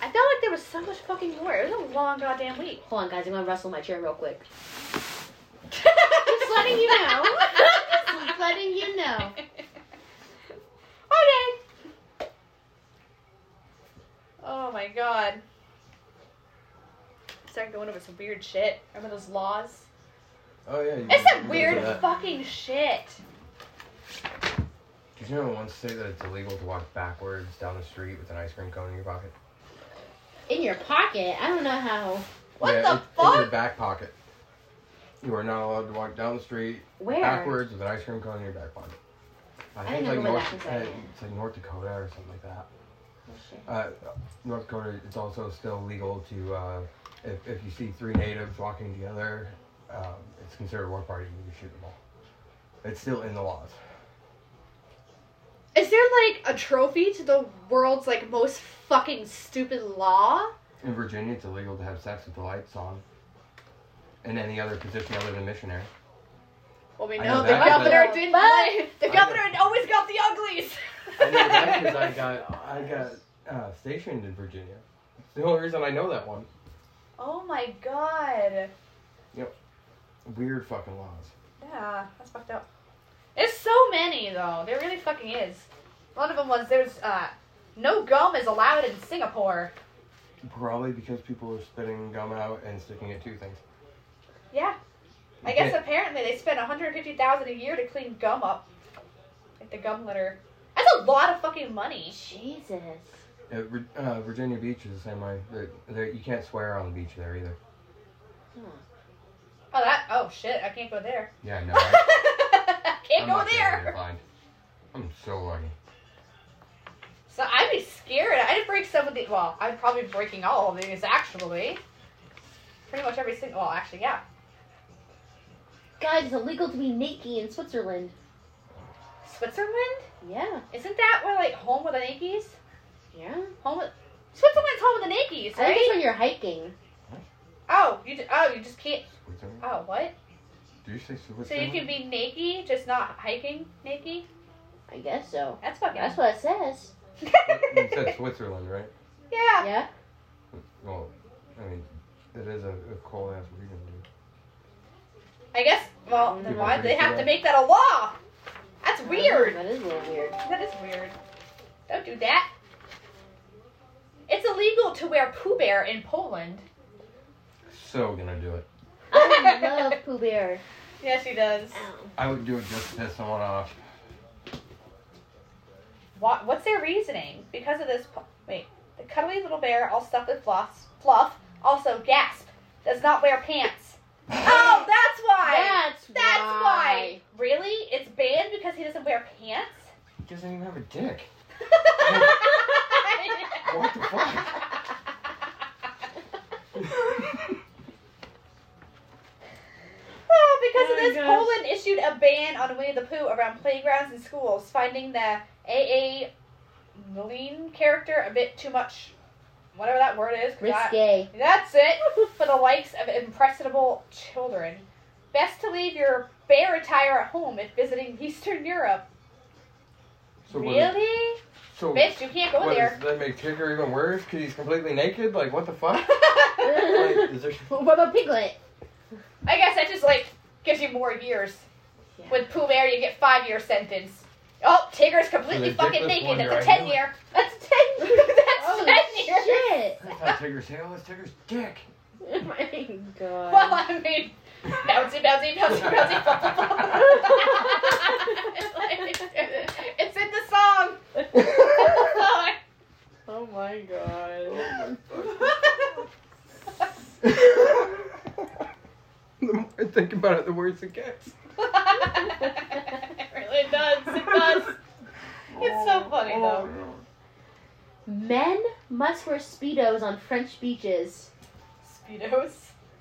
[SPEAKER 1] I felt like there was so much fucking more. It was a long goddamn week.
[SPEAKER 2] Hold on, guys. I'm gonna rustle my chair real quick.
[SPEAKER 1] just
[SPEAKER 2] letting you know. Just letting you know.
[SPEAKER 1] Okay. Oh my god. Start going over some weird shit. Remember those laws?
[SPEAKER 3] oh yeah. You,
[SPEAKER 1] It's
[SPEAKER 3] you
[SPEAKER 1] some
[SPEAKER 3] can
[SPEAKER 1] weird
[SPEAKER 3] do that.
[SPEAKER 1] fucking shit.
[SPEAKER 3] Did you know once say that it's illegal to walk backwards down the street with an ice cream cone in your pocket?
[SPEAKER 2] In your pocket. I don't know how.
[SPEAKER 1] What
[SPEAKER 3] yeah,
[SPEAKER 1] the
[SPEAKER 3] it's In your
[SPEAKER 1] fuck?
[SPEAKER 3] back pocket. You are not allowed to walk down the street
[SPEAKER 2] Where?
[SPEAKER 3] backwards with an ice cream cone in your back pocket. I
[SPEAKER 2] didn't
[SPEAKER 3] think
[SPEAKER 2] know
[SPEAKER 3] like
[SPEAKER 2] where
[SPEAKER 3] North,
[SPEAKER 2] that was at.
[SPEAKER 3] uh, it's like North Dakota or something like that.
[SPEAKER 2] Oh, shit.
[SPEAKER 3] Uh, North Dakota, it's also still legal to, uh, if, if you see three natives walking together, um, it's considered a war party and you can shoot them all. It's still in the laws.
[SPEAKER 1] Is there like a trophy to the world's like most fucking stupid law?
[SPEAKER 3] In Virginia, it's illegal to have sex with the lights on. In any other position other than missionary.
[SPEAKER 1] Well, we
[SPEAKER 3] I
[SPEAKER 1] know,
[SPEAKER 3] know
[SPEAKER 1] the
[SPEAKER 3] that, but-
[SPEAKER 1] governor didn't. like- the
[SPEAKER 3] I
[SPEAKER 1] governor always got the uglies.
[SPEAKER 3] I know that because I got I got uh, stationed in Virginia. It's the only reason I know that one.
[SPEAKER 1] oh my god.
[SPEAKER 3] Weird fucking laws.
[SPEAKER 1] Yeah, that's fucked up. There's so many though. There really fucking is. One of them was there's uh, no gum is allowed in Singapore.
[SPEAKER 3] Probably because people are spitting gum out and sticking it to things.
[SPEAKER 1] Yeah, I
[SPEAKER 3] You
[SPEAKER 1] guess
[SPEAKER 3] can't-
[SPEAKER 1] apparently they spend 150,000 a year to clean gum up, like the gum litter. That's a lot of fucking money.
[SPEAKER 2] Jesus.
[SPEAKER 3] uh, Vir- uh, Virginia Beach is the same way. They're, they're, you can't swear on the beach there either.
[SPEAKER 1] Oh that. Oh shit, I can't go there.
[SPEAKER 3] Yeah, I know. right?
[SPEAKER 1] I can't
[SPEAKER 3] I'm
[SPEAKER 1] go
[SPEAKER 3] not gonna get
[SPEAKER 1] there.
[SPEAKER 3] fined. I'm so lucky.
[SPEAKER 1] So I'd be scared. I'd break some of the. Well, I'm probably breaking all of these actually. Pretty much every single. Well, actually, yeah.
[SPEAKER 2] Guys, it's illegal to be naked in Switzerland.
[SPEAKER 1] Switzerland.
[SPEAKER 2] Yeah.
[SPEAKER 1] Isn't that where like home with the Yankees?
[SPEAKER 2] Yeah.
[SPEAKER 1] Home with Switzerland's home with the Yankees,
[SPEAKER 2] I think it's
[SPEAKER 1] right?
[SPEAKER 2] when you're hiking.
[SPEAKER 1] Oh, you d- oh you just can't.
[SPEAKER 3] Switzerland?
[SPEAKER 1] Oh what?
[SPEAKER 3] Do you say Switzerland?
[SPEAKER 1] So you can be naked, just not hiking naked.
[SPEAKER 2] I guess so.
[SPEAKER 1] That's fucking.
[SPEAKER 2] That's what it says.
[SPEAKER 3] you said Switzerland, right?
[SPEAKER 1] yeah.
[SPEAKER 2] Yeah.
[SPEAKER 3] Well, I mean, it is a, a cold ass region, dude.
[SPEAKER 1] I guess. Well,
[SPEAKER 2] Mm-hmm.
[SPEAKER 1] then
[SPEAKER 3] People
[SPEAKER 1] why do they
[SPEAKER 3] freak
[SPEAKER 1] have
[SPEAKER 3] out.
[SPEAKER 1] to make that a law? That's weird.
[SPEAKER 2] That is a little weird.
[SPEAKER 1] That is weird. Don't do that. It's illegal to wear Pooh Bear in Poland.
[SPEAKER 3] So gonna do it.
[SPEAKER 2] I love Pooh Bear.
[SPEAKER 1] Yes, he does.
[SPEAKER 3] I would do it just to piss someone off.
[SPEAKER 1] What, what's their reasoning? Because of this. po- Wait. The cuddly little bear, all stuffed with fluff, fluff also gasp, does not wear pants. Oh, that's why!
[SPEAKER 2] That's
[SPEAKER 1] That's why. Really? It's banned because he doesn't wear pants?
[SPEAKER 3] He doesn't even have a dick.
[SPEAKER 1] what
[SPEAKER 3] What the fuck?
[SPEAKER 1] Oh, because
[SPEAKER 5] Oh my
[SPEAKER 1] of this,
[SPEAKER 5] gosh.
[SPEAKER 1] Poland issued a ban on Winnie the Pooh around playgrounds and schools, finding the AA lean character a bit too much. Whatever that word is. 'cause I-
[SPEAKER 2] Risque.
[SPEAKER 1] that's it for the likes of impressionable children. Best to leave your bear attire at home if visiting Eastern Europe.
[SPEAKER 3] So what is-
[SPEAKER 1] really?
[SPEAKER 3] so
[SPEAKER 1] Bitch, you can't go
[SPEAKER 3] what
[SPEAKER 1] there.
[SPEAKER 3] does that make Tigger even worse? Cause he's completely naked. Like what the fuck? like,
[SPEAKER 1] I
[SPEAKER 3] is there?
[SPEAKER 2] What about Piglet?
[SPEAKER 1] guess that just like gives you more years.
[SPEAKER 2] Yeah.
[SPEAKER 1] With Pooh Bear, you get five year sentence. Oh, Tigger's completely
[SPEAKER 3] So the
[SPEAKER 1] fucking
[SPEAKER 3] dickless
[SPEAKER 1] naked.
[SPEAKER 3] one
[SPEAKER 1] That's a
[SPEAKER 3] you're right
[SPEAKER 1] ten
[SPEAKER 3] now.
[SPEAKER 1] year. That's ten. year. That's
[SPEAKER 2] Oh,
[SPEAKER 1] ten years.
[SPEAKER 2] shit.
[SPEAKER 3] That's not Tigger's tail. That's Tigger's dick.
[SPEAKER 2] Oh my god.
[SPEAKER 1] Well, I mean,
[SPEAKER 3] Oh
[SPEAKER 1] bouncy, bouncy, bouncy, bouncy, blah, blah, blah. it's, like, it's in the song.
[SPEAKER 2] oh my god.
[SPEAKER 1] It's in the song.
[SPEAKER 3] the more I think about it, the worse it gets.
[SPEAKER 1] it really does. It does. It's
[SPEAKER 3] Oh,
[SPEAKER 1] so funny though.
[SPEAKER 2] Men must wear speedos on French beaches.
[SPEAKER 1] Speedos.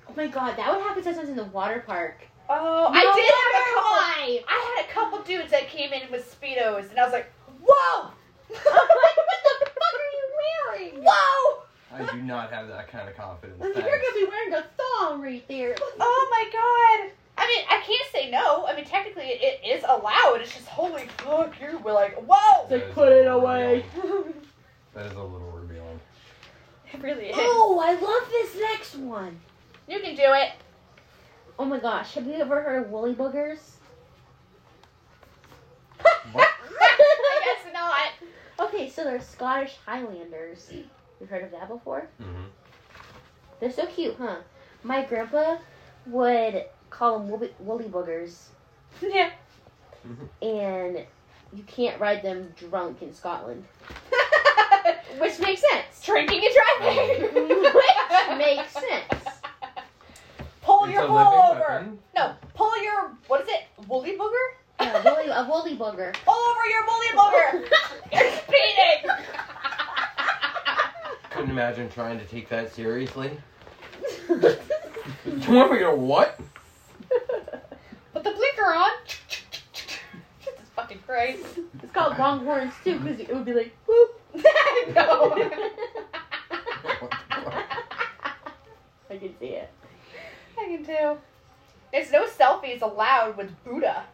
[SPEAKER 2] Oh my god, that would happen sometimes in the water park.
[SPEAKER 1] Oh, I did have a couple. I had a couple dudes that came in with speedos, and I was like, "Whoa! what the fuck are you wearing? Whoa!
[SPEAKER 3] I do not have that kind of confidence.
[SPEAKER 2] You're gonna be wearing a thong right there.
[SPEAKER 1] Oh my god! I mean, I can't say no. I mean, technically, it is allowed. It's just holy fuck, you were like, whoa!
[SPEAKER 3] That
[SPEAKER 2] Like,
[SPEAKER 3] is
[SPEAKER 2] put
[SPEAKER 3] a
[SPEAKER 2] it
[SPEAKER 3] little
[SPEAKER 2] away.
[SPEAKER 3] beyond-
[SPEAKER 1] it
[SPEAKER 3] That is a little word beyond.
[SPEAKER 1] really is.
[SPEAKER 2] Oh, I love this next one.
[SPEAKER 1] You can do it.
[SPEAKER 2] Oh my gosh, have you ever heard of woolly boogers?
[SPEAKER 1] I guess not.
[SPEAKER 2] okay, so they're Scottish Highlanders. You've heard of that before?
[SPEAKER 3] Mm-hmm.
[SPEAKER 2] They're so cute, huh? My grandpa would call them woolly, woolly boogers,
[SPEAKER 1] Yeah.
[SPEAKER 2] and you can't ride them drunk in Scotland, which makes sense.
[SPEAKER 1] Drinking and driving.
[SPEAKER 2] Which makes sense.
[SPEAKER 1] Pull your wool over. No, pull your what is it? Woolly booger?
[SPEAKER 2] Yeah, woolly, a woolly booger.
[SPEAKER 1] Pull over your woolly booger. You're speeding.
[SPEAKER 3] Couldn't imagine trying to take that seriously. You want me to what?
[SPEAKER 1] Put the blinker on. Jesus fucking Christ.
[SPEAKER 2] It's called longhorns too, because it would be like whoop.
[SPEAKER 1] I know.
[SPEAKER 2] I can see it.
[SPEAKER 1] I can do. There's no selfies allowed with Buddha.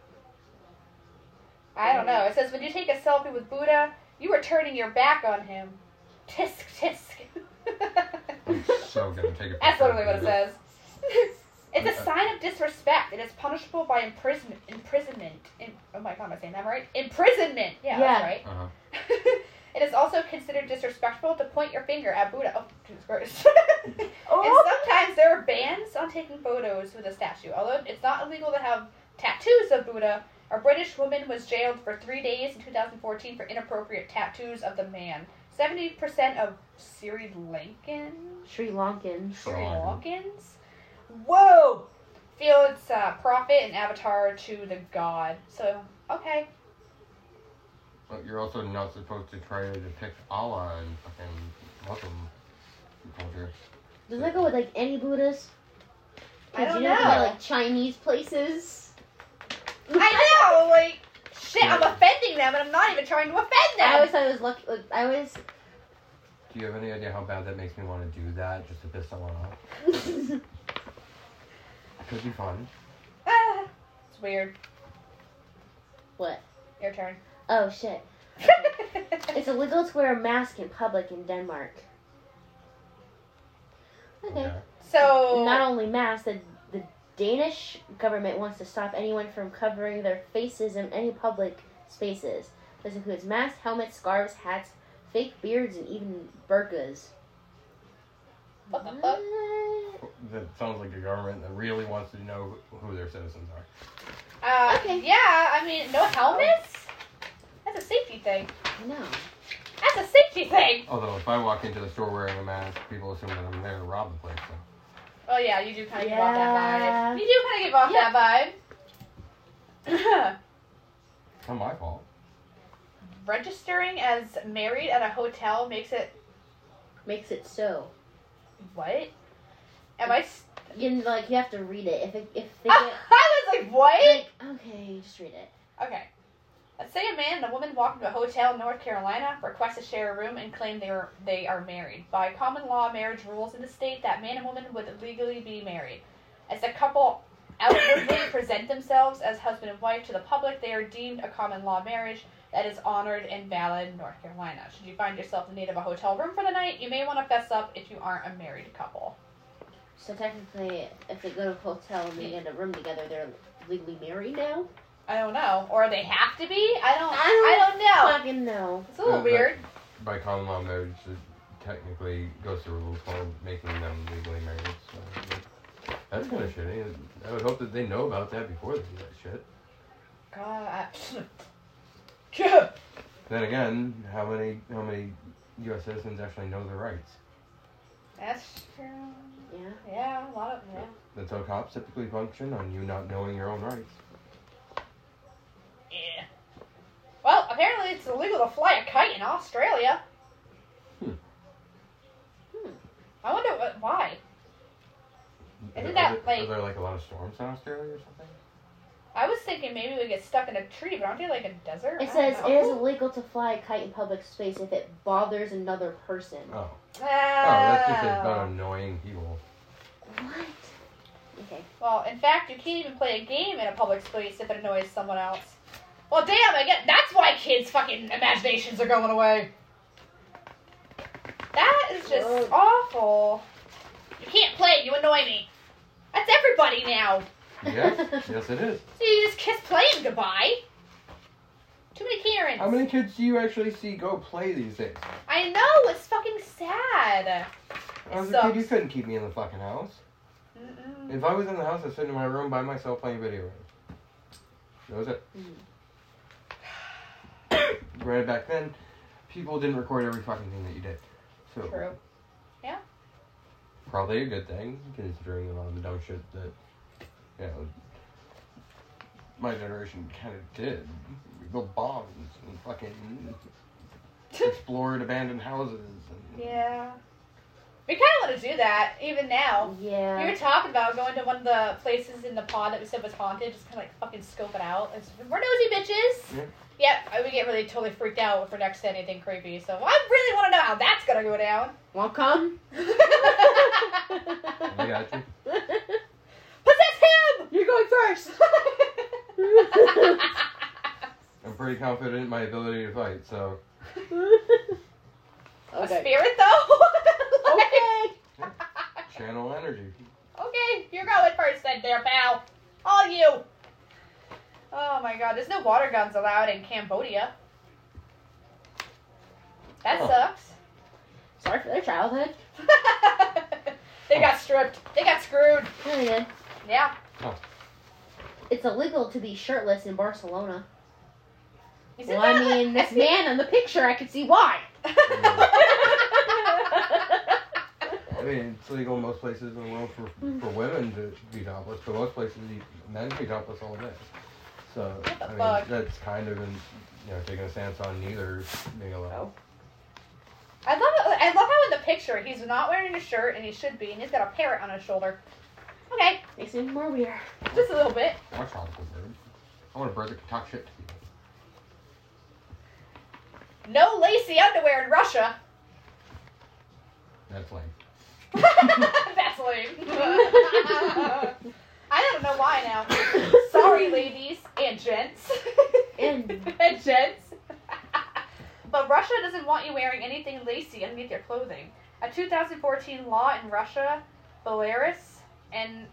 [SPEAKER 1] I don't know. It says when you take a selfie with Buddha, you are turning your back on him. Tisk
[SPEAKER 3] I'm
[SPEAKER 1] tisk.
[SPEAKER 3] so gonna take a picture.
[SPEAKER 1] That's literally
[SPEAKER 3] of
[SPEAKER 1] what it
[SPEAKER 3] you.
[SPEAKER 1] says. it's a sign of disrespect. It is punishable by imprisonment. Imprisonment. In, oh my god, am I saying that right? Imprisonment. Yeah, that's
[SPEAKER 2] Yeah.
[SPEAKER 1] right.
[SPEAKER 3] Uh-huh.
[SPEAKER 1] it is also considered disrespectful to point your finger at Buddha. Oh, Jesus Christ. And sometimes there are bans on taking photos with a statue. Although it's not illegal to have tattoos of Buddha, a British woman was jailed for three days in 2014 for inappropriate tattoos of the man. 70% of Sri Lankan
[SPEAKER 2] Sri Lankan.
[SPEAKER 1] Sri
[SPEAKER 3] Wrong.
[SPEAKER 1] Lankans? Whoa! Fields uh, prophet and avatar to the god. So, okay.
[SPEAKER 3] But you're also not supposed to try to depict Allah in fucking Muslim culture.
[SPEAKER 2] Does that go with like any Buddhist?
[SPEAKER 1] I don't
[SPEAKER 2] you know,
[SPEAKER 1] know.
[SPEAKER 2] like Chinese places.
[SPEAKER 1] I know! Like, shit, I'm offending them and I'm not even trying to offend them!
[SPEAKER 2] I always thought it was lucky. Like, I always.
[SPEAKER 3] Do you have any idea how bad that makes me want to do that just to piss someone off? It could be fun.
[SPEAKER 1] Ah, it's weird.
[SPEAKER 2] What?
[SPEAKER 1] Your turn.
[SPEAKER 2] oh shit! It's illegal to wear a mask in public in Denmark. Okay.
[SPEAKER 1] so,
[SPEAKER 2] Not only masks, the, the Danish government wants to stop anyone from covering their faces in any public spaces. This includes masks, helmets, scarves, hats, fake beards, and even burkas.
[SPEAKER 1] what the fuck?
[SPEAKER 3] That sounds like a government that really wants to know who their citizens are.
[SPEAKER 1] Uh,
[SPEAKER 2] Okay.
[SPEAKER 1] Yeah, I mean, no helmets? That's a safety thing.
[SPEAKER 2] No.
[SPEAKER 1] That's a safety thing!
[SPEAKER 3] Although if I walk into the store wearing a mask, people assume that I'm there to rob the place. So.
[SPEAKER 1] Oh yeah, you do kind of give off that
[SPEAKER 2] Yeah.
[SPEAKER 1] vibe. You do kind of give off that vibe.
[SPEAKER 3] It's not my fault.
[SPEAKER 1] registering as married at a hotel makes it
[SPEAKER 2] Makes it so.
[SPEAKER 1] what? Am I? s-
[SPEAKER 2] You like you have to read it. If it, if they
[SPEAKER 1] I
[SPEAKER 2] get
[SPEAKER 1] was like, what?
[SPEAKER 2] like okay, just read it.
[SPEAKER 1] Okay. Let's say a man and a woman walk into a hotel in North Carolina, request to share a room, and claim they are they are married. By common law, marriage rules in the state that man and woman would legally be married. As the couple outwardly present themselves as husband and wife to the public, they are deemed a common law marriage that is honored and valid in North Carolina. Should you find yourself in need of a hotel room for the night, you may want to fess up if you aren't a married couple.
[SPEAKER 2] So technically, if they go to a hotel and they get a room together, they're legally married now.
[SPEAKER 1] I don't know, or they have to be. I don't.
[SPEAKER 2] I
[SPEAKER 1] I don't, know.
[SPEAKER 2] Fucking no.
[SPEAKER 1] It's a little
[SPEAKER 3] Uh,
[SPEAKER 1] weird.
[SPEAKER 3] By common law marriage it technically goes through rules for making them legally married. So that's kind of shitty. I would hope that they know about that before they do that shit.
[SPEAKER 1] God.
[SPEAKER 3] Then again, how many how many U.S. citizens actually know their rights?
[SPEAKER 1] That's true.
[SPEAKER 2] Yeah.
[SPEAKER 1] Yeah.
[SPEAKER 3] That's how cops typically function on you not knowing your own rights.
[SPEAKER 1] Yeah. Well, apparently it's illegal to fly a kite in Australia.
[SPEAKER 3] Hmm.
[SPEAKER 2] Hmm.
[SPEAKER 1] I wonder what, why.
[SPEAKER 3] Are
[SPEAKER 1] Isn't
[SPEAKER 3] there-
[SPEAKER 1] that,
[SPEAKER 3] are there,
[SPEAKER 1] like-
[SPEAKER 3] Are there like a lot of storms in Australia or something?
[SPEAKER 1] I was thinking maybe we get stuck in a tree, but aren't they like a desert?
[SPEAKER 2] It
[SPEAKER 1] I
[SPEAKER 2] says
[SPEAKER 1] don't
[SPEAKER 2] it is
[SPEAKER 1] know.
[SPEAKER 2] illegal to fly a kite in public space if it bothers another person.
[SPEAKER 3] Oh.
[SPEAKER 1] Oh,
[SPEAKER 3] Oh, that's just about annoying people.
[SPEAKER 2] What? Okay.
[SPEAKER 1] Well, in fact, you can't even play a game in a public space if it annoys someone else. Well, damn, I get that's why kids' fucking imaginations are going away. That is just
[SPEAKER 2] Whoa.
[SPEAKER 1] awful. You can't play, you annoy me. That's everybody now.
[SPEAKER 3] Yes, yes it is.
[SPEAKER 1] So you just kiss playing goodbye. Too many Karens.
[SPEAKER 3] How many kids do you actually see go play these days?
[SPEAKER 1] I know, it's fucking sad.
[SPEAKER 3] When I was a
[SPEAKER 1] sucks.
[SPEAKER 3] kid, you couldn't keep me in the fucking house.
[SPEAKER 1] Mm-mm.
[SPEAKER 3] If I was in the house, I'd sit in my room by myself playing video games. That was it.
[SPEAKER 1] Mm.
[SPEAKER 3] right back then, people didn't record every fucking thing that you did. So
[SPEAKER 1] True. Yeah.
[SPEAKER 3] Probably a good thing, considering a lot of the dumb shit that, you know, my generation kind of did. We built bombs and fucking explored abandoned houses. And
[SPEAKER 1] Yeah. We kind of want to do that, even now. You
[SPEAKER 2] Yeah.
[SPEAKER 1] were talking about going to one of the places in the pod that we said was haunted, just kind of like fucking scope it out. It's, we're nosy bitches.
[SPEAKER 3] Yeah.
[SPEAKER 1] Yep, I would get really totally freaked out if we're next to anything creepy. So I really want to know how that's gonna go down.
[SPEAKER 2] Won't come.
[SPEAKER 3] We got you.
[SPEAKER 1] Possess him.
[SPEAKER 2] You're going first.
[SPEAKER 3] I'm pretty confident in my ability to fight, so.
[SPEAKER 1] A
[SPEAKER 2] okay.
[SPEAKER 1] spirit though. Like-
[SPEAKER 2] Okay.
[SPEAKER 3] Channel energy.
[SPEAKER 1] Okay, you're going first then, there, pal. All you. Oh my god, there's no water guns allowed in Cambodia. That
[SPEAKER 3] Oh.
[SPEAKER 1] sucks.
[SPEAKER 2] Sorry for their childhood.
[SPEAKER 1] they got stripped. They got screwed.
[SPEAKER 2] Yeah, they did.
[SPEAKER 1] Yeah.
[SPEAKER 2] It's illegal to be shirtless in Barcelona.
[SPEAKER 1] You said
[SPEAKER 2] Well, I
[SPEAKER 1] that-
[SPEAKER 2] mean,
[SPEAKER 1] I
[SPEAKER 2] this
[SPEAKER 1] see-
[SPEAKER 2] man on the picture, I could see why.
[SPEAKER 3] I mean, it's legal in most places in the world for, for women to be topless, but most places you- men be topless all day. So,
[SPEAKER 1] the
[SPEAKER 3] I mean,
[SPEAKER 1] fuck?
[SPEAKER 3] that's kind of, in, you know, taking a stance on neither being
[SPEAKER 1] Oh.
[SPEAKER 3] allowed.
[SPEAKER 1] I love it. I love how in the picture he's not wearing a shirt and he should be, and he's got a parrot on his shoulder. Okay,
[SPEAKER 2] Makes it more weird.
[SPEAKER 1] just a little bit.
[SPEAKER 3] I want a tropical bird. I want a bird that can talk shit to people.
[SPEAKER 1] No lacy underwear in Russia.
[SPEAKER 3] That's lame.
[SPEAKER 1] Vaseline. I don't know why now. Sorry, ladies and gents.
[SPEAKER 2] And-
[SPEAKER 1] And gents. but Russia doesn't want you wearing anything lacy underneath your clothing. A 2014 law in Russia, Belarus, and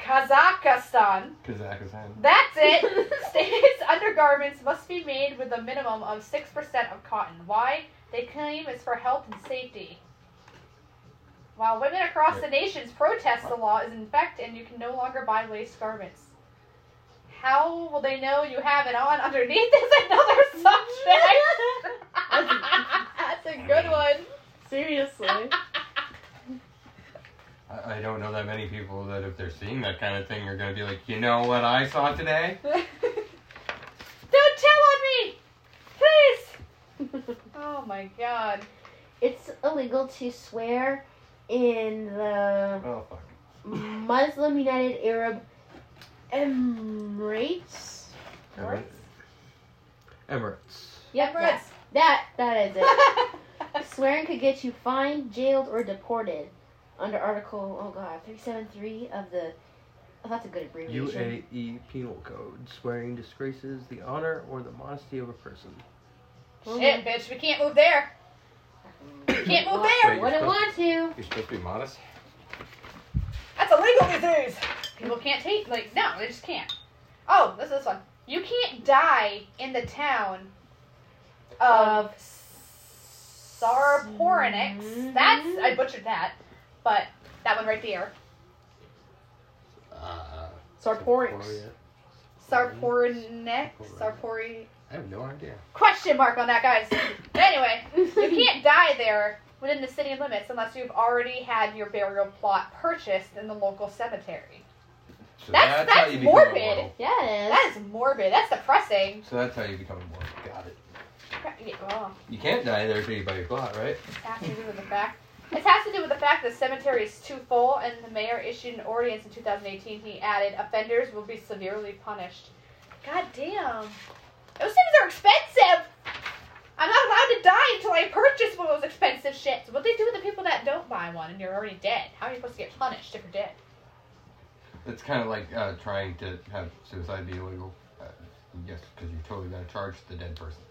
[SPEAKER 1] Kazakhstan.
[SPEAKER 3] Kazakhstan.
[SPEAKER 1] That's it. States undergarments must be made with a minimum of six percent of cotton. Why? They claim it's for health and safety. While women across the nations protest the law is in effect and you can no longer buy lace garments. How will they know you have it on underneath is another subject. That's a good one.
[SPEAKER 5] Seriously.
[SPEAKER 3] I, I don't know that many people that, if they're seeing that kind of thing, are going to be like, you know what I saw today?
[SPEAKER 1] Don't tell on me! Please! Oh my god.
[SPEAKER 2] it's illegal to swear in the
[SPEAKER 3] Oh, fuck.
[SPEAKER 2] Muslim United Arab Emirates.
[SPEAKER 3] Emirates. Emirates.
[SPEAKER 2] Yep, that- That that is it. Swearing could get you fined, jailed, or deported under Article oh god three seven three of the. Oh, that's a good abbreviation.
[SPEAKER 3] UAE E Penal Code. Swearing disgraces the honor or the modesty of a person.
[SPEAKER 1] Shit, Eh, bitch, we can't move there. We can't move there.
[SPEAKER 3] Wait.
[SPEAKER 2] Wouldn't want to.
[SPEAKER 3] You're supposed to be modest?
[SPEAKER 1] That's illegal these days. People can't take like no, they just can't. Oh, this is this one. You can't die in the town of Mm-hmm. Sarporinix. That's I butchered that, but that one right there.
[SPEAKER 3] Uh,
[SPEAKER 2] Sarporix.
[SPEAKER 1] Sarporinix. Sarpori.
[SPEAKER 3] I have no idea.
[SPEAKER 1] Question mark on that, guys. anyway, you can't die there within the city limits unless you've already had your burial plot purchased in the local cemetery.
[SPEAKER 3] So
[SPEAKER 1] That's-
[SPEAKER 3] how
[SPEAKER 1] that's
[SPEAKER 3] you become
[SPEAKER 1] morbid.
[SPEAKER 3] immortal.
[SPEAKER 2] Yeah, it is.
[SPEAKER 1] That is morbid. That's depressing.
[SPEAKER 3] So that's how you become immortal. Got it.
[SPEAKER 1] Yeah, well,
[SPEAKER 3] You can't die there till you buy your plot, right?
[SPEAKER 1] it has to do with the fact. It has to do with the fact the cemetery is too full, and the mayor issued an ordinance in 2018. He added, offenders will be severely punished. God damn. Those things are expensive. I'm not allowed to die until I purchase one of those expensive shits. What they do with the people that don't buy one and you're already dead? How are you supposed to get punished if you're dead?
[SPEAKER 3] It's kind of like uh, trying to have suicide be illegal. Uh, yes, because you're totally gonna charge the dead person.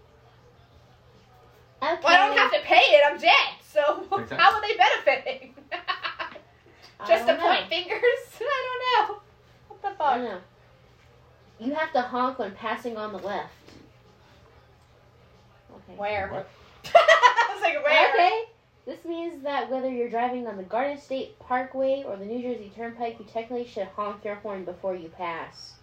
[SPEAKER 2] Okay.
[SPEAKER 1] Well, I don't have to pay it. I'm dead. So
[SPEAKER 3] Exactly.
[SPEAKER 1] how are they benefiting?
[SPEAKER 2] I
[SPEAKER 1] Just to
[SPEAKER 2] don't know. Mm.
[SPEAKER 1] point fingers? I don't know. What the
[SPEAKER 2] I
[SPEAKER 1] fuck?
[SPEAKER 2] don't know. You have to honk when passing on the left. Okay.
[SPEAKER 1] Where?
[SPEAKER 3] What?
[SPEAKER 1] I was like, where?
[SPEAKER 2] Okay. This means that whether you're driving on the Garden State Parkway or the New Jersey Turnpike, you technically should honk your horn before you pass.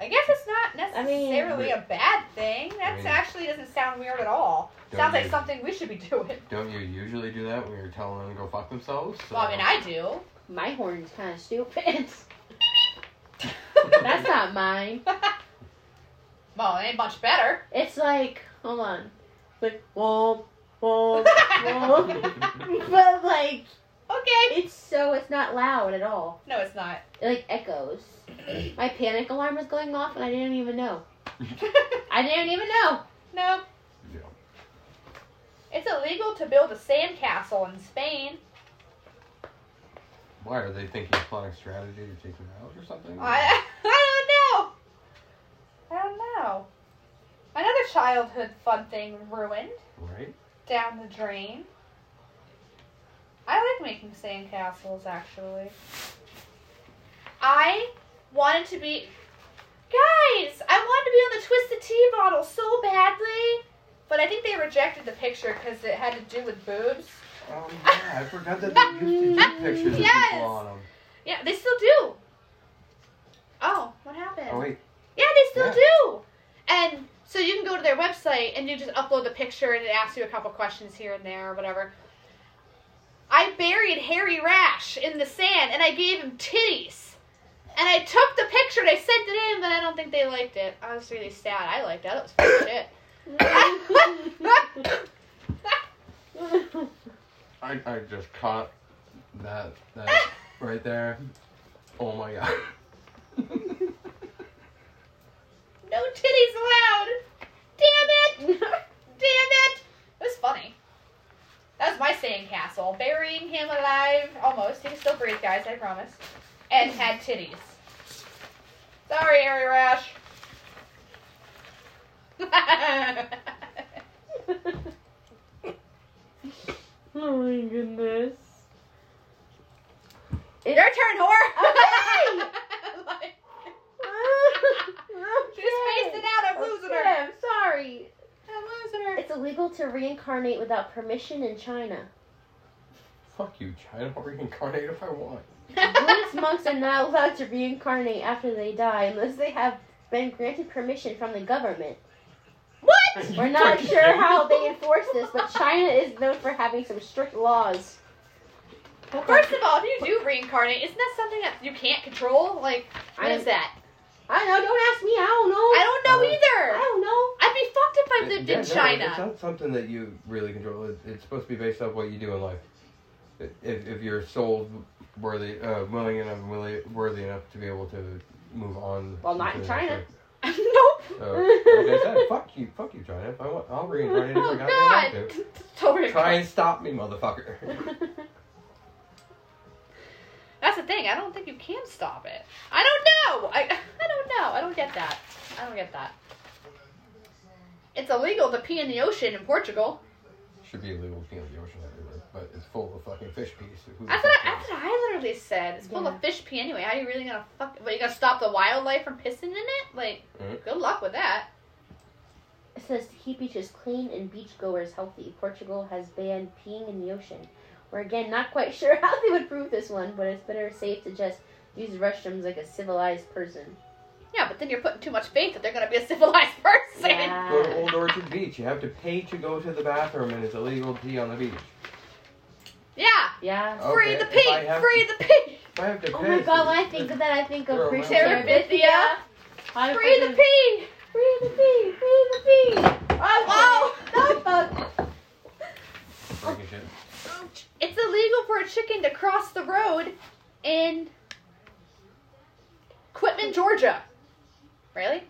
[SPEAKER 1] I guess it's not
[SPEAKER 2] mean-
[SPEAKER 1] necessarily a bad thing. That
[SPEAKER 3] I mean-
[SPEAKER 1] actually doesn't sound weird at all.
[SPEAKER 3] Don't
[SPEAKER 1] Sounds
[SPEAKER 3] you-
[SPEAKER 1] like something we should be doing.
[SPEAKER 3] Don't you usually do that when you're telling them to go fuck themselves?
[SPEAKER 1] Well, I mean, I do.
[SPEAKER 2] My horn's kind of stupid. That's not mine.
[SPEAKER 1] well, it ain't much better.
[SPEAKER 2] It's like, hold on, like womp womp womp,
[SPEAKER 3] I.
[SPEAKER 2] but like
[SPEAKER 1] Okay.
[SPEAKER 2] it's so it's not loud at all.
[SPEAKER 1] No, it's not.
[SPEAKER 2] It like echoes. My panic alarm was going off and I didn't even know. I didn't even know.
[SPEAKER 1] no.
[SPEAKER 3] Yeah.
[SPEAKER 1] It's illegal to build a sandcastle in Spain.
[SPEAKER 3] Why are they thinking of plotting strategy to take them out or something?
[SPEAKER 1] I, I don't know. I don't know. Another childhood fun thing ruined
[SPEAKER 3] Right?
[SPEAKER 1] down the drain. I like making sandcastles actually. I wanted to be guys, I wanted to be on the twisted tea model so badly, but I think they rejected the picture because it had to do with boobs.
[SPEAKER 3] Oh yeah, I forgot that they used to take pictures of
[SPEAKER 1] Yes!
[SPEAKER 3] people on them.
[SPEAKER 1] Yeah, they still do. Oh, what happened?
[SPEAKER 3] Oh wait,
[SPEAKER 1] Yeah, they still
[SPEAKER 3] Yeah.
[SPEAKER 1] do. And so you can go to their website and you just upload the picture and it asks you a couple questions here and there or whatever. I buried Harry Rash in the sand and I gave him titties. And I took the picture and I sent it in, but I don't think they liked it. I was really sad. I liked that. That was funny shit.
[SPEAKER 3] I, I just caught that that right there. Oh my god.
[SPEAKER 1] No titties allowed. Damn it. Damn it. It was funny. That was my sandcastle. Burying him alive, almost. He can still breathe, guys, I promise. And had titties. Sorry, Harry Rash.
[SPEAKER 2] oh my goodness.
[SPEAKER 1] Your turn, whore.
[SPEAKER 2] Okay.
[SPEAKER 1] Like,
[SPEAKER 2] okay.
[SPEAKER 1] She's spacing out. I'm losing
[SPEAKER 2] Okay,
[SPEAKER 1] her.
[SPEAKER 2] I'm sorry.
[SPEAKER 1] I'm losing her.
[SPEAKER 2] It's illegal to reincarnate without permission in China.
[SPEAKER 3] Fuck you, China. I'll reincarnate if I want.
[SPEAKER 2] Buddhist monks are not allowed to reincarnate after they die unless they have been granted permission from the government.
[SPEAKER 1] What?
[SPEAKER 2] We're not sure how they enforce this, but China is known for having some strict laws.
[SPEAKER 1] First of all, if you do reincarnate, isn't that something that you can't control? Like, what is that?
[SPEAKER 2] I don't know. Don't ask me. I don't know.
[SPEAKER 1] I don't know
[SPEAKER 3] Uh,
[SPEAKER 2] I
[SPEAKER 1] either.
[SPEAKER 2] don't know.
[SPEAKER 1] I'd be fucked if I lived
[SPEAKER 3] Yeah,
[SPEAKER 1] in
[SPEAKER 3] no, It's
[SPEAKER 1] China.
[SPEAKER 3] not something that you really control. It- It's supposed to be based off what you do in life. If, if your soul's worthy, uh, willing and unwilling, worthy enough to be able to move on.
[SPEAKER 2] Well, not in
[SPEAKER 3] to the next
[SPEAKER 2] China.
[SPEAKER 1] nope.
[SPEAKER 3] life. So, like I said, fuck you, fuck you, China. If I want, I'll reincarnate if I
[SPEAKER 1] Oh
[SPEAKER 3] got
[SPEAKER 1] God.
[SPEAKER 3] to.
[SPEAKER 1] So
[SPEAKER 3] Try
[SPEAKER 1] reincarnate.
[SPEAKER 3] and stop me, motherfucker.
[SPEAKER 1] That's the thing. I don't think you can stop it. I don't know. I I don't know. I don't get that. I don't get that. It's illegal to pee in the ocean in Portugal.
[SPEAKER 3] Should be illegal to pee in the ocean everywhere, but it's full of fucking fish pieces. Who the
[SPEAKER 1] I
[SPEAKER 3] fuck
[SPEAKER 1] thought I
[SPEAKER 3] cares?
[SPEAKER 1] thought I literally said it's full
[SPEAKER 2] Yeah.
[SPEAKER 1] of fish pee anyway. How are you really gonna fuck? But you gonna stop the wildlife from pissing in it? Like,
[SPEAKER 3] Mhm.
[SPEAKER 1] good luck with that.
[SPEAKER 2] It says to keep beaches clean and beachgoers healthy, Portugal has banned peeing in the ocean. We're again not quite sure how they would prove this one, but it's better safe to just use restrooms like a civilized person.
[SPEAKER 1] Yeah, but then you're putting too much faith that they're going to be a civilized person.
[SPEAKER 3] Go to
[SPEAKER 2] Yeah.
[SPEAKER 3] Old Orchard Beach. You have to pay to go to the bathroom, and it's illegal to pee on the beach.
[SPEAKER 1] Yeah.
[SPEAKER 2] Yeah.
[SPEAKER 1] Free
[SPEAKER 3] Okay,
[SPEAKER 1] the
[SPEAKER 3] if
[SPEAKER 1] pee!
[SPEAKER 3] I have
[SPEAKER 1] Free
[SPEAKER 3] to-
[SPEAKER 1] the pee!
[SPEAKER 3] If I have to
[SPEAKER 5] Oh
[SPEAKER 3] piss,
[SPEAKER 5] my god, when I think of that, I think
[SPEAKER 3] Girl,
[SPEAKER 5] of Preacher
[SPEAKER 3] remember-
[SPEAKER 5] Terabithia.
[SPEAKER 1] Free the pee!
[SPEAKER 5] Free the pee! Free the pee!
[SPEAKER 1] Wow.
[SPEAKER 5] Oh, wow! That fuck.
[SPEAKER 3] Fucking shit.
[SPEAKER 1] It's illegal for a chicken to cross the road in Quitman, Georgia. Really?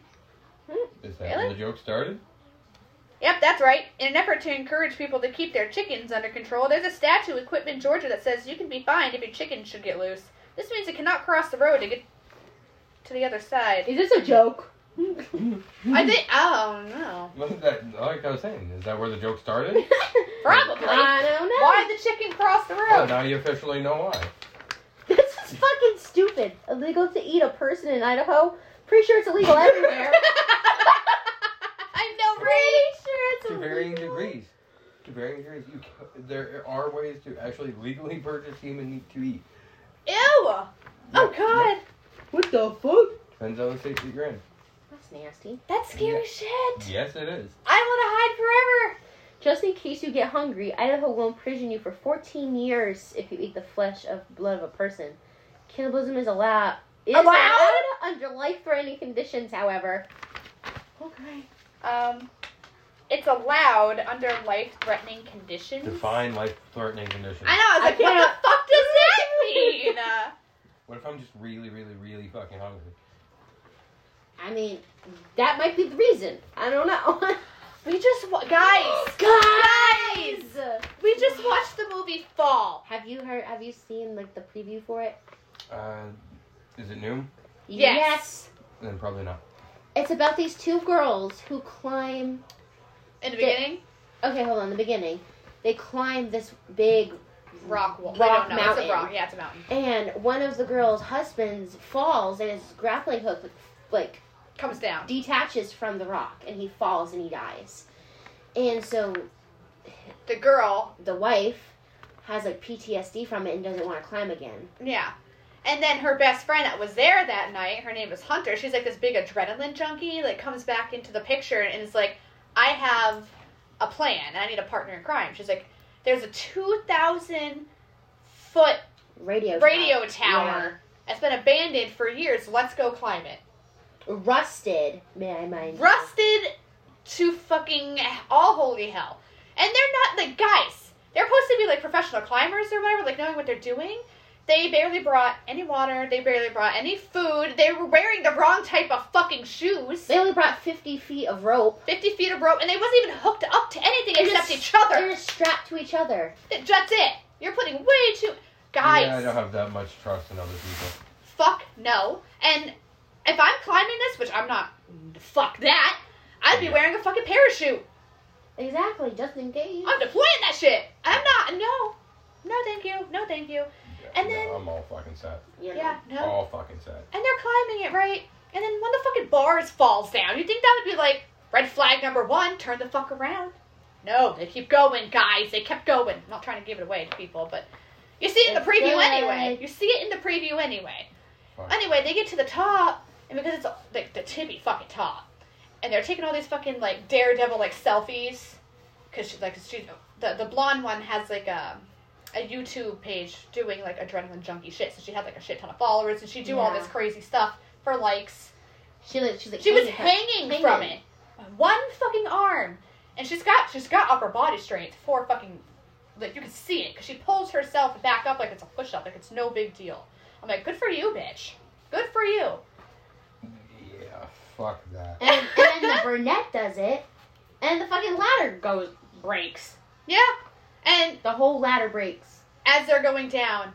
[SPEAKER 3] Is that
[SPEAKER 1] Really?
[SPEAKER 3] when the joke started?
[SPEAKER 1] Yep, that's right. In an effort to encourage people to keep their chickens under control, there's a statute in Quitman, Georgia that says you can be fined if your chicken should get loose. This means it cannot cross the road to get to the other side.
[SPEAKER 2] Is this a joke?
[SPEAKER 1] I think. Oh no.
[SPEAKER 3] Wasn't that like I was saying? Is that where the joke started?
[SPEAKER 1] Probably.
[SPEAKER 5] I don't know.
[SPEAKER 1] Why did the chicken cross the
[SPEAKER 3] well,
[SPEAKER 1] road?
[SPEAKER 3] now you officially know why.
[SPEAKER 2] This is fucking stupid. Illegal to eat a person in Idaho? Pretty sure it's illegal everywhere.
[SPEAKER 1] I know, right?
[SPEAKER 3] To varying degrees. To varying degrees, you can, there are ways to actually legally purchase human meat to eat.
[SPEAKER 1] Ew! Oh god,
[SPEAKER 2] what the fuck?
[SPEAKER 3] Depends on the state that you're in.
[SPEAKER 2] That's nasty.
[SPEAKER 1] that's scary
[SPEAKER 3] Yeah.
[SPEAKER 1] shit.
[SPEAKER 3] Yes, it is.
[SPEAKER 1] I want to hide forever.
[SPEAKER 2] Just in case you get hungry, Idaho will imprison you for 14 years if you eat the flesh of blood of a person. Cannibalism is allowed. Is
[SPEAKER 1] Allowed?
[SPEAKER 2] under life-threatening conditions, however.
[SPEAKER 5] Okay.
[SPEAKER 1] Um, it's allowed under life-threatening conditions.
[SPEAKER 3] Define life-threatening conditions.
[SPEAKER 1] I know. I was like, what
[SPEAKER 2] I
[SPEAKER 1] the
[SPEAKER 2] can't-
[SPEAKER 1] fuck does that mean? Uh,
[SPEAKER 3] What if I'm just really, really, really fucking hungry?
[SPEAKER 2] I mean, that might be the reason. I don't know.
[SPEAKER 1] we just wa- guys, guys. We just watched the movie Fall.
[SPEAKER 2] Have you heard? Have you seen like the preview for it?
[SPEAKER 3] Uh, is it new?
[SPEAKER 1] Yes.
[SPEAKER 3] Then probably not.
[SPEAKER 2] It's about these two girls who climb.
[SPEAKER 1] In the
[SPEAKER 2] Yeah.
[SPEAKER 1] beginning,
[SPEAKER 2] Okay, hold on. The beginning, they climb this big,
[SPEAKER 1] rock wall.
[SPEAKER 2] Rock
[SPEAKER 1] I don't know. It's
[SPEAKER 2] mountain.
[SPEAKER 1] a rock. Yeah, it's a mountain.
[SPEAKER 2] and one of the girls' husbands falls, and his grappling hook like, like
[SPEAKER 1] Comes down.
[SPEAKER 2] detaches from the rock and he falls and he dies. And so
[SPEAKER 1] The girl.
[SPEAKER 2] the wife has like PTSD from it and doesn't want to climb again.
[SPEAKER 1] Yeah. And then her best friend that was there that night, her name was Hunter. She's like this big adrenaline junkie that comes back into the picture and is like, I have a plan. and I need a partner in crime. She's like, there's a 2,000 foot
[SPEAKER 2] Radio. tower.
[SPEAKER 1] radio tower that's been abandoned for years. Let's go climb it.
[SPEAKER 2] Rusted, may I mind. you.
[SPEAKER 1] Rusted to fucking all holy hell. And they're not like guys. They're supposed to be like professional climbers or whatever, like knowing what they're doing. They barely brought any water. They barely brought any food. They were wearing the wrong type of fucking shoes.
[SPEAKER 2] They only brought 50 feet of rope.
[SPEAKER 1] 50 feet of rope, and they wasn't even hooked up to anything
[SPEAKER 2] They're
[SPEAKER 1] except
[SPEAKER 2] just-
[SPEAKER 1] each other.
[SPEAKER 2] They're just strapped to each other.
[SPEAKER 1] That's it. You're putting way too. Guys.
[SPEAKER 3] Yeah, I don't have that much trust in other people.
[SPEAKER 1] fuck no. And if I'm climbing this, which I'm not, fuck that. I'd be
[SPEAKER 3] Yeah.
[SPEAKER 1] wearing a fucking parachute.
[SPEAKER 2] Exactly, just in case.
[SPEAKER 1] I'm deploying that shit. I'm not. No, no, thank you. No, thank you. And
[SPEAKER 3] No,
[SPEAKER 1] then-
[SPEAKER 3] I'm all fucking set.
[SPEAKER 2] You Oh. know.
[SPEAKER 1] Yeah, no.
[SPEAKER 3] All fucking set.
[SPEAKER 1] And they're climbing it right. And then one of the fucking bars falls down. You think that would be like red flag number one? Turn the fuck around. No, they keep going, guys. They kept going. I'm not trying to give it away to people, but you see it in the
[SPEAKER 2] It's
[SPEAKER 1] preview
[SPEAKER 2] good.
[SPEAKER 1] anyway. You see it in the preview anyway.
[SPEAKER 3] Fuck.
[SPEAKER 1] Anyway, they get to the top, and because it's like the tippy fucking top, and they're taking all these fucking like daredevil like selfies, because she like she the the blonde one has like a a YouTube page doing like adrenaline junkie shit, so she had like a shit ton of followers, and she do all
[SPEAKER 2] Yeah.
[SPEAKER 1] this crazy stuff for likes.
[SPEAKER 2] She, like, she's like,
[SPEAKER 1] She was
[SPEAKER 2] hanging-
[SPEAKER 1] hanging, from it,
[SPEAKER 2] hanging.
[SPEAKER 1] one fucking arm, and she's got she's got upper body strength for fucking like you can see it because she pulls herself back up like it's a push up, like it's no big deal. I'm like, good for you, bitch. Good for you.
[SPEAKER 3] Yeah, fuck that.
[SPEAKER 2] And, and then the brunette does it, and the fucking ladder goes breaks.
[SPEAKER 1] Yeah. And
[SPEAKER 2] The whole ladder breaks.
[SPEAKER 1] as they're going down,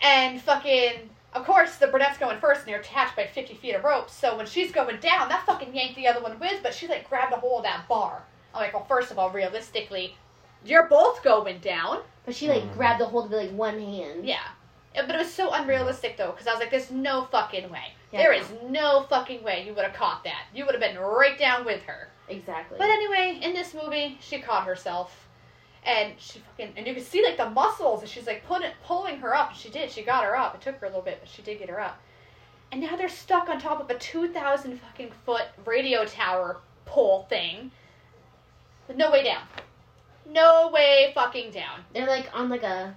[SPEAKER 1] and fucking, of course, the brunette's going first, and they're attached by 50 feet of rope. So when she's going down, that fucking yanked the other one with, but she like grabbed a hold of that bar. I'm like, well, first of all, realistically, you're both going down.
[SPEAKER 2] But she like
[SPEAKER 3] Mhm.
[SPEAKER 2] grabbed a hold of it like one hand.
[SPEAKER 1] Yeah. Yeah, But it was so unrealistic though, because I was like, there's no fucking way.
[SPEAKER 2] Yeah.
[SPEAKER 1] There is no fucking way you would have caught that. You would have been right down with her.
[SPEAKER 2] Exactly.
[SPEAKER 1] But anyway, in this movie, she caught herself, and she fucking and you can see like the muscles, and she's like put pulling her up. She did. She got her up. It took her a little bit, but she did get her up. and now they're stuck on top of a 2,000 fucking foot radio tower pole thing with no way down. No way fucking down.
[SPEAKER 2] They're like on like a,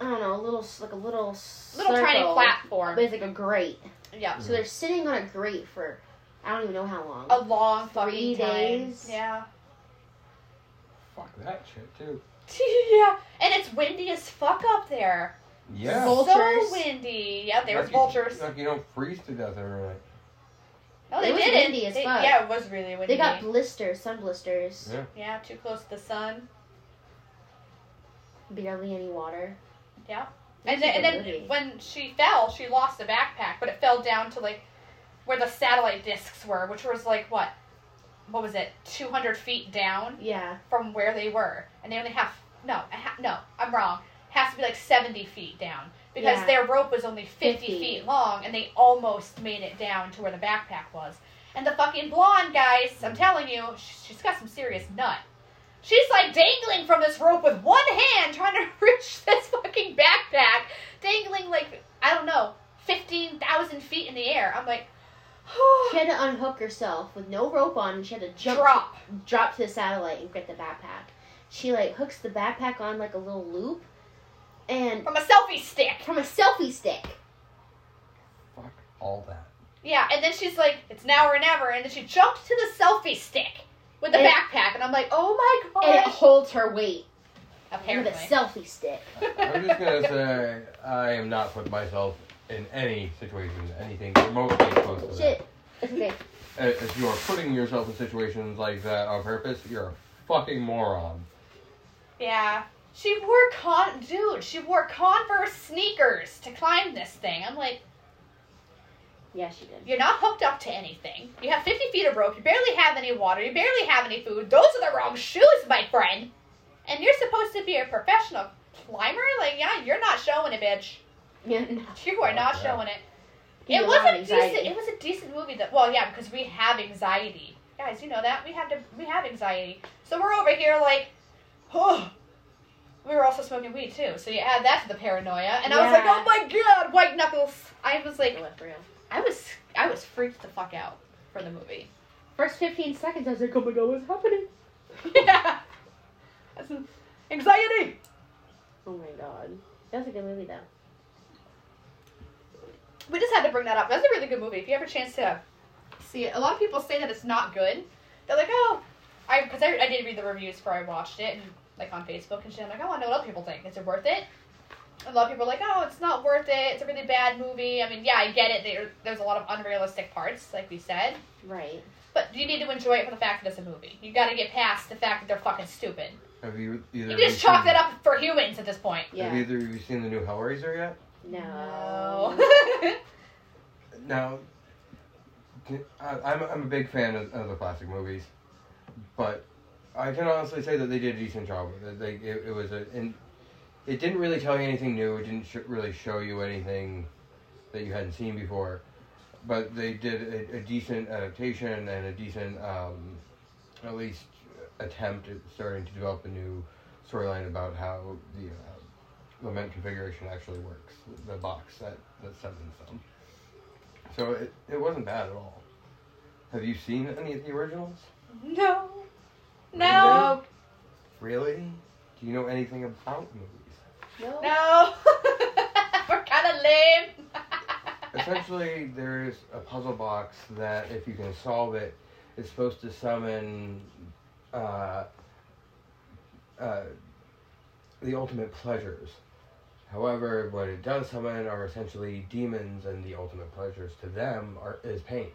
[SPEAKER 2] I don't know, a little s- like a little
[SPEAKER 1] Little tiny
[SPEAKER 2] circle,
[SPEAKER 1] platform.
[SPEAKER 2] but it's like a grate.
[SPEAKER 1] Yeah.
[SPEAKER 2] So they're sitting on a grate for I don't even know how long.
[SPEAKER 1] A long fucking
[SPEAKER 2] Three
[SPEAKER 1] time.
[SPEAKER 2] days.
[SPEAKER 1] Yeah.
[SPEAKER 3] Fuck that shit too.
[SPEAKER 1] yeah. And it's windy as fuck up there.
[SPEAKER 3] Yeah.
[SPEAKER 2] Vol- Vultures.
[SPEAKER 1] So windy. Yeah, there's
[SPEAKER 3] Like you-
[SPEAKER 1] vultures.
[SPEAKER 3] like you don't freeze to death every night.
[SPEAKER 1] No,
[SPEAKER 2] It
[SPEAKER 1] they
[SPEAKER 2] was
[SPEAKER 1] didn't.
[SPEAKER 2] windy as
[SPEAKER 1] They-
[SPEAKER 2] fuck.
[SPEAKER 1] Yeah, it was really windy.
[SPEAKER 2] They got blisters, sun blisters,
[SPEAKER 3] Yeah.
[SPEAKER 1] yeah, too close to the sun.
[SPEAKER 2] barely any water.
[SPEAKER 1] Yeah. And
[SPEAKER 2] That's
[SPEAKER 1] then, and
[SPEAKER 2] super
[SPEAKER 1] then
[SPEAKER 2] dirty.
[SPEAKER 1] when she fell, she lost the backpack, but it fell down to like where the satellite discs were, which was like what? What was it? 200 feet down
[SPEAKER 2] yeah,
[SPEAKER 1] from where they were. And they only have no, a ha- no, I'm wrong. has to be like 70 feet down because
[SPEAKER 2] Yeah.
[SPEAKER 1] their rope was only 50,
[SPEAKER 2] 50.
[SPEAKER 1] feet long and they almost made it down to where the backpack was. And the fucking blonde guys, I'm telling you, sh- she's got some serious nut. She's like dangling from this rope with one hand trying to reach this fucking backpack, dangling like, I don't know, 15,000 feet in the air. I'm like,
[SPEAKER 2] she had to unhook herself with no rope on, and she had to jump,
[SPEAKER 1] drop.
[SPEAKER 2] drop to the satellite and get the backpack. She like hooks the backpack on like a little loop, and
[SPEAKER 1] From a selfie stick.
[SPEAKER 2] from a selfie stick.
[SPEAKER 3] Fuck all that.
[SPEAKER 1] Yeah, and then she's like, it's now or never, and then she jumped to the selfie stick with the
[SPEAKER 2] And-
[SPEAKER 1] backpack, and I'm like, oh my
[SPEAKER 2] And it
[SPEAKER 1] god.
[SPEAKER 2] holds her weight
[SPEAKER 1] Apparently.
[SPEAKER 2] with a selfie stick.
[SPEAKER 3] I'm just gonna say I am not putting myself in any situation, anything remotely close to that.
[SPEAKER 2] Shit. It's okay.
[SPEAKER 3] Uh, If you are putting yourself in situations like that on purpose, you're a fucking moron.
[SPEAKER 1] yeah. She wore con dude, she wore Converse sneakers to climb this thing. I'm like,
[SPEAKER 2] Yeah, she did.
[SPEAKER 1] you're not hooked up to anything. You have 50 feet of rope, you barely have any water, you barely have any food. Those are the wrong shoes, my friend. And you're supposed to be a professional climber? Like, yeah, you're not showing it, bitch.
[SPEAKER 2] Yeah, no.
[SPEAKER 1] You are not
[SPEAKER 3] Okay.
[SPEAKER 1] showing it.
[SPEAKER 2] You
[SPEAKER 1] It
[SPEAKER 2] have
[SPEAKER 1] was
[SPEAKER 2] lot of
[SPEAKER 1] a
[SPEAKER 2] anxiety.
[SPEAKER 1] decent. It was a decent movie. That well, yeah, because we have anxiety, guys. You know that we have to. We have anxiety, so we're over here like, oh. We were also smoking weed too, so you add that to the paranoia, and I was like,
[SPEAKER 2] Yeah.
[SPEAKER 1] oh my god, white knuckles. I was like,
[SPEAKER 2] Oh, that's real.
[SPEAKER 1] I was, I was freaked the fuck out for the movie.
[SPEAKER 2] First 15 seconds, I was like, oh my god, what's happening?
[SPEAKER 1] yeah, That's an- anxiety.
[SPEAKER 2] Oh my god. That was a good movie, though.
[SPEAKER 1] We just had to bring that up. That's a really good movie. If you have a chance to see it, a lot of people say that it's not good. They're like, oh, I because I, I did read the reviews before I watched it and like on Facebook and shit. I'm like, "Oh, I want to know what other people think. Is it worth it? A lot of people are like, oh, it's not worth it. It's a really bad movie. I mean, yeah, I get it. There, there's a lot of unrealistic parts, like we said.
[SPEAKER 2] Right.
[SPEAKER 1] But you need to enjoy it for the fact that it's a movie. You got to get past the fact that they're fucking stupid.
[SPEAKER 3] Have you either?
[SPEAKER 1] You
[SPEAKER 3] of
[SPEAKER 1] just
[SPEAKER 3] seen-
[SPEAKER 1] chalk that up for humans at this point.
[SPEAKER 2] Yeah.
[SPEAKER 3] Have either of you seen the new Hellraiser yet?
[SPEAKER 2] No.
[SPEAKER 1] No.
[SPEAKER 3] Now, I- I'm I'm a big fan of, of the classic movies, but I can honestly say that they did a decent job. with it. They, it, it was a, and it didn't really tell you anything new. It didn't sh- really show you anything that you hadn't seen before, but they did a, a decent adaptation and a decent, um, at least, attempt at starting to develop a new storyline about how the uh, lament configuration actually works. The box that that summons them. So it, it wasn't bad at all. Have you seen any of the originals?
[SPEAKER 1] no.
[SPEAKER 3] No.
[SPEAKER 1] No.
[SPEAKER 3] Really? Do you know anything about movies?
[SPEAKER 2] No.
[SPEAKER 1] No. We're kind of lame.
[SPEAKER 3] Essentially, there's a puzzle box that, if you can solve it, is supposed to summon uh, uh, the ultimate pleasures. However, what it does summon are essentially demons, and the ultimate pleasures to them are is pain.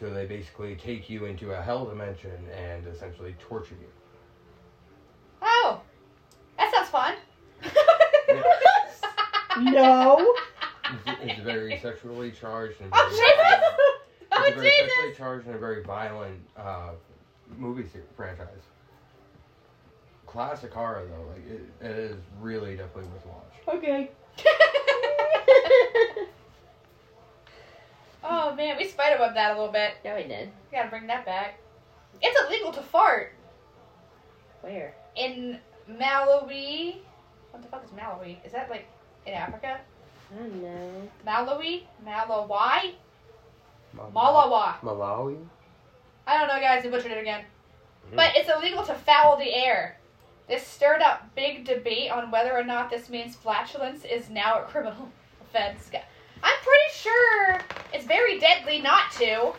[SPEAKER 3] So they basically take you into a hell dimension and essentially torture you.
[SPEAKER 1] Oh, that sounds fun.
[SPEAKER 4] No.
[SPEAKER 3] It's- It's very sexually charged and
[SPEAKER 1] Oh
[SPEAKER 3] very,
[SPEAKER 1] Jesus! Oh
[SPEAKER 3] it's a very sexually
[SPEAKER 1] Jesus!
[SPEAKER 3] charged and a very violent uh, movie se- franchise. Classic horror though, like it, it is really definitely worth watch.
[SPEAKER 4] Okay.
[SPEAKER 1] oh man, we spiderwebbed that a little bit.
[SPEAKER 2] yeah, we did.
[SPEAKER 1] We gotta bring that back. It's illegal to fart
[SPEAKER 2] Where?
[SPEAKER 1] in Malawi. What the fuck is Malawi? Is that like in Africa?
[SPEAKER 2] I don't know.
[SPEAKER 1] Malawi? Malawai?
[SPEAKER 3] Mal-
[SPEAKER 1] Malawi.
[SPEAKER 3] Malawi?
[SPEAKER 1] I don't know, guys. I butchered it again. But it's illegal to foul the air. This stirred up big debate on whether or not this means flatulence is now a criminal offense. I'm pretty sure it's very deadly not to.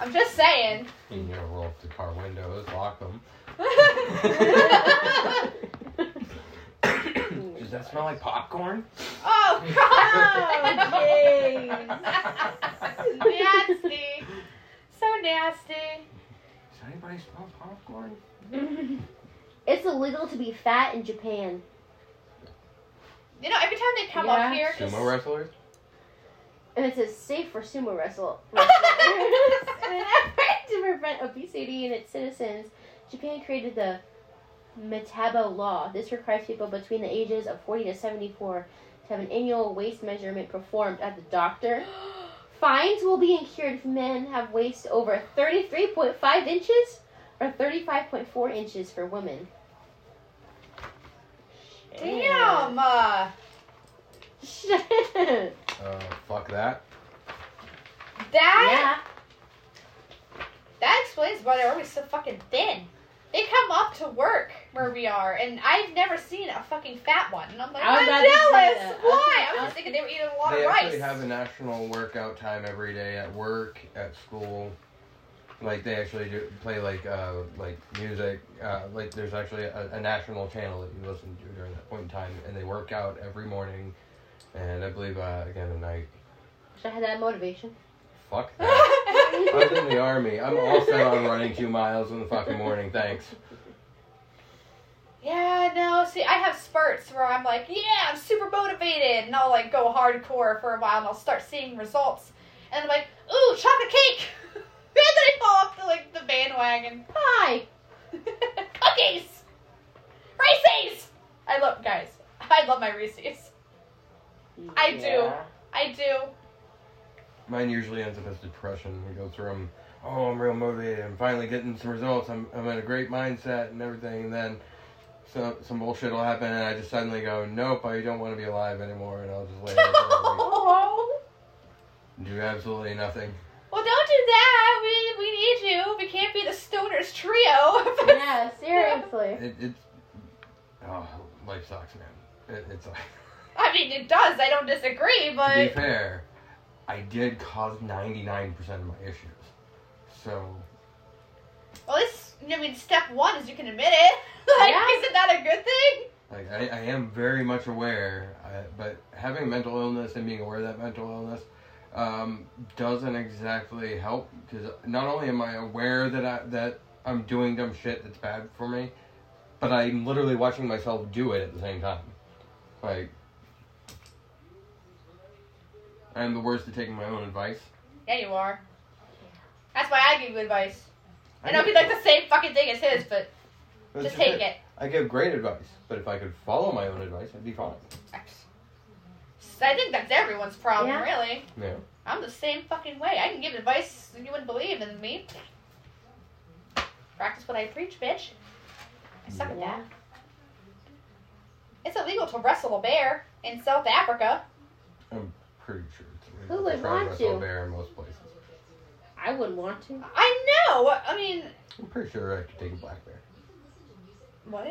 [SPEAKER 1] I'm just saying.
[SPEAKER 3] You know, roll up the car windows, lock them.
[SPEAKER 1] oh
[SPEAKER 3] Does that smell like popcorn?
[SPEAKER 1] Oh, God!
[SPEAKER 4] jeez.
[SPEAKER 1] nasty. So nasty.
[SPEAKER 3] Does anybody smell popcorn?
[SPEAKER 2] It's illegal to be fat in Japan.
[SPEAKER 1] You know, every time they come
[SPEAKER 2] Yeah.
[SPEAKER 1] up here,
[SPEAKER 3] Sumo wrestlers?
[SPEAKER 2] And it says safe for sumo wrestle.
[SPEAKER 1] wrestlers.
[SPEAKER 2] to prevent obesity in its citizens, Japan created the Metabo Law. This requires people between the ages of 40 to 74 to have an annual waist measurement performed at the doctor. Fines will be incurred if men have waist over 33.5 inches or 35.4 inches for women.
[SPEAKER 1] Damn. Uh,
[SPEAKER 3] Uh, fuck that.
[SPEAKER 1] that.
[SPEAKER 2] yeah.
[SPEAKER 1] That explains why they're always so fucking thin. They come up to work where we are, and I've never seen a fucking fat one. And I'm like,
[SPEAKER 2] I was
[SPEAKER 1] I'm
[SPEAKER 2] about to say
[SPEAKER 1] jealous.
[SPEAKER 2] that. I was-
[SPEAKER 1] Why?
[SPEAKER 2] I
[SPEAKER 1] I'm
[SPEAKER 2] was-
[SPEAKER 1] just thinking they were eating a lot
[SPEAKER 3] they
[SPEAKER 1] of rice.
[SPEAKER 3] actually have a national workout time every day at work, at school. Like they actually do play like uh like music. Uh, like there's actually a, a national channel that you listen to during that point in time, and they work out every morning, and I believe uh, again at night.
[SPEAKER 2] Should I have that motivation?
[SPEAKER 3] Fuck that. I was in the army. I'm all set on running two miles in the fucking morning. Thanks.
[SPEAKER 1] yeah, no. See, I have spurts where I'm like, yeah, I'm super motivated, and I'll like go hardcore for a while, and I'll start seeing results, and I'm like, ooh, chocolate cake. and then I fall off the like the bandwagon.
[SPEAKER 2] Hi.
[SPEAKER 1] Cookies! Reese's! I love, guys, I love my Reese's. I I do.
[SPEAKER 3] Mine usually ends up as depression. It goes from, oh, I'm real motivated. I'm finally getting some results. I'm, I'm in a great mindset and everything. And then some, some bullshit will happen, and I just suddenly go, nope, I don't want to be alive anymore. And I'll just lay there for a week
[SPEAKER 1] Oh.
[SPEAKER 3] and do absolutely nothing.
[SPEAKER 1] Well, don't do that. We we need you. We can't be the stoners trio.
[SPEAKER 2] Yeah, seriously.
[SPEAKER 3] It, it's, oh, life sucks, man. It, it's like,
[SPEAKER 1] I mean, it does. I don't disagree,
[SPEAKER 3] to be
[SPEAKER 1] but
[SPEAKER 3] fair, I did cause 99% of my issues. So,
[SPEAKER 1] well, this. I mean, step one is you can admit it. Like,
[SPEAKER 2] Yeah.
[SPEAKER 1] isn't that a good thing?
[SPEAKER 3] Like I, I am very much aware, uh, but having mental illness and being aware of that mental illness um, doesn't exactly help because not only am I aware that I that I'm doing dumb shit that's bad for me, but I'm literally watching myself do it at the same time. Like I'm the worst at taking my own advice.
[SPEAKER 1] Yeah, you are. That's why I give you advice. I know
[SPEAKER 3] give-
[SPEAKER 1] it'd be like the same fucking thing as his, but
[SPEAKER 3] that's
[SPEAKER 1] just
[SPEAKER 3] just
[SPEAKER 1] take it.
[SPEAKER 3] I give great advice, but if I could follow my own advice, I'd be fine.
[SPEAKER 1] I think that's everyone's problem,
[SPEAKER 2] Yeah.
[SPEAKER 1] really.
[SPEAKER 3] Yeah.
[SPEAKER 1] I'm the same fucking way. I can give advice you wouldn't believe in me. Practice what I preach, bitch. I suck at that.
[SPEAKER 2] Yeah.
[SPEAKER 1] It's illegal to wrestle a bear in South Africa.
[SPEAKER 3] Pretty sure it's
[SPEAKER 2] Who
[SPEAKER 3] illegal
[SPEAKER 2] would
[SPEAKER 3] to try and
[SPEAKER 2] want
[SPEAKER 3] wrestle a
[SPEAKER 2] to?
[SPEAKER 3] bear in most places.
[SPEAKER 2] I wouldn't want to.
[SPEAKER 1] I know. I mean,
[SPEAKER 3] I'm pretty sure I could take a black bear.
[SPEAKER 1] what?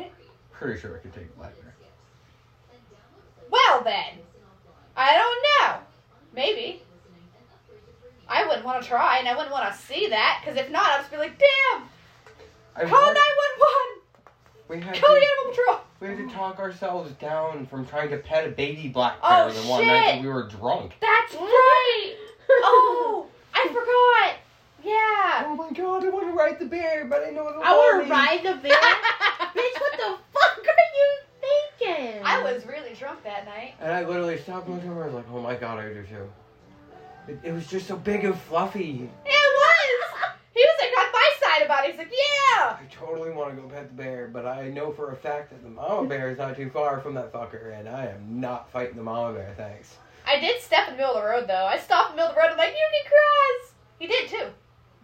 [SPEAKER 3] Pretty sure I could take a black bear.
[SPEAKER 1] Well then, I don't know. Maybe. I wouldn't want to try, and I wouldn't want to see that, because if not, I'd just be like, damn,
[SPEAKER 3] I
[SPEAKER 1] call
[SPEAKER 3] worked-
[SPEAKER 1] 911,
[SPEAKER 3] we had
[SPEAKER 1] call the
[SPEAKER 3] to,
[SPEAKER 1] animal patrol.
[SPEAKER 3] we had to talk ourselves down from trying to pet a baby black bear
[SPEAKER 1] Oh,
[SPEAKER 3] the one night that
[SPEAKER 1] shit.
[SPEAKER 3] we were drunk.
[SPEAKER 1] That's right. Oh, I forgot. Yeah.
[SPEAKER 3] Oh my god, I want to ride the bear, but I know it'll
[SPEAKER 2] I want
[SPEAKER 3] want
[SPEAKER 2] to ride the bear. Bitch, what the fuck are you thinking?
[SPEAKER 1] I was really drunk that night.
[SPEAKER 3] And I literally stopped and looked over and was like, oh my god, I do too. It, it was just so big and fluffy.
[SPEAKER 1] It was. He was like on my side about it. He's like, yeah.
[SPEAKER 3] I totally want to go pet the bear, but I know for a fact that the
[SPEAKER 1] Mm.
[SPEAKER 3] mama bear is not too far from that fucker, and I am not fighting the mama bear, thanks.
[SPEAKER 1] I did step in the middle of the road though. I stopped in the middle of the road. I'm like, you can cross. He did too.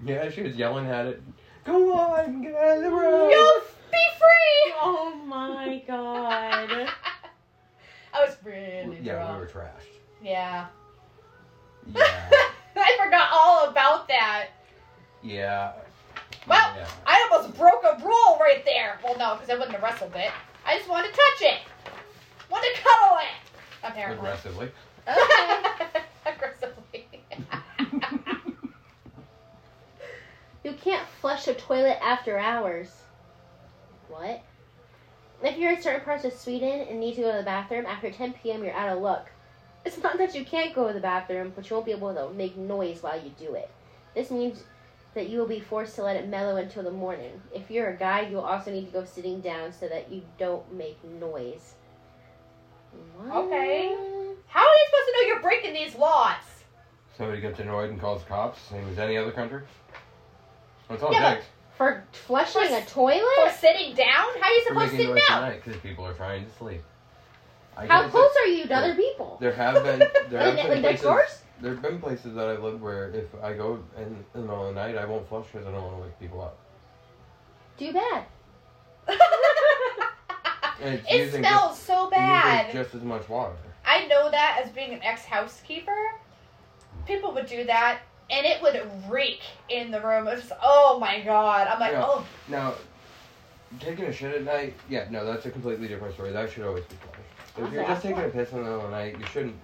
[SPEAKER 3] Yeah, she was yelling at it. Go on, get out of the road.
[SPEAKER 1] You'll be free.
[SPEAKER 2] Oh my god.
[SPEAKER 1] I was really
[SPEAKER 3] yeah, we
[SPEAKER 1] drunk.
[SPEAKER 3] were trashed.
[SPEAKER 1] Yeah.
[SPEAKER 3] Yeah.
[SPEAKER 1] I forgot all about that.
[SPEAKER 3] yeah.
[SPEAKER 1] Well,
[SPEAKER 3] yeah.
[SPEAKER 1] I almost broke a rule right there. Well, no, because I wouldn't have wrestled it. I just wanted to touch it. Wanted to cuddle it. Apparently.
[SPEAKER 3] aggressively.
[SPEAKER 1] Aggressively.
[SPEAKER 2] You can't flush a toilet after hours. What? If you're in certain parts of Sweden and need to go to the bathroom after 10 p.m., you're out of luck. It's not that you can't go to the bathroom, but you won't be able to make noise while you do it. This means that you will be forced to let it mellow until the morning. If you're a guy, you'll also need to go sitting down so that you don't make noise. What?
[SPEAKER 1] Okay. How are you supposed to know you're breaking these laws?
[SPEAKER 3] Somebody gets annoyed and calls cops. Same as any other country. Well, it's all
[SPEAKER 1] Yeah, but-
[SPEAKER 3] dicks.
[SPEAKER 2] For flushing a
[SPEAKER 1] For
[SPEAKER 2] toilet?
[SPEAKER 1] sitting down? How are you
[SPEAKER 3] We're
[SPEAKER 1] supposed
[SPEAKER 3] making
[SPEAKER 1] to
[SPEAKER 3] noise
[SPEAKER 1] know?
[SPEAKER 3] tonight because people are trying to sleep. I
[SPEAKER 2] How
[SPEAKER 3] guess
[SPEAKER 2] close
[SPEAKER 3] that
[SPEAKER 2] are you to other people?
[SPEAKER 3] There have been there have
[SPEAKER 2] Like,
[SPEAKER 3] been
[SPEAKER 2] like next
[SPEAKER 3] places
[SPEAKER 2] doors?
[SPEAKER 3] there have been places that I've lived where if I go in, in the middle of the night I won't flush because I don't want to wake people up.
[SPEAKER 2] Too bad.
[SPEAKER 3] And it's
[SPEAKER 1] it
[SPEAKER 3] using
[SPEAKER 1] smells so
[SPEAKER 3] just,
[SPEAKER 1] bad.
[SPEAKER 3] using just as much water.
[SPEAKER 1] I know that as being an ex housekeeper, people would do that and it would reek in the room. It's just, oh my god. I'm like,
[SPEAKER 3] Yeah.
[SPEAKER 1] oh,
[SPEAKER 3] Now, taking a shit at night, yeah, no, that's a completely different story. That should always be flushed. But if you're just taking a piss in the middle of the night, you shouldn't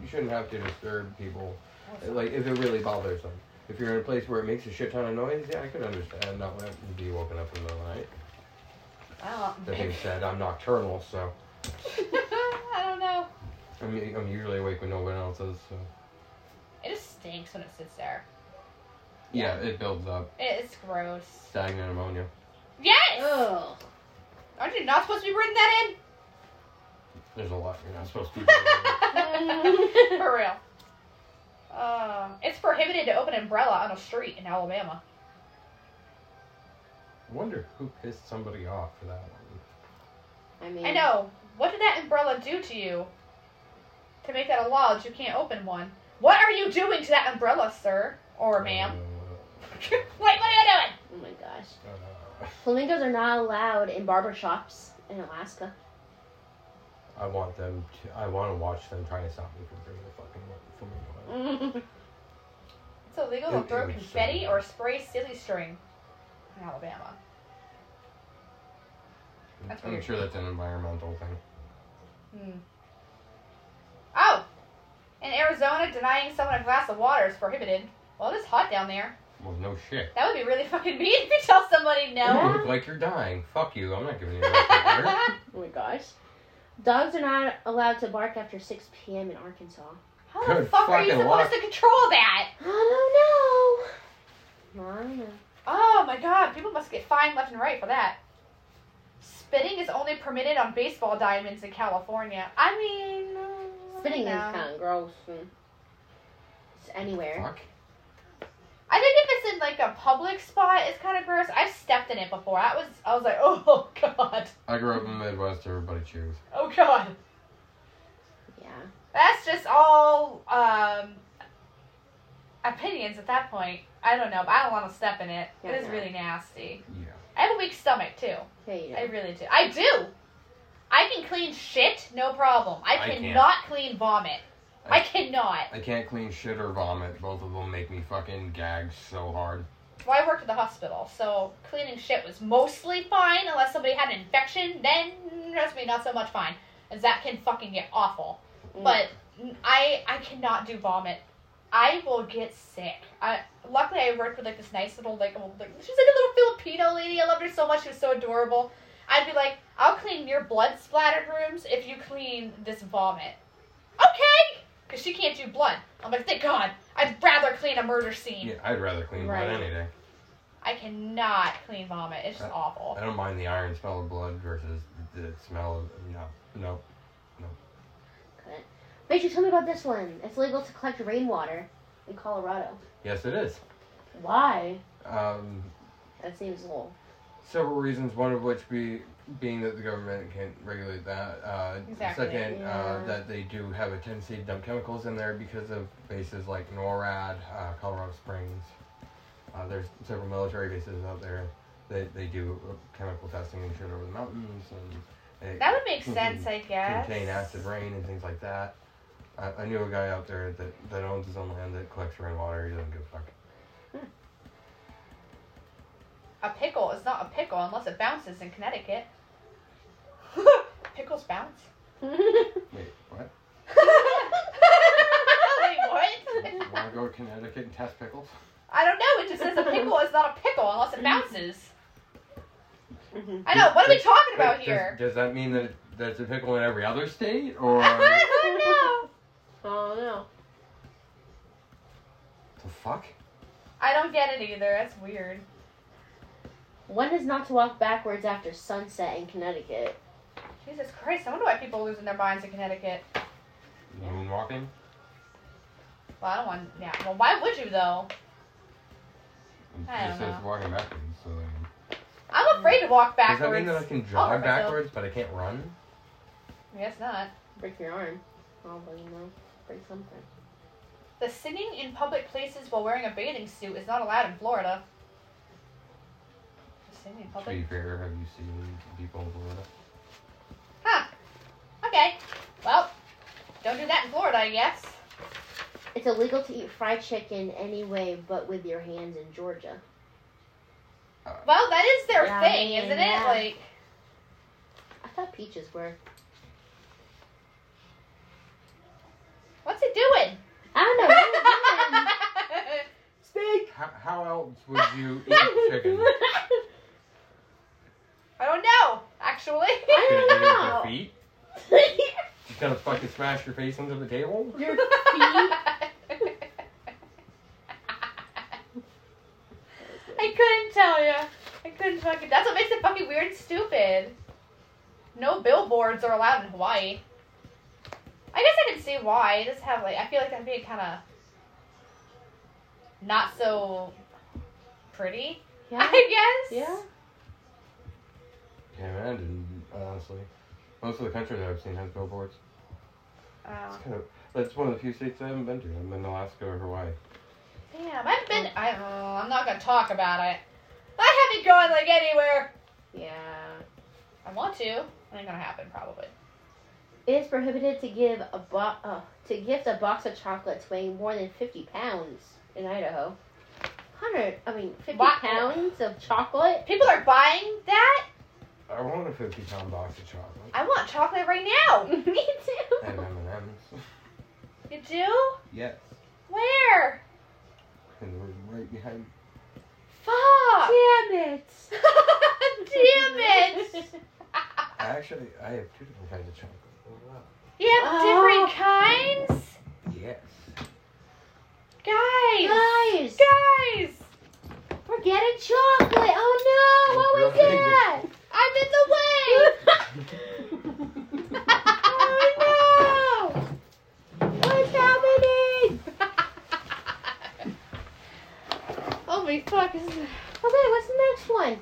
[SPEAKER 3] you shouldn't have to disturb people. Like if it really bothers them. If you're in a place where it makes a shit ton of noise, yeah, I could understand not wanting to be woken up in the middle of the night.
[SPEAKER 1] I
[SPEAKER 3] That being said, I'm nocturnal, so
[SPEAKER 1] don't, I don't know.
[SPEAKER 3] I'm, I'm usually awake when no one else is. So
[SPEAKER 1] It just stinks when it sits there.
[SPEAKER 3] yeah, it builds up
[SPEAKER 1] It's gross.
[SPEAKER 3] stagnant ammonia.
[SPEAKER 1] Yes!
[SPEAKER 2] Ugh.
[SPEAKER 1] Aren't you not supposed to be writing that
[SPEAKER 3] There's a lot you're not supposed to. Be
[SPEAKER 1] in? For real. Um, it's prohibited to open an umbrella on a street in Alabama.
[SPEAKER 3] Wonder who pissed somebody off for that one.
[SPEAKER 2] I mean,
[SPEAKER 1] I know. What did that umbrella do to you to make that a law that you can't open one? What are you doing to that umbrella, sir? Or ma'am? Wait, what are you doing?
[SPEAKER 2] Oh my gosh.
[SPEAKER 3] Uh, uh,
[SPEAKER 2] Flamingos are not allowed in barber shops in Alaska.
[SPEAKER 3] I want them. To, I want to watch them trying to stop me from bringing the fucking flamingo. out.
[SPEAKER 1] Oh It's illegal to
[SPEAKER 3] It
[SPEAKER 1] throw
[SPEAKER 3] is, uh,
[SPEAKER 1] confetti or spray silly string in Alabama. That's
[SPEAKER 3] I'm
[SPEAKER 1] weird.
[SPEAKER 3] sure that's an environmental thing.
[SPEAKER 1] Hmm. Oh! In Arizona, denying someone a glass of water is prohibited. Well, it's hot down there.
[SPEAKER 3] Well, no shit.
[SPEAKER 1] That would be really fucking mean if you tell somebody
[SPEAKER 3] You
[SPEAKER 1] no.
[SPEAKER 3] look like you're dying. Fuck you. I'm not giving you. that water.
[SPEAKER 2] Oh my gosh. Dogs are not allowed to bark after 6 p.m. in Arkansas.
[SPEAKER 1] How the
[SPEAKER 3] Good
[SPEAKER 1] fuck are you
[SPEAKER 3] fucking
[SPEAKER 1] supposed
[SPEAKER 3] luck.
[SPEAKER 1] to control that?
[SPEAKER 2] I don't know. I don't know.
[SPEAKER 1] Oh my god, people must get fined left and right for that. Spitting is only permitted on baseball diamonds in California. I mean, uh,
[SPEAKER 2] Spitting
[SPEAKER 1] no.
[SPEAKER 2] is kind of gross. mm. It's anywhere.
[SPEAKER 3] Fuck.
[SPEAKER 1] I think if it's in like a public spot, it's kind of gross. I've stepped in it before. I was, I was like, oh god,
[SPEAKER 3] I grew up in the Midwest. Everybody chews.
[SPEAKER 1] oh god.
[SPEAKER 2] Yeah.
[SPEAKER 1] That's just all um, opinions at that point. I don't know, but I don't want to step in it.
[SPEAKER 2] Yeah,
[SPEAKER 1] It is
[SPEAKER 2] yeah.
[SPEAKER 1] really nasty.
[SPEAKER 3] Yeah.
[SPEAKER 1] I have a weak stomach too.
[SPEAKER 2] There you
[SPEAKER 1] I
[SPEAKER 2] go.
[SPEAKER 1] really do. I do. I can clean shit, no problem. I
[SPEAKER 3] I can't.
[SPEAKER 1] cannot clean vomit. I,
[SPEAKER 3] I-
[SPEAKER 1] cannot.
[SPEAKER 3] I can't clean shit or vomit. Both of them make me fucking gag so hard.
[SPEAKER 1] Well, I worked at the hospital, so cleaning shit was mostly fine, unless somebody had an infection. Then trust me, not so much fine, as that can fucking get awful. But I I cannot do vomit. I will get sick. I luckily I worked with like this nice little like, old, like she's like a little Filipino lady. I loved her so much. She was so adorable. I'd be like, I'll clean your blood splattered rooms if you clean this vomit. Okay, because she can't do blood. I'm like, thank God. I'd rather clean a murder scene.
[SPEAKER 3] Yeah, I'd rather clean
[SPEAKER 2] Right.
[SPEAKER 3] blood any day.
[SPEAKER 1] I cannot clean vomit. It's just
[SPEAKER 3] Uh,
[SPEAKER 1] awful.
[SPEAKER 3] I don't mind the iron smell of blood versus the smell of no, no.
[SPEAKER 2] Cut. Rachel, tell me about this one. It's legal to collect rainwater in Colorado.
[SPEAKER 3] Yes, it is.
[SPEAKER 2] Why?
[SPEAKER 3] Um,
[SPEAKER 2] That seems a little.
[SPEAKER 3] several reasons. One of which be being that the government can't regulate that. Uh,
[SPEAKER 1] Exactly,
[SPEAKER 3] Second,
[SPEAKER 2] yeah.
[SPEAKER 3] uh, that they do have a tendency to dump chemicals in there because of bases like NORAD, uh, Colorado Springs. Uh, there's several military bases out there. They they do uh, chemical testing and shit over the mountains and. They,
[SPEAKER 1] That would make
[SPEAKER 3] Mhm.
[SPEAKER 1] sense, I guess.
[SPEAKER 3] contain acid rain and things like that. I, I knew a guy out there that, that owns his own land that collects rainwater. He doesn't give a fuck.
[SPEAKER 1] A pickle is not a pickle unless it bounces in Connecticut. Pickles bounce.
[SPEAKER 3] Wait, what?
[SPEAKER 1] Wait, what?
[SPEAKER 3] Want to go to Connecticut and test pickles?
[SPEAKER 1] I don't know. It just says a pickle is not a pickle unless it bounces. I know. What are we talking about
[SPEAKER 3] Wait,
[SPEAKER 1] here?
[SPEAKER 3] Does, does that mean that, it, that it's a pickle in every other state? Or the
[SPEAKER 1] I don't know.
[SPEAKER 4] Oh no.
[SPEAKER 3] fuck?
[SPEAKER 1] I don't get it either. That's weird.
[SPEAKER 2] One is not to walk backwards after sunset in Connecticut.
[SPEAKER 1] Jesus Christ! I wonder why people are losing their minds in Connecticut.
[SPEAKER 3] Moonwalking?
[SPEAKER 1] Well, I don't want. Yeah. Well, why would you though?
[SPEAKER 3] It
[SPEAKER 1] I
[SPEAKER 3] just
[SPEAKER 1] don't
[SPEAKER 3] says
[SPEAKER 1] know.
[SPEAKER 3] walking backwards. So, um,
[SPEAKER 1] I'm afraid to walk
[SPEAKER 3] does that mean
[SPEAKER 1] backwards.
[SPEAKER 3] that I can
[SPEAKER 1] I'll hurt
[SPEAKER 3] jog
[SPEAKER 1] myself.
[SPEAKER 3] backwards but I can't run?
[SPEAKER 1] Yes, not.
[SPEAKER 2] Break your arm. Probably no. Break something.
[SPEAKER 1] The singing in public places while wearing a bathing suit is not allowed in Florida. The singing in
[SPEAKER 3] To be
[SPEAKER 1] public.
[SPEAKER 3] fair, have you seen people in Florida?
[SPEAKER 1] Okay. Well, don't do that in Florida, I guess.
[SPEAKER 2] It's illegal to eat fried chicken any way but with your hands in Georgia.
[SPEAKER 1] Well, that is their
[SPEAKER 2] Yeah, I
[SPEAKER 1] thing,
[SPEAKER 2] mean,
[SPEAKER 1] isn't
[SPEAKER 2] yeah.
[SPEAKER 1] it? Like,
[SPEAKER 2] I thought peaches were.
[SPEAKER 1] what's it doing?
[SPEAKER 2] I don't know. what are you doing?
[SPEAKER 4] Speak.
[SPEAKER 3] How, how else would you eat chicken?
[SPEAKER 1] I don't know, actually.
[SPEAKER 2] I
[SPEAKER 3] Could
[SPEAKER 2] don't
[SPEAKER 3] it be with your
[SPEAKER 2] know.
[SPEAKER 3] feet? You gonna fucking smash your face into the table?
[SPEAKER 2] Your
[SPEAKER 1] I couldn't tell you. I couldn't fucking. That's what makes it fucking weird and stupid. No billboards are allowed in Hawaii. I guess I can see why. I just have like I feel like that'd be kind of not so pretty.
[SPEAKER 2] Yeah.
[SPEAKER 1] I guess.
[SPEAKER 2] Yeah.
[SPEAKER 3] Can't imagine, honestly. Most of the country that I've seen has billboards.
[SPEAKER 1] Oh,
[SPEAKER 3] It's kind of, that's one of the few states I haven't been to. I've been to Alaska or Hawaii.
[SPEAKER 1] damn, I've been. oh, I don't know. I'm not gonna talk about it. I haven't gone like anywhere.
[SPEAKER 2] Yeah.
[SPEAKER 1] I want to. It ain't gonna happen probably.
[SPEAKER 2] It is prohibited to give a bo- uh, to gift a box of chocolates weighing more than fifty pounds in Idaho. Hundred, I mean fifty
[SPEAKER 1] Wow.
[SPEAKER 2] pounds of chocolate.
[SPEAKER 1] People are buying that.
[SPEAKER 3] I want a 50 pound box of chocolate.
[SPEAKER 1] I want chocolate right now.
[SPEAKER 2] Me too.
[SPEAKER 3] And M&M's.
[SPEAKER 1] You do?
[SPEAKER 3] Yes.
[SPEAKER 1] Where?
[SPEAKER 3] And we're right behind.
[SPEAKER 1] Fuck.
[SPEAKER 2] Damn it!
[SPEAKER 1] Damn it.
[SPEAKER 3] Actually, I have two different kinds of chocolate. Wow.
[SPEAKER 1] You have
[SPEAKER 2] Oh.
[SPEAKER 1] different kinds?
[SPEAKER 3] Yes.
[SPEAKER 1] Guys.
[SPEAKER 2] Guys,
[SPEAKER 1] Guys.
[SPEAKER 2] we're getting chocolate. Oh no! What was that?
[SPEAKER 1] I'm in the way. oh no.
[SPEAKER 2] What's happening?
[SPEAKER 1] Holy Oh, fuck. This is...
[SPEAKER 2] Okay, what's the next one?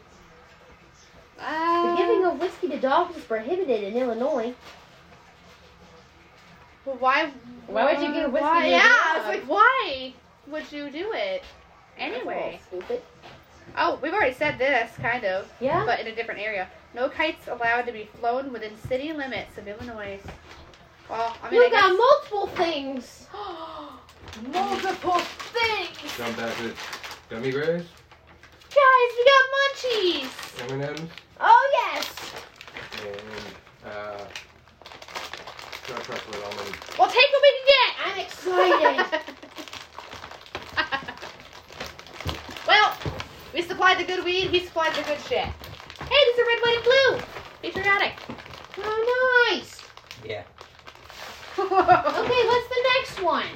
[SPEAKER 2] The
[SPEAKER 1] Uh,
[SPEAKER 2] giving of whiskey to dogs is prohibited in Illinois.
[SPEAKER 1] Well, why?
[SPEAKER 2] Why would you give whiskey
[SPEAKER 1] Why?
[SPEAKER 2] to a
[SPEAKER 1] Yeah, I
[SPEAKER 2] dog?
[SPEAKER 1] was like, why would you do it? Anyway.
[SPEAKER 2] That's a little stupid.
[SPEAKER 1] Oh, we've already said this, kind of,
[SPEAKER 2] Yeah.
[SPEAKER 1] but in a different area. No kites allowed to be flown within city limits of Illinois. Well, I mean,
[SPEAKER 2] you
[SPEAKER 1] I
[SPEAKER 2] got multiple things.
[SPEAKER 1] guess... multiple things,
[SPEAKER 3] Jump back with gummy bears,
[SPEAKER 1] guys. We got munchies.
[SPEAKER 3] M&M's,
[SPEAKER 2] Oh yes.
[SPEAKER 3] and, uh, dark chocolate almond.
[SPEAKER 1] Well, take what we can
[SPEAKER 2] I'm excited.
[SPEAKER 1] get. well, we supplied the good weed. He supplied the good shit. Hey, these are red, white, and blue. Patriotic.
[SPEAKER 2] oh, nice.
[SPEAKER 3] Yeah.
[SPEAKER 1] I
[SPEAKER 2] Okay, what's the next one?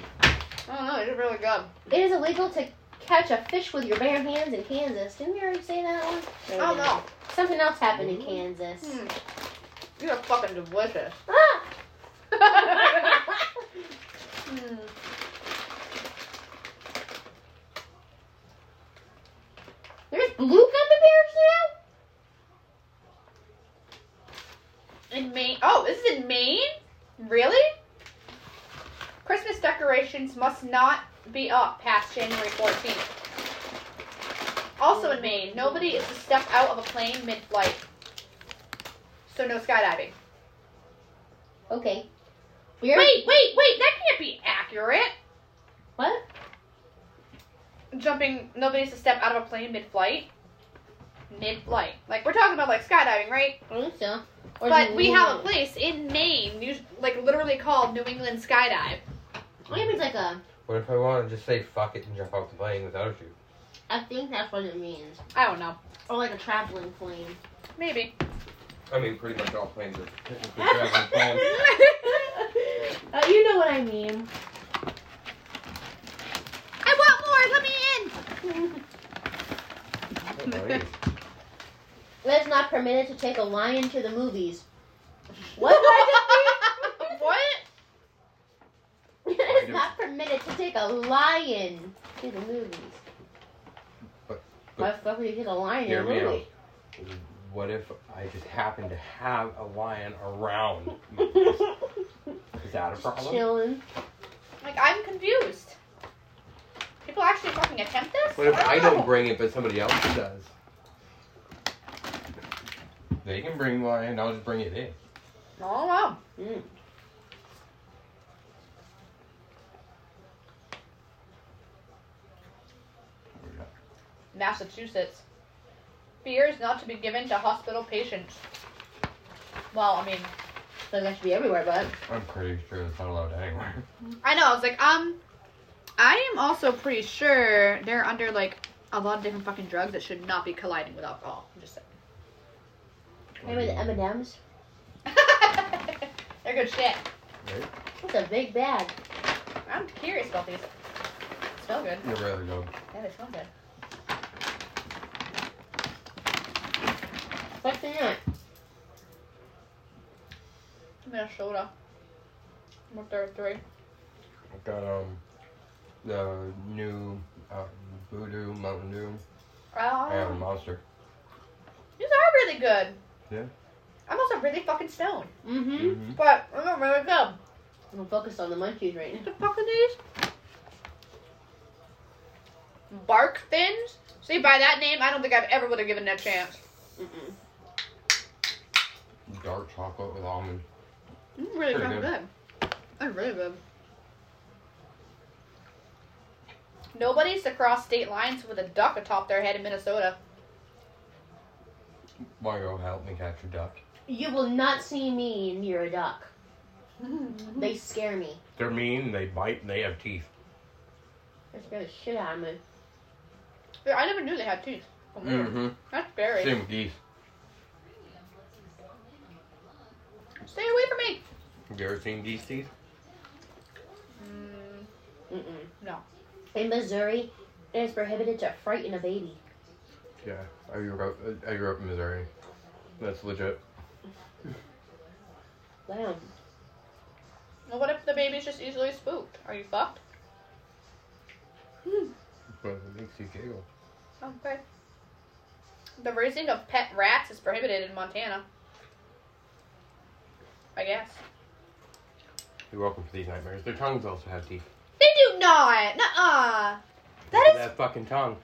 [SPEAKER 1] don't know. It's really good.
[SPEAKER 2] It is illegal to catch a fish with your bare hands in Kansas. Didn't we already say that one?
[SPEAKER 1] I don't know.
[SPEAKER 2] Something else happened in Kansas.
[SPEAKER 1] Hmm. You're fucking delicious.
[SPEAKER 2] Ah! Hmm. There's blue gummy bears
[SPEAKER 1] in Maine. Oh, this is in Maine? Really? Christmas decorations must not be up past January 14th. Also in Maine, nobody is to step out of a plane mid flight. So no skydiving.
[SPEAKER 2] now? Okay. We already-
[SPEAKER 1] Wait, wait, wait! That can't be accurate.
[SPEAKER 2] What?
[SPEAKER 1] Jumping, nobody's to step out of a plane mid-flight. Mid-flight, like we're talking about, like skydiving, right?
[SPEAKER 2] I don't think so. Or
[SPEAKER 1] But
[SPEAKER 2] do
[SPEAKER 1] we have a place in Maine, you- like literally called New England Skydive.
[SPEAKER 2] Maybe it's like a.
[SPEAKER 3] What if I want to just say fuck it and jump off the plane without you?
[SPEAKER 2] I think that's what it means.
[SPEAKER 1] I don't know.
[SPEAKER 2] Or like a traveling plane.
[SPEAKER 1] Maybe.
[SPEAKER 3] I mean, pretty much all planes are technically traveling planes.
[SPEAKER 5] Uh, you know what I mean.
[SPEAKER 1] I want more. Let me in.
[SPEAKER 3] Nice.
[SPEAKER 2] It is not permitted to take a lion to the movies.
[SPEAKER 5] What?
[SPEAKER 1] what?
[SPEAKER 2] it is not permitted to take a lion to the movies.
[SPEAKER 3] But-
[SPEAKER 2] Why the fuck would you take a lion
[SPEAKER 3] Hear
[SPEAKER 2] in a
[SPEAKER 3] me out.
[SPEAKER 2] movie?
[SPEAKER 3] What if I just happen to have a lion around? Is that a problem?
[SPEAKER 2] Chilling.
[SPEAKER 1] Like I'm confused. People actually fucking attempt this?
[SPEAKER 3] What if I
[SPEAKER 1] know.
[SPEAKER 3] don't bring it, but somebody else does? They can bring lion. I'll just bring it in.
[SPEAKER 1] I don't know.
[SPEAKER 2] Mm.
[SPEAKER 1] Massachusetts. Beers not to be given to hospital patients. Well, I mean,
[SPEAKER 2] So that should be everywhere, but
[SPEAKER 3] I'm pretty sure it's not allowed anywhere.
[SPEAKER 1] I know. I was like, um, I am also pretty sure they're under like a lot of different fucking drugs that should not be colliding with alcohol. I'm just
[SPEAKER 2] maybe the M and M's.
[SPEAKER 1] saying. they're good shit.
[SPEAKER 2] That's a big bag.
[SPEAKER 1] I'm curious about these. Smell good.
[SPEAKER 3] You'd rather go.
[SPEAKER 1] Yeah, they smell good.
[SPEAKER 2] What's in that?
[SPEAKER 1] Minnesota. What there three?
[SPEAKER 3] I got um the new uh, Voodoo Mountain Dew. I have a
[SPEAKER 1] Oh,
[SPEAKER 3] monster.
[SPEAKER 1] these are really good.
[SPEAKER 3] Yeah.
[SPEAKER 1] I'm also really fucking stoned,
[SPEAKER 2] Mm-hmm.
[SPEAKER 1] but I'm not really good.
[SPEAKER 2] I'm focused on the munchies right now.
[SPEAKER 1] What the fuck are these? Bark fins? See, by that name, I don't think I've ever would have given it a chance.
[SPEAKER 2] Mm-mm.
[SPEAKER 3] Dark chocolate with almond.
[SPEAKER 1] Mm, really
[SPEAKER 3] Pretty
[SPEAKER 1] fucking
[SPEAKER 3] good.
[SPEAKER 1] good. They're really good. Nobody's to cross state lines with a duck atop their head in Minnesota.
[SPEAKER 3] Margo, help me catch a duck.
[SPEAKER 2] You will not see me near a duck.
[SPEAKER 3] Mm-hmm.
[SPEAKER 2] They scare me.
[SPEAKER 3] They're mean. They bite. and They have teeth.
[SPEAKER 2] They scare the shit out of me.
[SPEAKER 1] Yeah, I never knew they had teeth. Oh, man. That's scary.
[SPEAKER 3] Mm-hmm. Same with geese.
[SPEAKER 1] Stay away from me.
[SPEAKER 3] Have you ever seen geese teeth?
[SPEAKER 1] Mm,
[SPEAKER 2] Mm-mm.
[SPEAKER 1] No.
[SPEAKER 2] In Missouri, it is prohibited to frighten a baby.
[SPEAKER 3] Yeah, I grew up. I grew up in Missouri. That's legit.
[SPEAKER 2] Wow.
[SPEAKER 1] well, what if the baby's just easily spooked? Are you fucked?
[SPEAKER 3] But it makes you giggle.
[SPEAKER 1] Okay. The raising of pet rats is prohibited in Montana. I guess.
[SPEAKER 3] You're welcome for these nightmares. Their tongues also have teeth.
[SPEAKER 1] They do not! Nuh-uh!
[SPEAKER 3] Look
[SPEAKER 1] That
[SPEAKER 3] at
[SPEAKER 1] is...
[SPEAKER 3] that fucking tongue.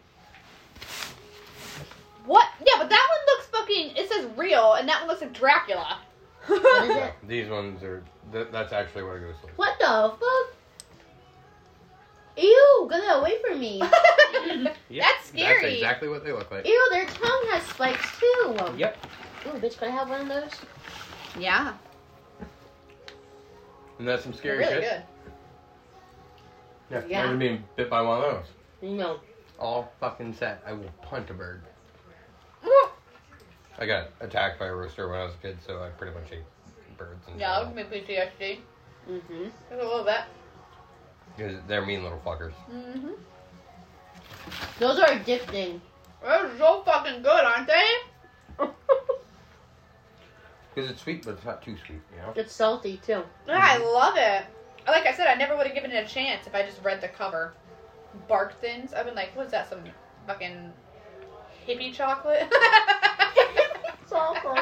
[SPEAKER 1] What? Yeah, but that one looks fucking... It says real, and that one looks like Dracula.
[SPEAKER 2] What is it?
[SPEAKER 3] These ones are. Th- that's actually what I go to.
[SPEAKER 2] What the fuck? Ew, get that away from me.
[SPEAKER 1] That's scary.
[SPEAKER 3] That's exactly what they look like.
[SPEAKER 2] Ew, their tongue has spikes too.
[SPEAKER 3] Yep.
[SPEAKER 2] Ooh, bitch, could I have one of those?
[SPEAKER 1] yeah.
[SPEAKER 3] And that's some scary
[SPEAKER 1] Really
[SPEAKER 3] shit.
[SPEAKER 1] good.
[SPEAKER 3] Yeah.
[SPEAKER 2] Yeah.
[SPEAKER 3] Imagine being bit by one of those.
[SPEAKER 2] No.
[SPEAKER 3] All fucking set. I will punt a bird. I got attacked by a rooster when I was a kid, so I pretty much ate birds. And
[SPEAKER 1] Yeah, that would make me PTSD.
[SPEAKER 2] Mm-hmm.
[SPEAKER 1] Just A little bit.
[SPEAKER 3] Because they're mean little fuckers.
[SPEAKER 1] Mm-hmm.
[SPEAKER 2] Those are addicting.
[SPEAKER 1] They're so fucking good, aren't they?
[SPEAKER 3] Because it's sweet, but it's not too sweet, you know?
[SPEAKER 2] It's salty too.
[SPEAKER 1] Yeah, I love it. Like I said, I never would have given it a chance if I just read the cover. Bark Thins. I've been like, what is that? Some fucking hippie chocolate?
[SPEAKER 2] It's awful. Oh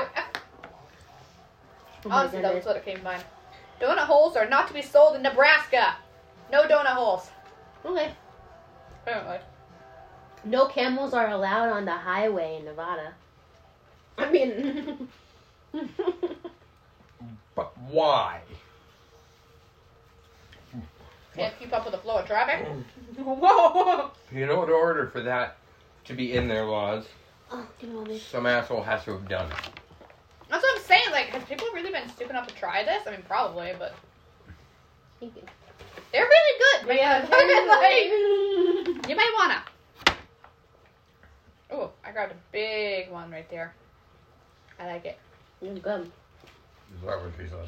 [SPEAKER 2] my
[SPEAKER 1] Honestly, that was
[SPEAKER 2] goodness.
[SPEAKER 1] what it came to mind. Donut holes are not to be sold in Nebraska. No donut holes.
[SPEAKER 2] Okay.
[SPEAKER 1] Apparently.
[SPEAKER 2] No camels are allowed on the highway in Nevada. I mean,
[SPEAKER 3] But why?
[SPEAKER 1] Can't keep up with the flow of traffic. Whoa!
[SPEAKER 3] You know, in order for that to be in their laws,
[SPEAKER 2] Oh, give me one minute.
[SPEAKER 3] some asshole has to have done it.
[SPEAKER 1] That's what I'm saying. Like, has people really been stupid enough to try this? I mean, probably, but
[SPEAKER 2] Thank you.
[SPEAKER 1] they're really good. man. like,
[SPEAKER 5] Like-
[SPEAKER 1] you might wanna. Oh, I grabbed a big one right there. I like it.
[SPEAKER 2] Mm, Good.
[SPEAKER 3] Is that what she said?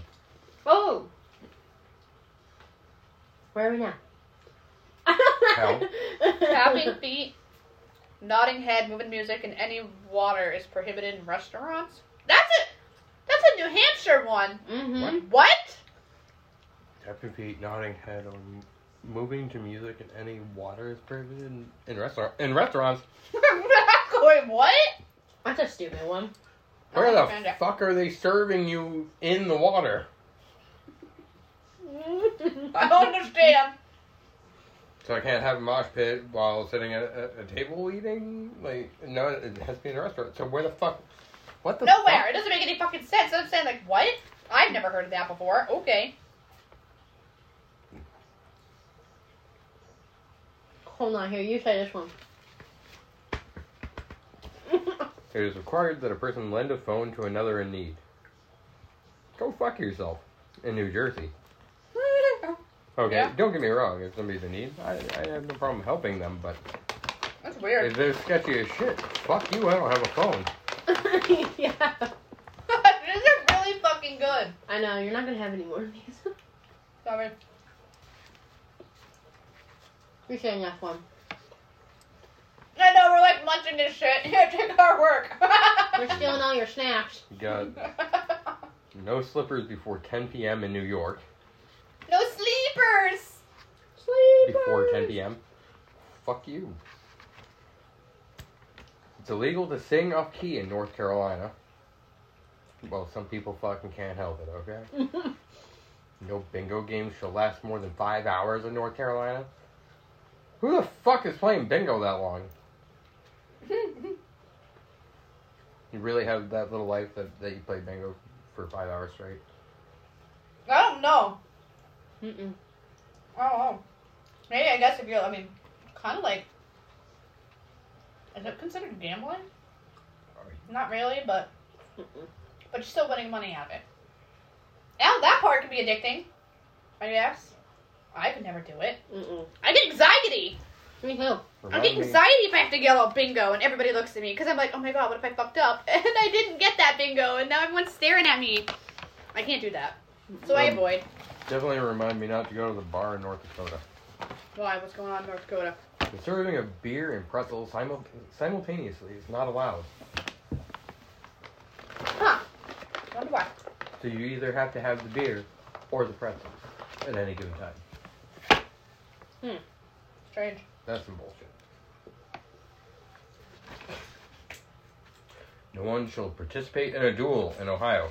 [SPEAKER 5] oh.
[SPEAKER 2] Where are we now?
[SPEAKER 3] Hell.
[SPEAKER 1] Tapping feet, nodding head, moving music, and any water is prohibited in restaurants. That's it. That's a New Hampshire one.
[SPEAKER 2] Mm-hmm.
[SPEAKER 1] What?
[SPEAKER 3] Tapping feet, nodding head, or m- moving to music in any water is prohibited in, in restaurant in restaurants.
[SPEAKER 1] Going what?
[SPEAKER 2] That's a stupid one.
[SPEAKER 3] Where
[SPEAKER 1] Okay,
[SPEAKER 3] the
[SPEAKER 1] Oh, found it.
[SPEAKER 3] fuck are they serving you in the water?
[SPEAKER 1] I don't understand.
[SPEAKER 3] So I can't have a mosh pit while sitting at a, a table eating? Like, no, it has to be in a restaurant. So where the fuck? What the
[SPEAKER 1] Nowhere.
[SPEAKER 3] fuck?
[SPEAKER 1] It doesn't make any fucking sense. I'm saying like what? I've never heard of that before. Okay.
[SPEAKER 2] Hold on here. You say this one.
[SPEAKER 3] It is required that a person lend a phone to another in need. Go fuck yourself in New Jersey. Okay,
[SPEAKER 1] Yeah.
[SPEAKER 3] don't get me wrong. If somebody's in need, I, I have no problem helping them. But
[SPEAKER 1] That's
[SPEAKER 3] if
[SPEAKER 1] weird.
[SPEAKER 3] they're sketchy as shit, fuck you. I don't have a phone.
[SPEAKER 2] yeah.
[SPEAKER 1] These are really fucking good.
[SPEAKER 2] I know. You're not gonna have any more of these.
[SPEAKER 1] Sorry.
[SPEAKER 2] You're saying that one.
[SPEAKER 1] I know we're like munching this shit. Here, take our work.
[SPEAKER 2] We're stealing all your snacks.
[SPEAKER 3] You got no slippers before 10 p.m. in New York.
[SPEAKER 1] no sleepers.
[SPEAKER 2] Sleep.
[SPEAKER 3] Before 10 p.m. Fuck you. It's illegal to sing off key in North Carolina. Well, some people fucking can't help it. Okay. No bingo game shall last more than five hours in North Carolina. Who the fuck is playing bingo that long? You really have that little life that, that you play bingo for five hours straight?
[SPEAKER 1] I don't know.
[SPEAKER 2] Mm-mm.
[SPEAKER 1] I don't know. Maybe I guess if you're, I mean, kind of like, is it considered gambling? Not really, but
[SPEAKER 2] Mm-mm.
[SPEAKER 1] but you're still winning money out of it. Now that part can be addicting. I guess. I could never do it.
[SPEAKER 2] Mm-mm.
[SPEAKER 1] I get anxiety.
[SPEAKER 2] Me too.
[SPEAKER 1] I
[SPEAKER 3] Remind
[SPEAKER 1] get
[SPEAKER 3] me-
[SPEAKER 1] anxiety if I have to yell out bingo and everybody looks at me because I'm like, oh my god, what if I fucked up and I didn't get that bingo and now everyone's staring at me. I can't do that, so I
[SPEAKER 3] Um,
[SPEAKER 1] avoid.
[SPEAKER 3] Definitely remind me not to go to the bar in North Dakota.
[SPEAKER 1] Why? What's going on in North Dakota?
[SPEAKER 3] The serving of beer and pretzels simul- simultaneously is not allowed.
[SPEAKER 1] Wonder why.
[SPEAKER 3] So you either have to have the beer or the pretzels at any given time.
[SPEAKER 1] Strange.
[SPEAKER 3] That's some bullshit. No one shall participate in a duel in Ohio.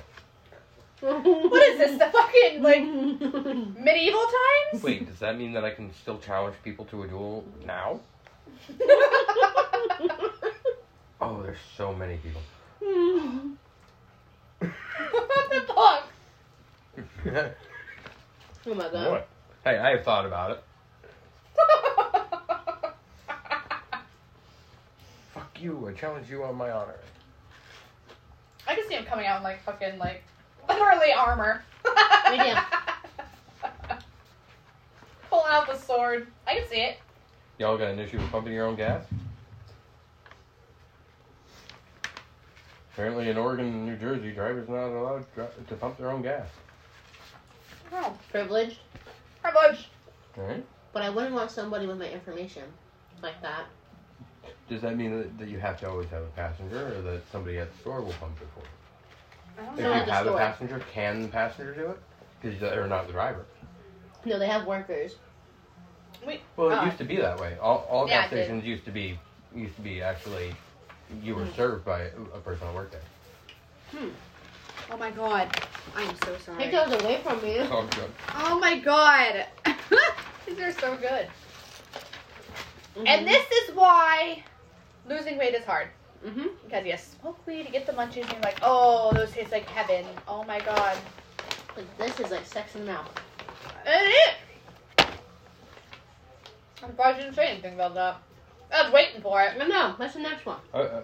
[SPEAKER 1] What is this? The fucking like
[SPEAKER 2] Like.
[SPEAKER 1] medieval times?
[SPEAKER 3] Wait, does that mean that I can still challenge people to a duel now? Oh, there's so many people.
[SPEAKER 1] what the fuck?
[SPEAKER 2] Oh my god.
[SPEAKER 3] What? Hey, I have thought about it. Fuck you, I challenge you on my honor.
[SPEAKER 1] I can see him coming out in like fucking like literally armor.
[SPEAKER 2] We do.
[SPEAKER 1] Pulling out the sword. I can see it.
[SPEAKER 3] Y'all got an issue with pumping your own gas? Apparently, in Oregon and New Jersey, drivers not allowed dri- to pump their own gas.
[SPEAKER 1] Oh,
[SPEAKER 2] Privileged,
[SPEAKER 1] privilege.
[SPEAKER 3] Alright?
[SPEAKER 2] but I wouldn't want somebody with my information like that.
[SPEAKER 3] Does that mean that, that you have to always have a passenger, or that somebody at the store will pump it for you?
[SPEAKER 1] I
[SPEAKER 3] If
[SPEAKER 1] don't
[SPEAKER 3] you
[SPEAKER 2] Someone
[SPEAKER 1] know.
[SPEAKER 2] at the
[SPEAKER 3] have a
[SPEAKER 2] store.
[SPEAKER 3] passenger, can the passenger do it? Because they're not the driver.
[SPEAKER 2] No, they have workers.
[SPEAKER 3] Well, it
[SPEAKER 1] Oh.
[SPEAKER 3] used to be that way. All, all
[SPEAKER 1] Yeah,
[SPEAKER 3] gas
[SPEAKER 1] it did.
[SPEAKER 3] stations used to be used to be actually you
[SPEAKER 1] Hmm.
[SPEAKER 3] were served by a person that worked there.
[SPEAKER 1] Oh my god. I am so sorry.
[SPEAKER 2] Take those away from me.
[SPEAKER 3] Oh, good.
[SPEAKER 1] Oh my god. These are so good. And this is why losing weight is hard.
[SPEAKER 2] Mm-hmm.
[SPEAKER 1] Because you smoke weed, you get the munchies, and you're like, oh, those taste like heaven. Oh my god.
[SPEAKER 2] But this is like sex in the mouth.
[SPEAKER 1] It is. surprised you didn't say anything about that. I was waiting for it.
[SPEAKER 5] No, no, that's the next one.
[SPEAKER 3] I, I'm Uh,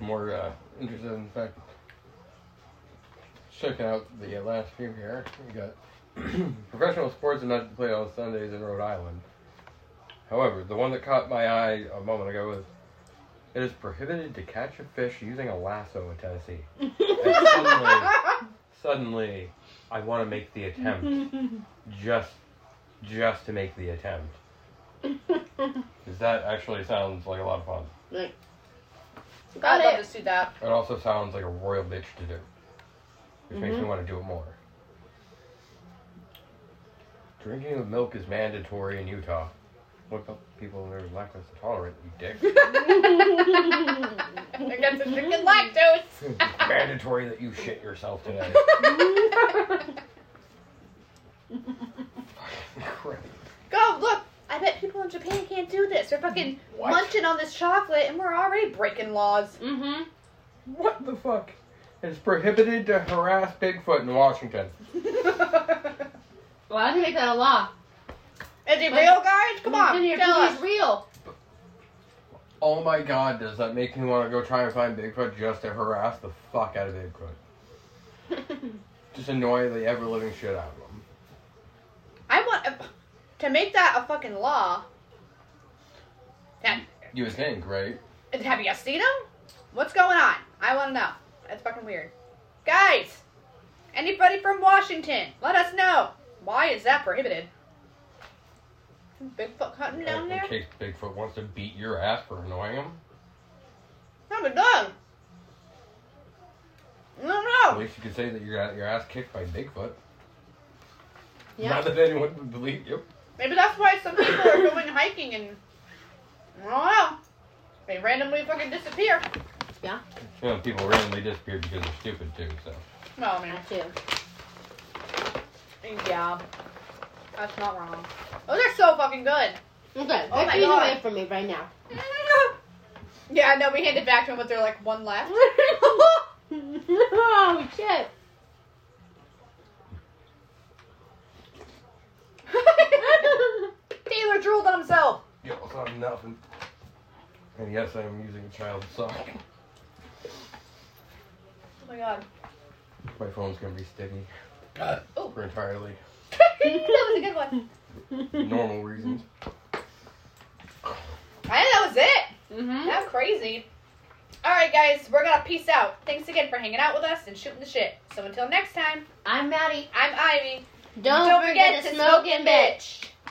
[SPEAKER 3] more uh, interested in the fact. Checking out the uh, last few here. We got professional sports are not played on Sundays in Rhode Island. However, the one that caught my eye a moment ago was it is prohibited to catch a fish using a lasso in Tennessee. And suddenly, suddenly, I want to make the attempt just just to make the attempt because that actually sounds like a lot of fun.
[SPEAKER 1] I'd
[SPEAKER 5] Got
[SPEAKER 1] love
[SPEAKER 5] it.
[SPEAKER 1] to see that.
[SPEAKER 3] It also sounds like a royal bitch to do, which makes me want to do it more. Drinking of milk is mandatory in Utah. Look up people who are lactose intolerant, you dick.
[SPEAKER 1] I guess it's drinking lactose.
[SPEAKER 3] mandatory that you shit yourself today. Fucking crap.
[SPEAKER 1] Go look. I bet people in Japan can't do this. They're fucking
[SPEAKER 3] What?
[SPEAKER 1] munching on this chocolate, and we're already breaking laws.
[SPEAKER 5] mm-hmm.
[SPEAKER 3] What the fuck? It's prohibited to harass Bigfoot in Washington.
[SPEAKER 1] Is
[SPEAKER 5] Well, I can make that a law.
[SPEAKER 1] he real, guys? Come
[SPEAKER 5] Then
[SPEAKER 1] on,
[SPEAKER 5] your
[SPEAKER 1] tell
[SPEAKER 5] food
[SPEAKER 1] us.
[SPEAKER 5] is real.
[SPEAKER 3] Oh my god, does that make me want to go try and find Bigfoot just to harass the fuck out of Bigfoot? Just annoy the ever living shit out of him.
[SPEAKER 1] I want to make that a fucking law.
[SPEAKER 3] You would think, right?
[SPEAKER 1] And Have you seen him? What's going on? I want to know. That's fucking weird. Guys, anybody from Washington, let us know. Why is that prohibited? Bigfoot hunting down
[SPEAKER 3] in
[SPEAKER 1] there?
[SPEAKER 3] case Bigfoot wants to beat your ass for annoying him.
[SPEAKER 1] I'm a dog. I don't
[SPEAKER 3] At
[SPEAKER 1] know.
[SPEAKER 3] least you could say that you got your ass kicked by Bigfoot.
[SPEAKER 5] Yeah.
[SPEAKER 3] Not that anyone would believe you.
[SPEAKER 1] Maybe that's why some people are going hiking and. I don't know. They randomly fucking disappear.
[SPEAKER 3] You know, people randomly disappear because they're stupid too, so.
[SPEAKER 1] Well, I mean,
[SPEAKER 2] That too.
[SPEAKER 1] yeah. That's not wrong. Those are so fucking good.
[SPEAKER 2] Okay,
[SPEAKER 1] Oh my
[SPEAKER 2] get these
[SPEAKER 1] God.
[SPEAKER 2] away from me right now.
[SPEAKER 1] Yeah, no, we handed back to him, but they're like one left.
[SPEAKER 5] oh shit.
[SPEAKER 1] Taylor drooled on himself.
[SPEAKER 3] Yeah, it's not nothing. And yes, I am using a child's sock.
[SPEAKER 1] Oh my god.
[SPEAKER 3] My phone's gonna be sticky.
[SPEAKER 1] Oh.
[SPEAKER 3] For entirely
[SPEAKER 1] that was a good one.
[SPEAKER 3] normal reasons.
[SPEAKER 1] I think that was it.
[SPEAKER 5] Mm-hmm.
[SPEAKER 1] That's crazy. Alright, guys, we're gonna peace out. Thanks again for hanging out with us and shooting the shit. So until next time,
[SPEAKER 2] I'm Maddie.
[SPEAKER 1] I'm Ivy.
[SPEAKER 2] Don't, forget, to smoke and bitch.